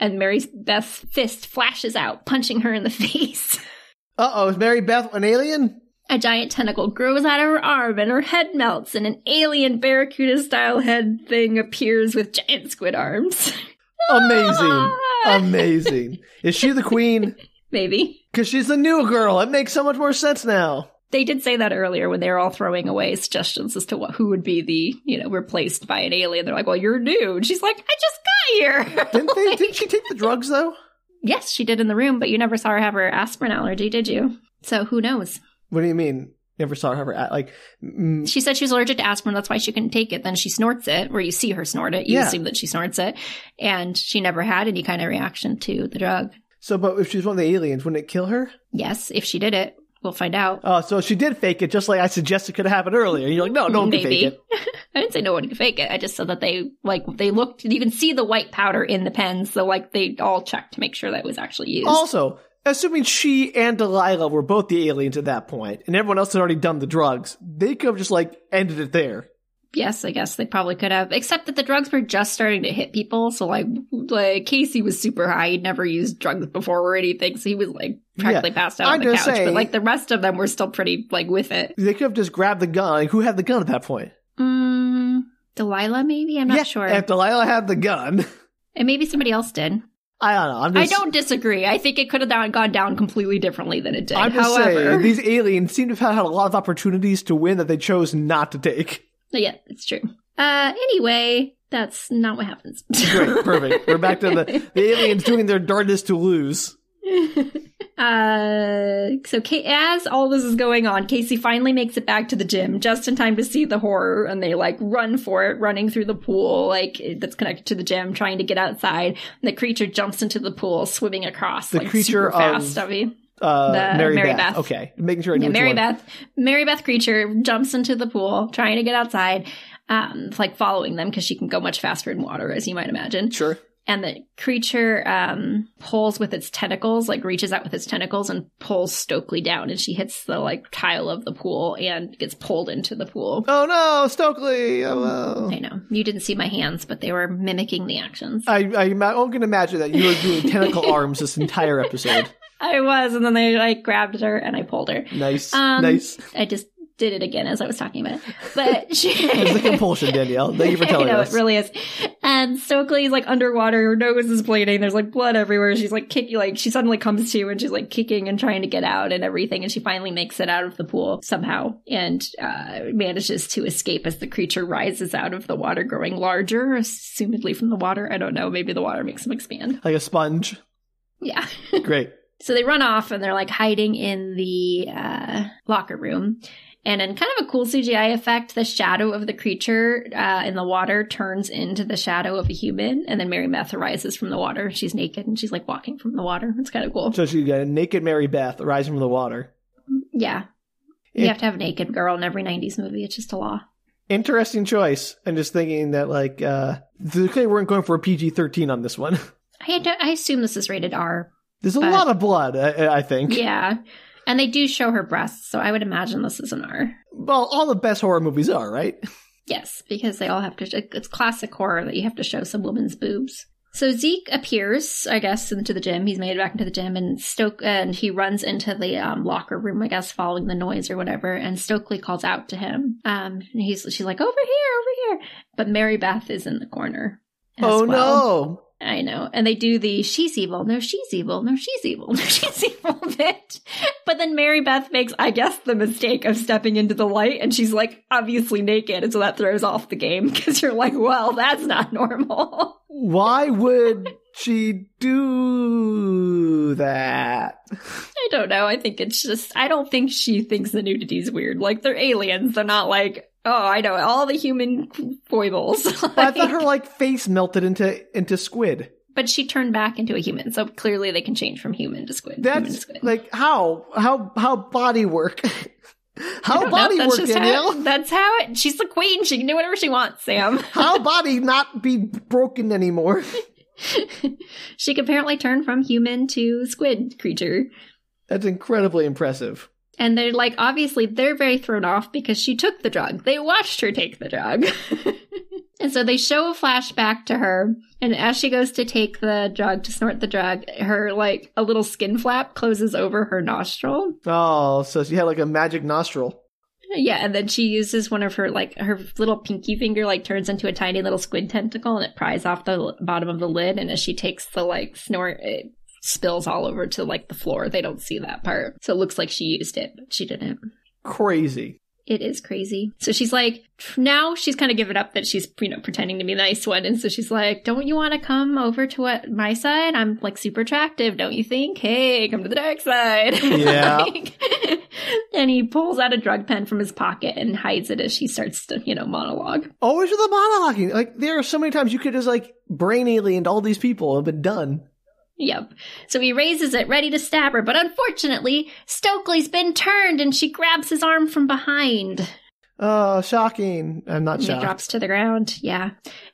Speaker 2: and Mary Beth's fist flashes out, punching her in the [LAUGHS] face.
Speaker 1: [LAUGHS] uh-oh is mary beth an alien
Speaker 2: A giant tentacle grows out of her arm and her head melts and an alien barracuda style head thing appears with giant squid arms. [LAUGHS]
Speaker 1: Amazing. Amazing. Is she the queen?
Speaker 2: Maybe.
Speaker 1: Because she's the new girl. It makes so much more sense now.
Speaker 2: They did say that earlier when they were all throwing away suggestions as to what who would be the, you know, replaced by an alien. They're like, well, you're new. And she's like, I just got here. [LAUGHS]
Speaker 1: Didn't they? Didn't she take the drugs though?
Speaker 2: yes, she did in the room, but you never saw her have her aspirin allergy, did you? So who knows?
Speaker 1: What do you mean? Never saw her at like. Mm,
Speaker 2: She said she's allergic to aspirin. That's why she couldn't take it. Then she snorts it, or you see her snort it. You
Speaker 1: Yeah.
Speaker 2: assume that she snorts it. And she never had any kind of reaction to the drug.
Speaker 1: so, but if she's one of the aliens, wouldn't it kill her?
Speaker 2: Yes, if she did it. We'll find out.
Speaker 1: Oh, so she did fake it, just like I suggested could have happened earlier. And you're like, no, no one can fake
Speaker 2: Maybe.
Speaker 1: it.
Speaker 2: [LAUGHS] I didn't say no one could fake it. I just said that they like they looked. You can see the white powder in the pens, so like they all checked to make sure that was actually used.
Speaker 1: Also, assuming she and Delilah were both the aliens at that point, and everyone else had already done the drugs, they could have just like ended it there.
Speaker 2: yes, I guess they probably could have, except that the drugs were just starting to hit people. So like like Casey was super high. He'd never used drugs before or anything, so he was like practically passed out
Speaker 1: I'm
Speaker 2: on the couch.
Speaker 1: just
Speaker 2: but
Speaker 1: saying-
Speaker 2: like the rest of them were still pretty like with it.
Speaker 1: They could have just grabbed the gun. Like, who had the gun at that point?
Speaker 2: Mm, Delilah, maybe I'm not
Speaker 1: yeah,
Speaker 2: sure,
Speaker 1: If Delilah had the gun,
Speaker 2: and maybe somebody else did.
Speaker 1: I don't know. I'm just,
Speaker 2: I don't disagree. I think it could have down- gone down completely differently than it did.
Speaker 1: I'm just
Speaker 2: However,
Speaker 1: saying these aliens seem to have had a lot of opportunities to win that they chose not to take. [LAUGHS]
Speaker 2: Yeah, it's true. Uh, anyway, that's not what happens.
Speaker 1: Great, perfect. We're back to the, the aliens doing their darndest to lose.
Speaker 2: [LAUGHS] uh, so Ca- as all this is going on, Casey finally makes it back to the gym just in time to see the horror, and they like run for it, running through the pool, like that's connected to the gym, trying to get outside. And the creature jumps into the pool, swimming across.
Speaker 1: The
Speaker 2: like,
Speaker 1: creature
Speaker 2: super fast.
Speaker 1: of-
Speaker 2: I mean,
Speaker 1: Uh,
Speaker 2: The-
Speaker 1: Mary,
Speaker 2: Mary
Speaker 1: Beth.
Speaker 2: Beth.
Speaker 1: Okay, making sure I knew
Speaker 2: Yeah,
Speaker 1: which
Speaker 2: Mary
Speaker 1: one.
Speaker 2: Beth, Mary Beth creature jumps into the pool, trying to get outside, um, like following them because she can go much faster in water, as you might imagine.
Speaker 1: Sure.
Speaker 2: and the creature um, pulls with its tentacles, like reaches out with its tentacles and pulls Stokely down, and she hits the like tile of the pool and gets pulled into the pool.
Speaker 1: Oh no, Stokely. Oh, well.
Speaker 2: I know you didn't see my hands, but they were mimicking the actions.
Speaker 1: I, I, ima- I can imagine that you were doing
Speaker 2: [LAUGHS]
Speaker 1: tentacle arms this entire episode.
Speaker 2: I was, and then they like grabbed her and I pulled her.
Speaker 1: Nice,
Speaker 2: Um,
Speaker 1: nice.
Speaker 2: I just did it again as I was talking about it, but she.
Speaker 1: It's the compulsion, Danielle. Thank
Speaker 2: [LAUGHS]
Speaker 1: you for telling
Speaker 2: I know,
Speaker 1: us.
Speaker 2: it really is. And Stokely's like underwater, her nose is bleeding, there's like blood everywhere. She's like kicking, like she suddenly comes to and she's like kicking and trying to get out and everything. And she finally makes it out of the pool somehow and uh, manages to escape as the creature rises out of the water, growing larger, assumedly from the water. I don't know, maybe the water makes them expand.
Speaker 1: like a sponge.
Speaker 2: Yeah.
Speaker 1: Great.
Speaker 2: So they run off and they're like hiding in the uh, locker room. And in kind of a cool CGI effect, the shadow of the creature uh, in the water turns into the shadow of a human. And then Mary Beth arises from the water. She's naked and she's like walking from the water. It's kind of cool.
Speaker 1: So she got a naked Mary Beth rising from the water.
Speaker 2: Yeah.
Speaker 1: Yeah.
Speaker 2: You have to have a naked girl in every 90s movie. It's just a law.
Speaker 1: Interesting choice. I'm just thinking that like uh they clearly weren't going for a PG-13 on this one. [LAUGHS]
Speaker 2: I, had to- I assume this is rated R.
Speaker 1: There's a
Speaker 2: But-
Speaker 1: lot of blood, I, I think.
Speaker 2: Yeah. And they do show her breasts. So I would imagine this is an R.
Speaker 1: Well, all the best horror movies are, right?
Speaker 2: Yes, because they all have to. It's classic horror that you have to show some woman's boobs. So Zeke appears, I guess, into the gym. He's made it back into the gym, and Stoke and he runs into the um, locker room, I guess, following the noise or whatever. And Stokely calls out to him. Um, and he's she's like, "Over here, over here!" But Mary Beth is in the corner. as
Speaker 1: oh
Speaker 2: well.
Speaker 1: no.
Speaker 2: I know, and they do the "she's evil, no, she's evil, no, she's evil, [LAUGHS] no, she's evil" bit. But then Mary Beth makes, I guess, the mistake of stepping into the light and she's like obviously naked. And so that throws off the game [LAUGHS] because you're like, well, that's not normal. [LAUGHS]
Speaker 1: Why would she do that?
Speaker 2: I don't know. I think it's just, I don't think she thinks the nudity's weird. Like they're aliens. They're not like, oh, I know all the human foibles. [LAUGHS]
Speaker 1: I thought
Speaker 2: Like-
Speaker 1: her like face melted into into squid.
Speaker 2: but she turned back into a human. So clearly they can change from human to squid. human to
Speaker 1: That's
Speaker 2: squid.
Speaker 1: like how how how body
Speaker 2: [LAUGHS]
Speaker 1: work. how
Speaker 2: I don't know.
Speaker 1: body
Speaker 2: That's
Speaker 1: work,
Speaker 2: just how-
Speaker 1: Danielle?
Speaker 2: that's how it. She's the queen. She can do whatever she wants, Sam.
Speaker 1: how body not be broken anymore?
Speaker 2: [LAUGHS]
Speaker 1: [LAUGHS]
Speaker 2: she can apparently turn from human to squid creature.
Speaker 1: That's incredibly impressive.
Speaker 2: And they're like, obviously, they're very thrown off because she took the drug. They watched her take the drug. [LAUGHS] and so they show a flashback to her. And as she goes to take the drug, to snort the drug, her, like, a little skin flap closes over her nostril.
Speaker 1: Oh, so she had like a magic nostril.
Speaker 2: Yeah. And then she uses one of her, like, her little pinky finger, like, turns into a tiny little squid tentacle and it pries off the l- bottom of the lid. And as she takes the, like, snort, it spills all over to, like, the floor. They don't see that part. So it looks like she used it, but she didn't.
Speaker 1: Crazy.
Speaker 2: It is crazy. So she's like, now she's kind of given up that she's, you know, pretending to be the nice one. And so she's like, don't you want to come over to what my side? I'm like super attractive, don't you think? Hey, come to the dark side. [LAUGHS]
Speaker 1: Yeah.
Speaker 2: Like- and he pulls out a drug pen from his pocket and hides it as she starts to, you know, monologue.
Speaker 1: Always with the monologuing. Like there are so many times you could just like brain aliened all these people and been done.
Speaker 2: Yep. So he raises it, ready to stab her, but unfortunately, Stokely's been turned and she grabs his arm from behind.
Speaker 1: Oh, shocking. I'm not
Speaker 2: And he
Speaker 1: shocked.
Speaker 2: drops to the ground. Yeah.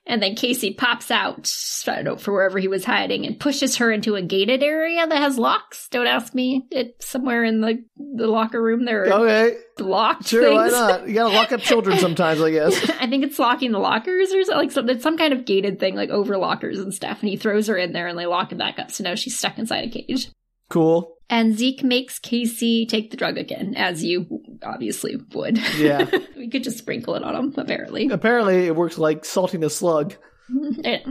Speaker 2: And then Casey pops out, I don't know, for wherever he was hiding and pushes her into a gated area that has locks. Don't ask me. It's somewhere in the, the locker room. There are
Speaker 1: Okay,
Speaker 2: locked
Speaker 1: Oh, sure,
Speaker 2: things.
Speaker 1: why not? You gotta lock up children sometimes, I guess.
Speaker 2: [LAUGHS] I think it's locking the lockers or something. Like some, it's some kind of gated thing, like over lockers and stuff. And he throws her in there and they lock it back up. So now she's stuck inside a cage.
Speaker 1: Cool.
Speaker 2: And Zeke makes Casey take the drug again, as you obviously would. [LAUGHS]
Speaker 1: Yeah.
Speaker 2: we could just sprinkle it on him, apparently.
Speaker 1: Apparently, it works like salting a slug.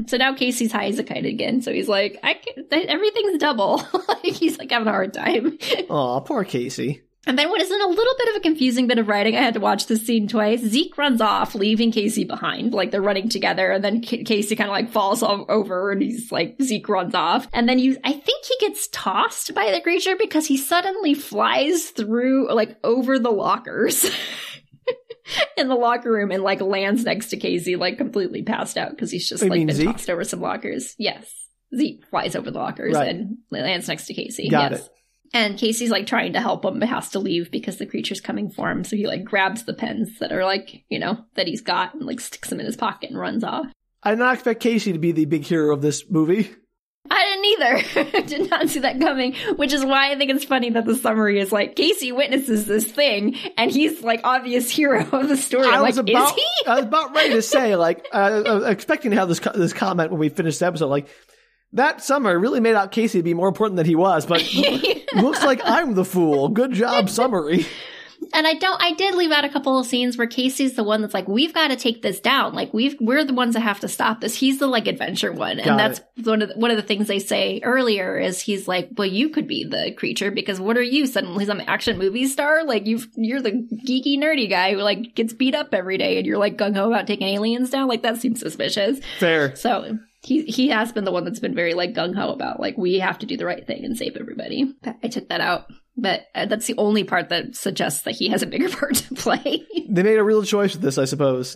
Speaker 2: So now Casey's high as a kite again. So he's like, I can, everything's double. [LAUGHS] like he's like having a hard time.
Speaker 1: Aw, poor Casey.
Speaker 2: And then what is in a little bit of a confusing bit of writing, I had to watch this scene twice. Zeke runs off, leaving Casey behind. Like they're running together, and then Ca- Casey kind of like falls o- over, and he's like Zeke runs off, and then you, I think he gets tossed by the creature because he suddenly flies through, like over the lockers. [LAUGHS] In the locker room and like lands next to Casey, like completely passed out because he's just
Speaker 1: You
Speaker 2: like
Speaker 1: mean
Speaker 2: been
Speaker 1: Zeke?
Speaker 2: tossed over some lockers. Yes, Zeke flies over the lockers
Speaker 1: Right.
Speaker 2: and lands next to Casey.
Speaker 1: Got
Speaker 2: yes.
Speaker 1: it.
Speaker 2: And Casey's like trying to help him, but has to leave because the creature's coming for him. So he like grabs the pens that are like, you know, that he's got and like sticks them in his pocket and runs off.
Speaker 1: I did not expect Casey to be the big hero of this movie.
Speaker 2: I didn't either. [LAUGHS] Did not see that coming, which is why I think it's funny that the summary is like Casey witnesses this thing and he's like obvious hero of the story.
Speaker 1: I
Speaker 2: I'm
Speaker 1: was
Speaker 2: like,
Speaker 1: about,
Speaker 2: is he?
Speaker 1: I was about ready to say, like, I, I was expecting to have this co- this comment when we finished the episode, like that summer really made out Casey to be more important than he was,
Speaker 2: [LAUGHS]
Speaker 1: but looks like I'm the fool. Good job, summary.
Speaker 2: and I don't. I did leave out a couple of scenes where Casey's the one that's like, "We've got to take this down. Like, we've we're the ones that have to stop this." He's the like adventure one,
Speaker 1: Got
Speaker 2: and that's one of the, one of the things they say earlier is he's like, "Well, you could be the creature because what are you suddenly some action movie star? Like you you're the geeky nerdy guy who like gets beat up every day, and you're like gung ho about taking aliens down. Like that seems suspicious."
Speaker 1: Fair.
Speaker 2: So he he has been the one that's been very like gung ho about like we have to do the right thing and save everybody. I took that out, but uh, that's the only part that suggests that he has a bigger [LAUGHS] part to play.
Speaker 1: They made a real choice with this, I suppose.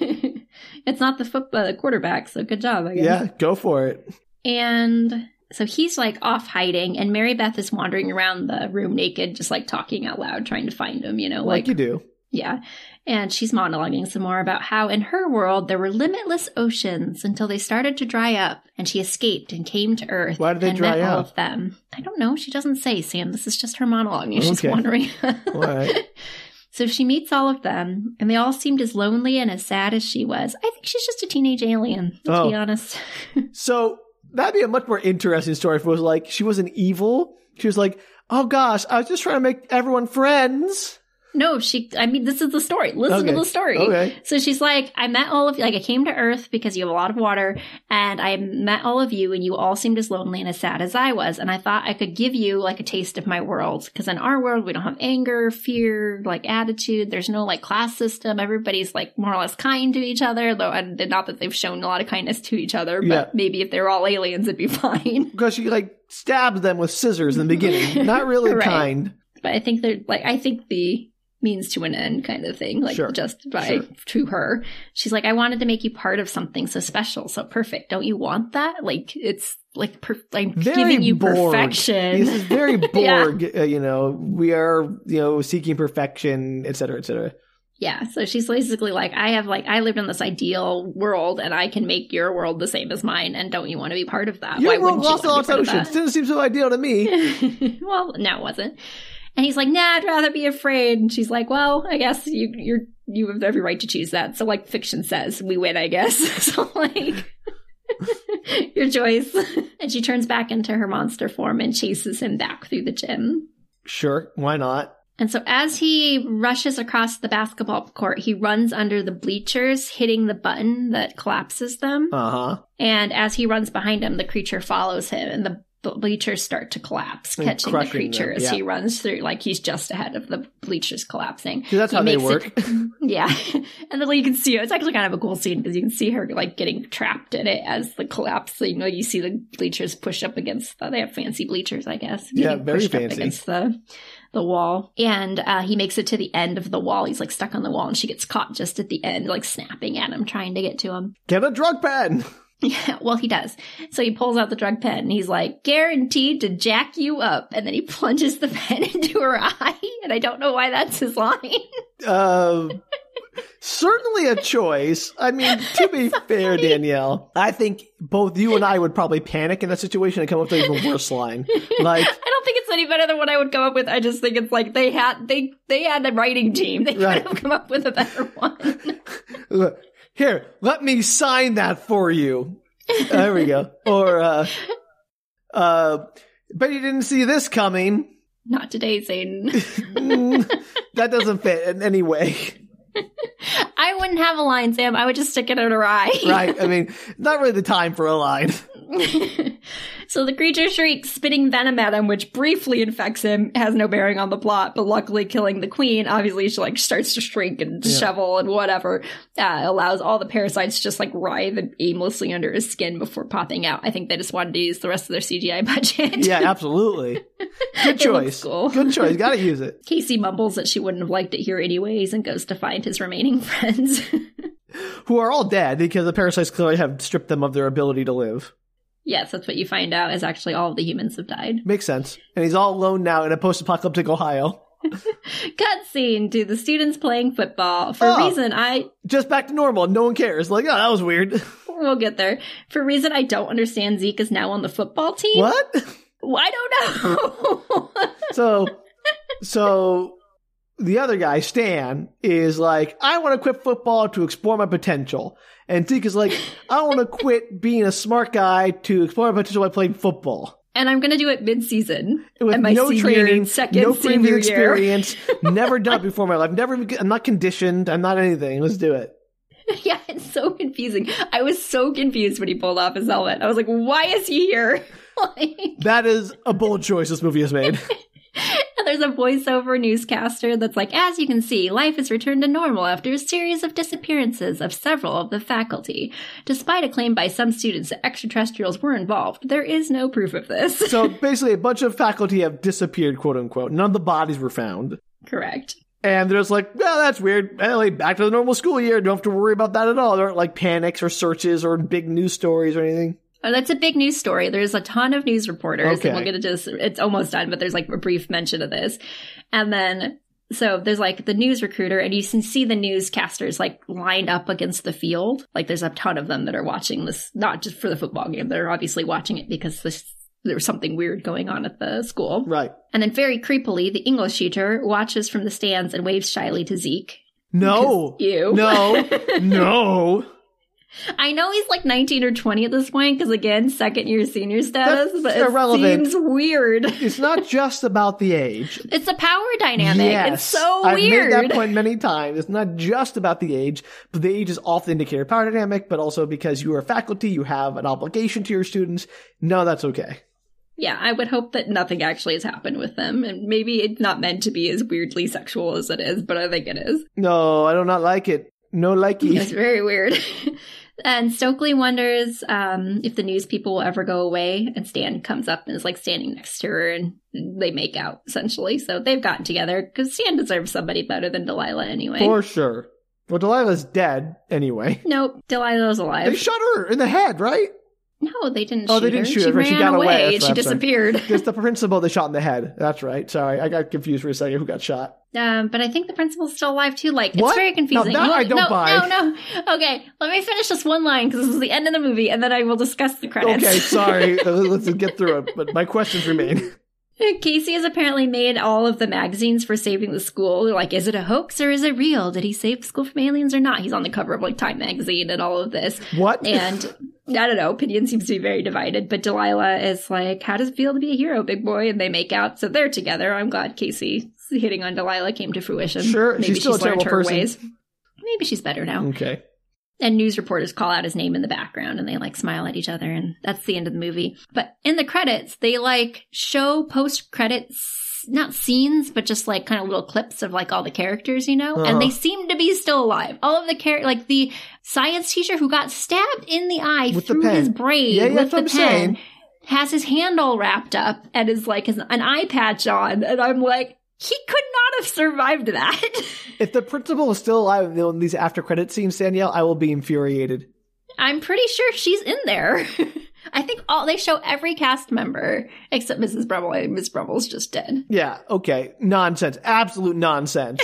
Speaker 2: it's not the foot uh, the quarterback, so good job. I guess.
Speaker 1: Yeah, go for it.
Speaker 2: And so he's like off hiding, and Mary Beth is wandering around the room naked, just like talking out loud, trying to find him. You know,
Speaker 1: Like, you do.
Speaker 2: Yeah. And she's monologuing some more about how in her world there were limitless oceans until they started to dry up and she escaped and came to Earth.
Speaker 1: Why did they
Speaker 2: and
Speaker 1: dry
Speaker 2: met all
Speaker 1: up?
Speaker 2: of them. I don't know. She doesn't say, Sam. This is just her monologue. You're just
Speaker 1: Okay.
Speaker 2: wondering. [LAUGHS]
Speaker 1: All right.
Speaker 2: so she meets all of them and they all seemed as lonely and as sad as she was. I think she's just a teenage alien, to
Speaker 1: Oh.
Speaker 2: be honest. [LAUGHS]
Speaker 1: So that'd be a much more interesting story if it was like she wasn't evil. She was like, oh gosh, I was just trying to make everyone friends.
Speaker 2: No, she. I mean, this is the story. Listen
Speaker 1: Okay.
Speaker 2: to the story.
Speaker 1: Okay.
Speaker 2: So she's like, I met all of you. Like, I came to Earth because you have a lot of water, and I met all of you, and you all seemed as lonely and as sad as I was. And I thought I could give you like a taste of my world because in our world we don't have anger, fear, like attitude. There's no like class system. Everybody's like more or less kind to each other, though. And not that they've shown a lot of kindness to each other, but
Speaker 1: Yeah.
Speaker 2: maybe if they were all aliens, it'd be [LAUGHS] fine.
Speaker 1: Because she like stabs them with scissors in the beginning. Not really
Speaker 2: [LAUGHS] Right.
Speaker 1: kind.
Speaker 2: but I think they're like I think the means to an end kind of thing, like
Speaker 1: Sure.
Speaker 2: just by
Speaker 1: Sure.
Speaker 2: to her. She's like, I wanted to make you part of something so special, so perfect. Don't you want that? Like it's like per- I'm
Speaker 1: Very
Speaker 2: giving you
Speaker 1: Borg.
Speaker 2: perfection. [LAUGHS]
Speaker 1: This is very
Speaker 2: Yeah.
Speaker 1: Borg. uh, you know, we are you know seeking perfection, et cetera, et cetera.
Speaker 2: Uh, Yeah. So she's basically like, I have like I lived in this ideal world, and I can make your world the same as mine. And don't you want to be part of that?
Speaker 1: Your world
Speaker 2: wouldn't you
Speaker 1: lost all
Speaker 2: wanna
Speaker 1: its
Speaker 2: be part of
Speaker 1: oceans.
Speaker 2: that?
Speaker 1: Didn't seem so ideal to me.
Speaker 2: [LAUGHS] well, no, it wasn't. And he's like, nah, I'd rather be afraid. And she's like, well, I guess you you're you have every right to choose that. So like fiction says, we win, I guess. [LAUGHS] so like [LAUGHS] your choice. and she turns back into her monster form and chases him back through the gym.
Speaker 1: Sure, why not?
Speaker 2: And so as he rushes across the basketball court, he runs under the bleachers, hitting the button that collapses them.
Speaker 1: Uh huh.
Speaker 2: And as he runs behind him, the creature follows him, and the b- bleachers start to collapse,
Speaker 1: And
Speaker 2: catching the
Speaker 1: crushing
Speaker 2: creature
Speaker 1: them,
Speaker 2: as
Speaker 1: yeah.
Speaker 2: he runs through. Like he's just ahead of the bleachers collapsing. [LAUGHS]
Speaker 1: That's
Speaker 2: He
Speaker 1: how they
Speaker 2: makes
Speaker 1: work.
Speaker 2: it- yeah, and then like, you can see it's actually kind of a cool scene because you can see her like getting trapped in it as the collapsing. Like you see the bleachers push up against. The, they have fancy bleachers, I guess.
Speaker 1: Yeah,
Speaker 2: getting
Speaker 1: very
Speaker 2: pushed up
Speaker 1: fancy.
Speaker 2: against the the wall, and uh, he makes it to the end of the wall. He's like stuck on the wall, and she gets caught just at the end, like snapping at him, trying to get to him.
Speaker 1: Get a drug pen.
Speaker 2: Yeah, [LAUGHS] well, he does. So he pulls out the drug pen and he's like, guaranteed to jack you up. And then he [LAUGHS] plunges the pen [LAUGHS] into her eye. And I don't know why that's his line. [LAUGHS]
Speaker 1: Uh, certainly a choice. I mean, to
Speaker 2: [LAUGHS]
Speaker 1: be fair, Danielle, I think both you and I would probably panic in that situation and come up with an even worse line. Like,
Speaker 2: I don't think it's any better than what I would come up with. I just think it's like they had they they had a writing team. They
Speaker 1: Right.
Speaker 2: could have come up with a better [LAUGHS] one.
Speaker 1: look, here, let me sign that for you. Uh, There we go. Or, uh, uh, bet you didn't see this coming.
Speaker 2: Not today, Satan.
Speaker 1: Mm, that doesn't fit in any way,
Speaker 2: [LAUGHS]
Speaker 1: [LAUGHS]
Speaker 2: I wouldn't have a line, Sam. I would just stick it in her eye.
Speaker 1: right? I mean, not really the time for a line.
Speaker 2: so the creature shrieks, spitting venom at him, which briefly infects him. It has no bearing on the plot, but luckily killing the queen. Obviously, she like starts to shrink and
Speaker 1: Yeah.
Speaker 2: dishevel and whatever. Uh, allows all the parasites to just like writhe aimlessly under his skin before popping out. I think they just wanted to use the rest of their CGI [LAUGHS] budget.
Speaker 1: Yeah, absolutely. Good
Speaker 2: It looks
Speaker 1: choice.
Speaker 2: cool.
Speaker 1: Good choice. Got to use it.
Speaker 2: Casey mumbles that she wouldn't have liked it here anyways and goes to find his remaining [LAUGHS] friends.
Speaker 1: Who are all dead because the parasites clearly have stripped them of their ability to live.
Speaker 2: yes, that's what you find out is actually all of the humans have died.
Speaker 1: Makes sense. And he's all alone now in a post-apocalyptic Ohio.
Speaker 2: Cutscene to the students playing football. For
Speaker 1: Oh.
Speaker 2: a reason I
Speaker 1: Just back to normal. No one cares. Like, oh, that was weird. [LAUGHS]
Speaker 2: We'll get there. For a reason I don't understand, Zeke is now on the football team.
Speaker 1: what?
Speaker 2: Well, I don't know. [LAUGHS]
Speaker 1: So, so the other guy, Stan, is like, I want to quit football to explore my potential. And Zeke is like, I want to quit being a smart guy to explore my potential by playing football.
Speaker 2: and I'm going to do it mid-season.
Speaker 1: With
Speaker 2: and my
Speaker 1: no
Speaker 2: senior
Speaker 1: training,
Speaker 2: second
Speaker 1: no
Speaker 2: senior
Speaker 1: previous
Speaker 2: year.
Speaker 1: experience, never done it before in my life. Never, I'm not conditioned. I'm not anything. Let's do it.
Speaker 2: [LAUGHS] yeah, it's so confusing. I was so confused when he pulled off his helmet. I was like, why is he here? [LAUGHS] like,
Speaker 1: That is a bold choice this movie has
Speaker 2: [LAUGHS]
Speaker 1: made.
Speaker 2: and there's a voiceover newscaster that's like, as you can see, life has returned to normal after a series of disappearances of several of the faculty. Despite a claim by some students that extraterrestrials were involved, there is no proof of this. [LAUGHS]
Speaker 1: So basically, a bunch of faculty have disappeared, quote unquote. None of the bodies were found.
Speaker 2: Correct.
Speaker 1: And they're just like, well, that's weird. Anyway, back to the normal school year. Don't have to worry about that at all. There aren't like panics or searches or big news stories or anything.
Speaker 2: Oh, that's a big news story. There's a ton of news reporters,
Speaker 1: Okay.
Speaker 2: and we'll get into this. It's almost done, but there's like a brief mention of this. And then, so there's like the news recruiter, and you can see the newscasters like lined up against the field. Like there's a ton of them that are watching this, not just for the football game, they're obviously watching it because this, there was something weird going on at the school.
Speaker 1: Right.
Speaker 2: And then, very creepily, the English teacher watches from the stands and waves shyly to Zeke.
Speaker 1: No.
Speaker 2: You.
Speaker 1: No.
Speaker 2: [LAUGHS]
Speaker 1: no.
Speaker 2: I know he's like 19 or 20 at this point because again, second year senior status,
Speaker 1: That's
Speaker 2: but it
Speaker 1: irrelevant.
Speaker 2: seems weird.
Speaker 1: It's not just about the age.
Speaker 2: It's a power dynamic.
Speaker 1: Yes.
Speaker 2: It's so
Speaker 1: I've
Speaker 2: weird.
Speaker 1: made that point many times. It's not just about the age, but the age is often the indicator of power dynamic, but also because you are faculty, you have an obligation to your students. No, that's okay.
Speaker 2: Yeah, I would hope that nothing actually has happened with them, and maybe it's not meant to be as weirdly sexual as it is, but I think it is.
Speaker 1: No, I do not like it. No
Speaker 2: It's
Speaker 1: likey.
Speaker 2: very weird. [LAUGHS] and Stokely wonders um, if the news people will ever go away, and Stan comes up and is like standing next to her, and they make out essentially. So they've gotten together because Stan deserves somebody better than Delilah anyway.
Speaker 1: For sure. Well, Delilah's dead anyway.
Speaker 2: Nope, Delilah's alive.
Speaker 1: They shot her in the head, right?
Speaker 2: No, they didn't.
Speaker 1: Oh,
Speaker 2: shoot
Speaker 1: they didn't
Speaker 2: her.
Speaker 1: shoot
Speaker 2: She
Speaker 1: her, but
Speaker 2: ran
Speaker 1: she got away. That's
Speaker 2: away. and
Speaker 1: what
Speaker 2: She
Speaker 1: I'm saying.
Speaker 2: disappeared.
Speaker 1: It's the principal they shot in the head. That's right. Sorry, I got confused for a second. Who got shot?
Speaker 2: Um, but I think the principal's still alive too. Like
Speaker 1: What?
Speaker 2: it's very confusing.
Speaker 1: Now that
Speaker 2: You-
Speaker 1: I don't
Speaker 2: no,
Speaker 1: buy.
Speaker 2: No, no. Okay, let me finish this one line because this is the end of the movie, and then I will discuss the credits.
Speaker 1: Okay, sorry. Let's get through it. But my questions remain.
Speaker 2: [LAUGHS]
Speaker 1: [LAUGHS]
Speaker 2: Casey has apparently made all of the magazines for saving the school. Like, is it a hoax or is it real? Did he save the school from aliens or not? He's on the cover of like Time magazine and all of this.
Speaker 1: [LAUGHS] What?
Speaker 2: And I don't know, opinion seems to be very divided, but Delilah is like, How does it feel to be a hero, big boy? And they make out, so they're together. I'm glad Casey hitting on Delilah came to fruition.
Speaker 1: Sure,
Speaker 2: Maybe
Speaker 1: she's still a
Speaker 2: learned
Speaker 1: terrible
Speaker 2: her
Speaker 1: person.
Speaker 2: ways. Maybe she's better now.
Speaker 1: Okay.
Speaker 2: And news reporters call out his name in the background and they like smile at each other, and that's the end of the movie. But in the credits, they like show post credits. Not scenes, but just like kind of little clips of like all the characters, you know?
Speaker 1: Uh-huh.
Speaker 2: And they seem to be still alive. All of the characters, like the science teacher who got stabbed in the eye
Speaker 1: With the
Speaker 2: through
Speaker 1: pen.
Speaker 2: his brain
Speaker 1: Yeah, yeah, that's
Speaker 2: with the
Speaker 1: what
Speaker 2: pen,
Speaker 1: I'm saying.
Speaker 2: has his hand all wrapped up and is like his, an eye patch on. And I'm like, he could not have survived that. [LAUGHS]
Speaker 1: If the principal is still alive in these after credit scenes, Danielle, I will be infuriated.
Speaker 2: I'm pretty sure she's in there. [LAUGHS] I think all they show every cast member except Mrs. Brumble. and Miss Brumble's just dead.
Speaker 1: Yeah, okay. Nonsense. Absolute
Speaker 2: [LAUGHS]
Speaker 1: nonsense.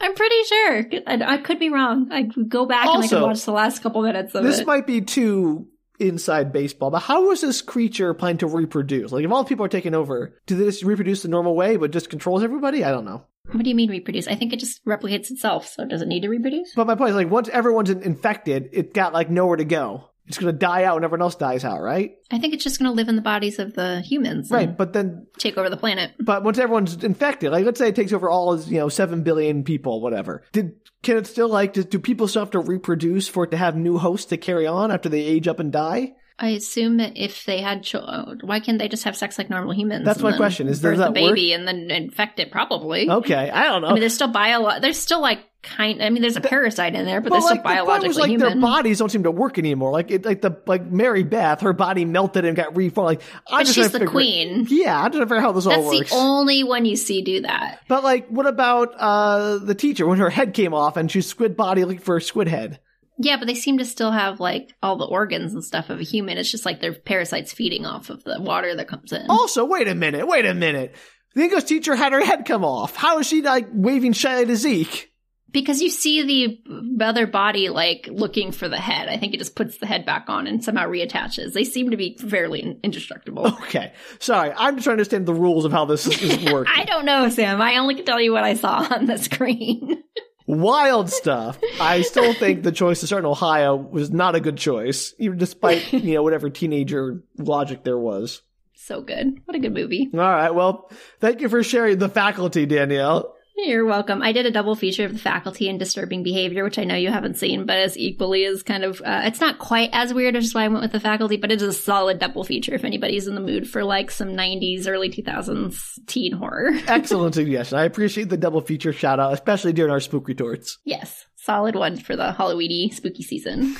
Speaker 2: I'm pretty sure. I, I could be wrong. I could go back and I could
Speaker 1: Also,
Speaker 2: watch the last couple minutes of
Speaker 1: this
Speaker 2: it.
Speaker 1: might be too inside baseball, but how was this creature planning to reproduce? Like, if all the people are taking over, do they just reproduce the normal way but just controls everybody? I don't know.
Speaker 2: what do you mean reproduce? I think it just replicates itself, so it doesn't need to reproduce.
Speaker 1: But my point is, like, once everyone's in- infected, it got like nowhere to go. It's gonna die out when everyone else dies out, right?
Speaker 2: I think it's just going to live in the bodies of the humans and
Speaker 1: Right. But then,
Speaker 2: take over the planet.
Speaker 1: but once everyone's infected, like, let's say it takes over all, you know, seven billion people, whatever. Did can it still like? Do, do people still have to reproduce for it to have new hosts to carry on after they age up and die?
Speaker 2: I assume that if they had children, why can't they just have sex like normal humans?
Speaker 1: That's
Speaker 2: and
Speaker 1: my
Speaker 2: then
Speaker 1: question. Is- does
Speaker 2: birth the
Speaker 1: that work?
Speaker 2: baby and then infect it? Probably.
Speaker 1: Okay, I don't know.
Speaker 2: I mean, there's still bio. There's still like kind. I mean, there's a parasite in there, but,
Speaker 1: But
Speaker 2: they're
Speaker 1: like
Speaker 2: still
Speaker 1: the point
Speaker 2: biologically
Speaker 1: was like their
Speaker 2: human.
Speaker 1: bodies don't seem to work anymore. Like it, like the like Mary Beth, her body melted and got reformed. Like I
Speaker 2: but
Speaker 1: just
Speaker 2: she's
Speaker 1: gotta
Speaker 2: the
Speaker 1: figure-
Speaker 2: queen.
Speaker 1: Yeah, I don't know how this all
Speaker 2: That's
Speaker 1: works.
Speaker 2: the only one you see do that.
Speaker 1: but like, what about uh the teacher when her head came off and she's squid body looking for a squid head?
Speaker 2: Yeah, but they seem to still have like all the organs and stuff of a human. It's just like their parasites feeding off of the water that comes in.
Speaker 1: Also, wait a minute, wait a minute. The English teacher had her head come off. How is she like waving shyly to Zeke?
Speaker 2: Because you see the other body like looking for the head. I think it just puts the head back on and somehow reattaches. They seem to be fairly in- indestructible.
Speaker 1: Okay, sorry, I'm just trying to understand the rules of how this is working.
Speaker 2: I don't know, Sam. I only can tell you what I saw [LAUGHS] on the screen.
Speaker 1: Wild stuff. I still think the choice to start in Ohio was not a good choice, even despite, you know, whatever teenager logic there was.
Speaker 2: so good. What a good movie.
Speaker 1: All right. Well, thank you for sharing the faculty, Danielle.
Speaker 2: You're welcome. I did a double feature of the faculty and disturbing behavior, which I know you haven't seen, but is equally as kind of, uh, it's not quite as weird, which is why I went with the faculty, but it is a solid double feature if anybody's in the mood for like some 90s, early 2000s teen horror. [LAUGHS]
Speaker 1: Excellent suggestion. I appreciate the double feature shout out, especially during our spook retorts.
Speaker 2: yes, solid one for the Halloweeny spooky season.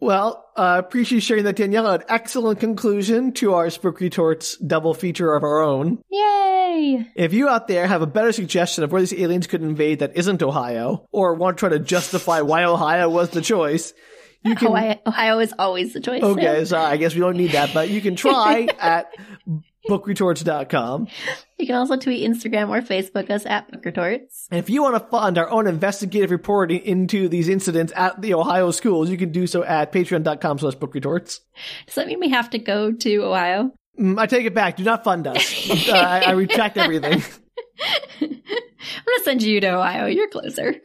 Speaker 1: Well, uh, appreciate you sharing that, Danielle. An excellent conclusion to our spook retorts double feature of our own.
Speaker 2: Yay!
Speaker 1: If you out there have a better suggestion of where these aliens could invade that isn't Ohio, or want to try to justify why Ohio was the choice, you can Oh,
Speaker 2: Ohio, Ohio is oh, always the choice. Sam.
Speaker 1: Okay, sorry. I guess we don't need that, but you can try at bookretorts.com.
Speaker 2: You can also tweet, Instagram, or Facebook us at Book Retorts.
Speaker 1: And if you want to fund our own investigative reporting into these incidents at the Ohio schools, you can do so at patreon.com slash bookretorts.
Speaker 2: Does that mean we have to go to Ohio?
Speaker 1: Mm, I take it back. Do not fund us. Uh, I, I retract everything.
Speaker 2: I'm gonna send you to Ohio. You're closer. [LAUGHS]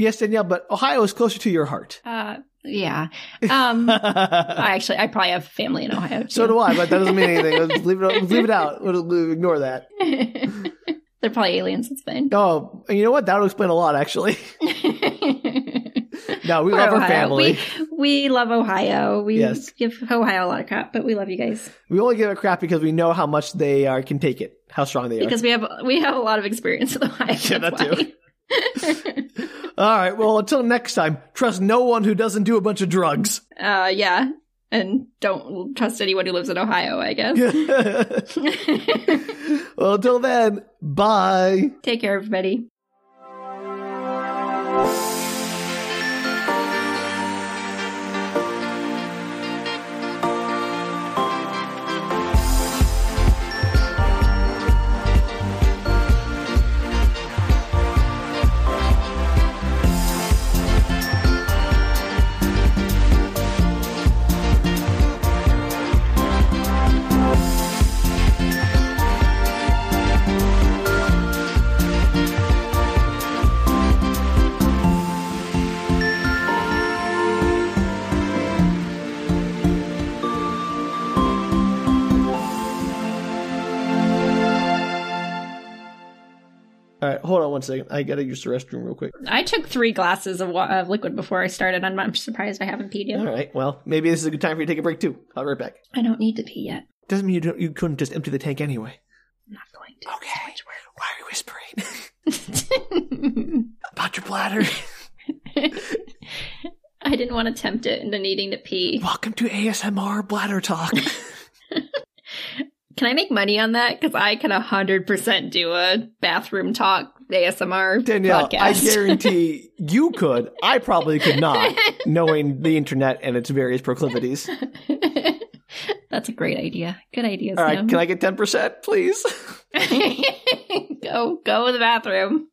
Speaker 1: Yes, Danielle, but Ohio is closer to your heart. [LAUGHS]
Speaker 2: uh, yeah. Um, I actually, I probably have family in Ohio. Too.
Speaker 1: so do I, but that doesn't mean anything. Let's leave it, leave it out. We'll ignore that.
Speaker 2: [LAUGHS] They're probably aliens. It's fine.
Speaker 1: Oh, and you know what? That'll explain a lot, actually. [LAUGHS]
Speaker 2: [LAUGHS]
Speaker 1: No, we love
Speaker 2: Poor
Speaker 1: our
Speaker 2: Ohio.
Speaker 1: family.
Speaker 2: We, we love Ohio. We
Speaker 1: Yes.
Speaker 2: give Ohio a lot of crap, but we love you guys
Speaker 1: We only give it crap because we know how much they are can take it, how strong they are.
Speaker 2: because we have we have a lot of experience with Ohio.
Speaker 1: [LAUGHS] Yeah,
Speaker 2: that's
Speaker 1: that
Speaker 2: why.
Speaker 1: too. All right. Well, until next time, trust no one who doesn't do a bunch of drugs. [LAUGHS]
Speaker 2: Uh, yeah, and don't trust anyone who lives in Ohio. I guess.
Speaker 1: well, until then, bye.
Speaker 2: [LAUGHS] Take care, everybody.
Speaker 1: All right. Hold on one second. I gotta use the restroom real quick.
Speaker 2: I took three glasses of, wa- of liquid before I started. I'm, I'm surprised I haven't peed yet.
Speaker 1: All right. Well, maybe this is a good time for you to take a break too. I'll be right back.
Speaker 2: I don't need to pee yet.
Speaker 1: Doesn't mean you don't, you couldn't just empty the tank anyway.
Speaker 2: I'm not going to.
Speaker 1: Okay. Why are you whispering [LAUGHS]
Speaker 2: [LAUGHS]
Speaker 1: about your bladder?
Speaker 2: I didn't want to tempt it into needing to pee.
Speaker 1: Welcome to ASMR bladder talk.
Speaker 2: Can I make money on that? Because I can 100% do a bathroom talk ASMR
Speaker 1: Danielle,
Speaker 2: podcast.
Speaker 1: I guarantee you could. I probably could not, knowing the internet and its various proclivities.
Speaker 2: [LAUGHS] That's a great idea. Good idea. [LAUGHS]
Speaker 1: All right,
Speaker 2: Sam.
Speaker 1: can I get 10%, please?
Speaker 2: go go to the bathroom.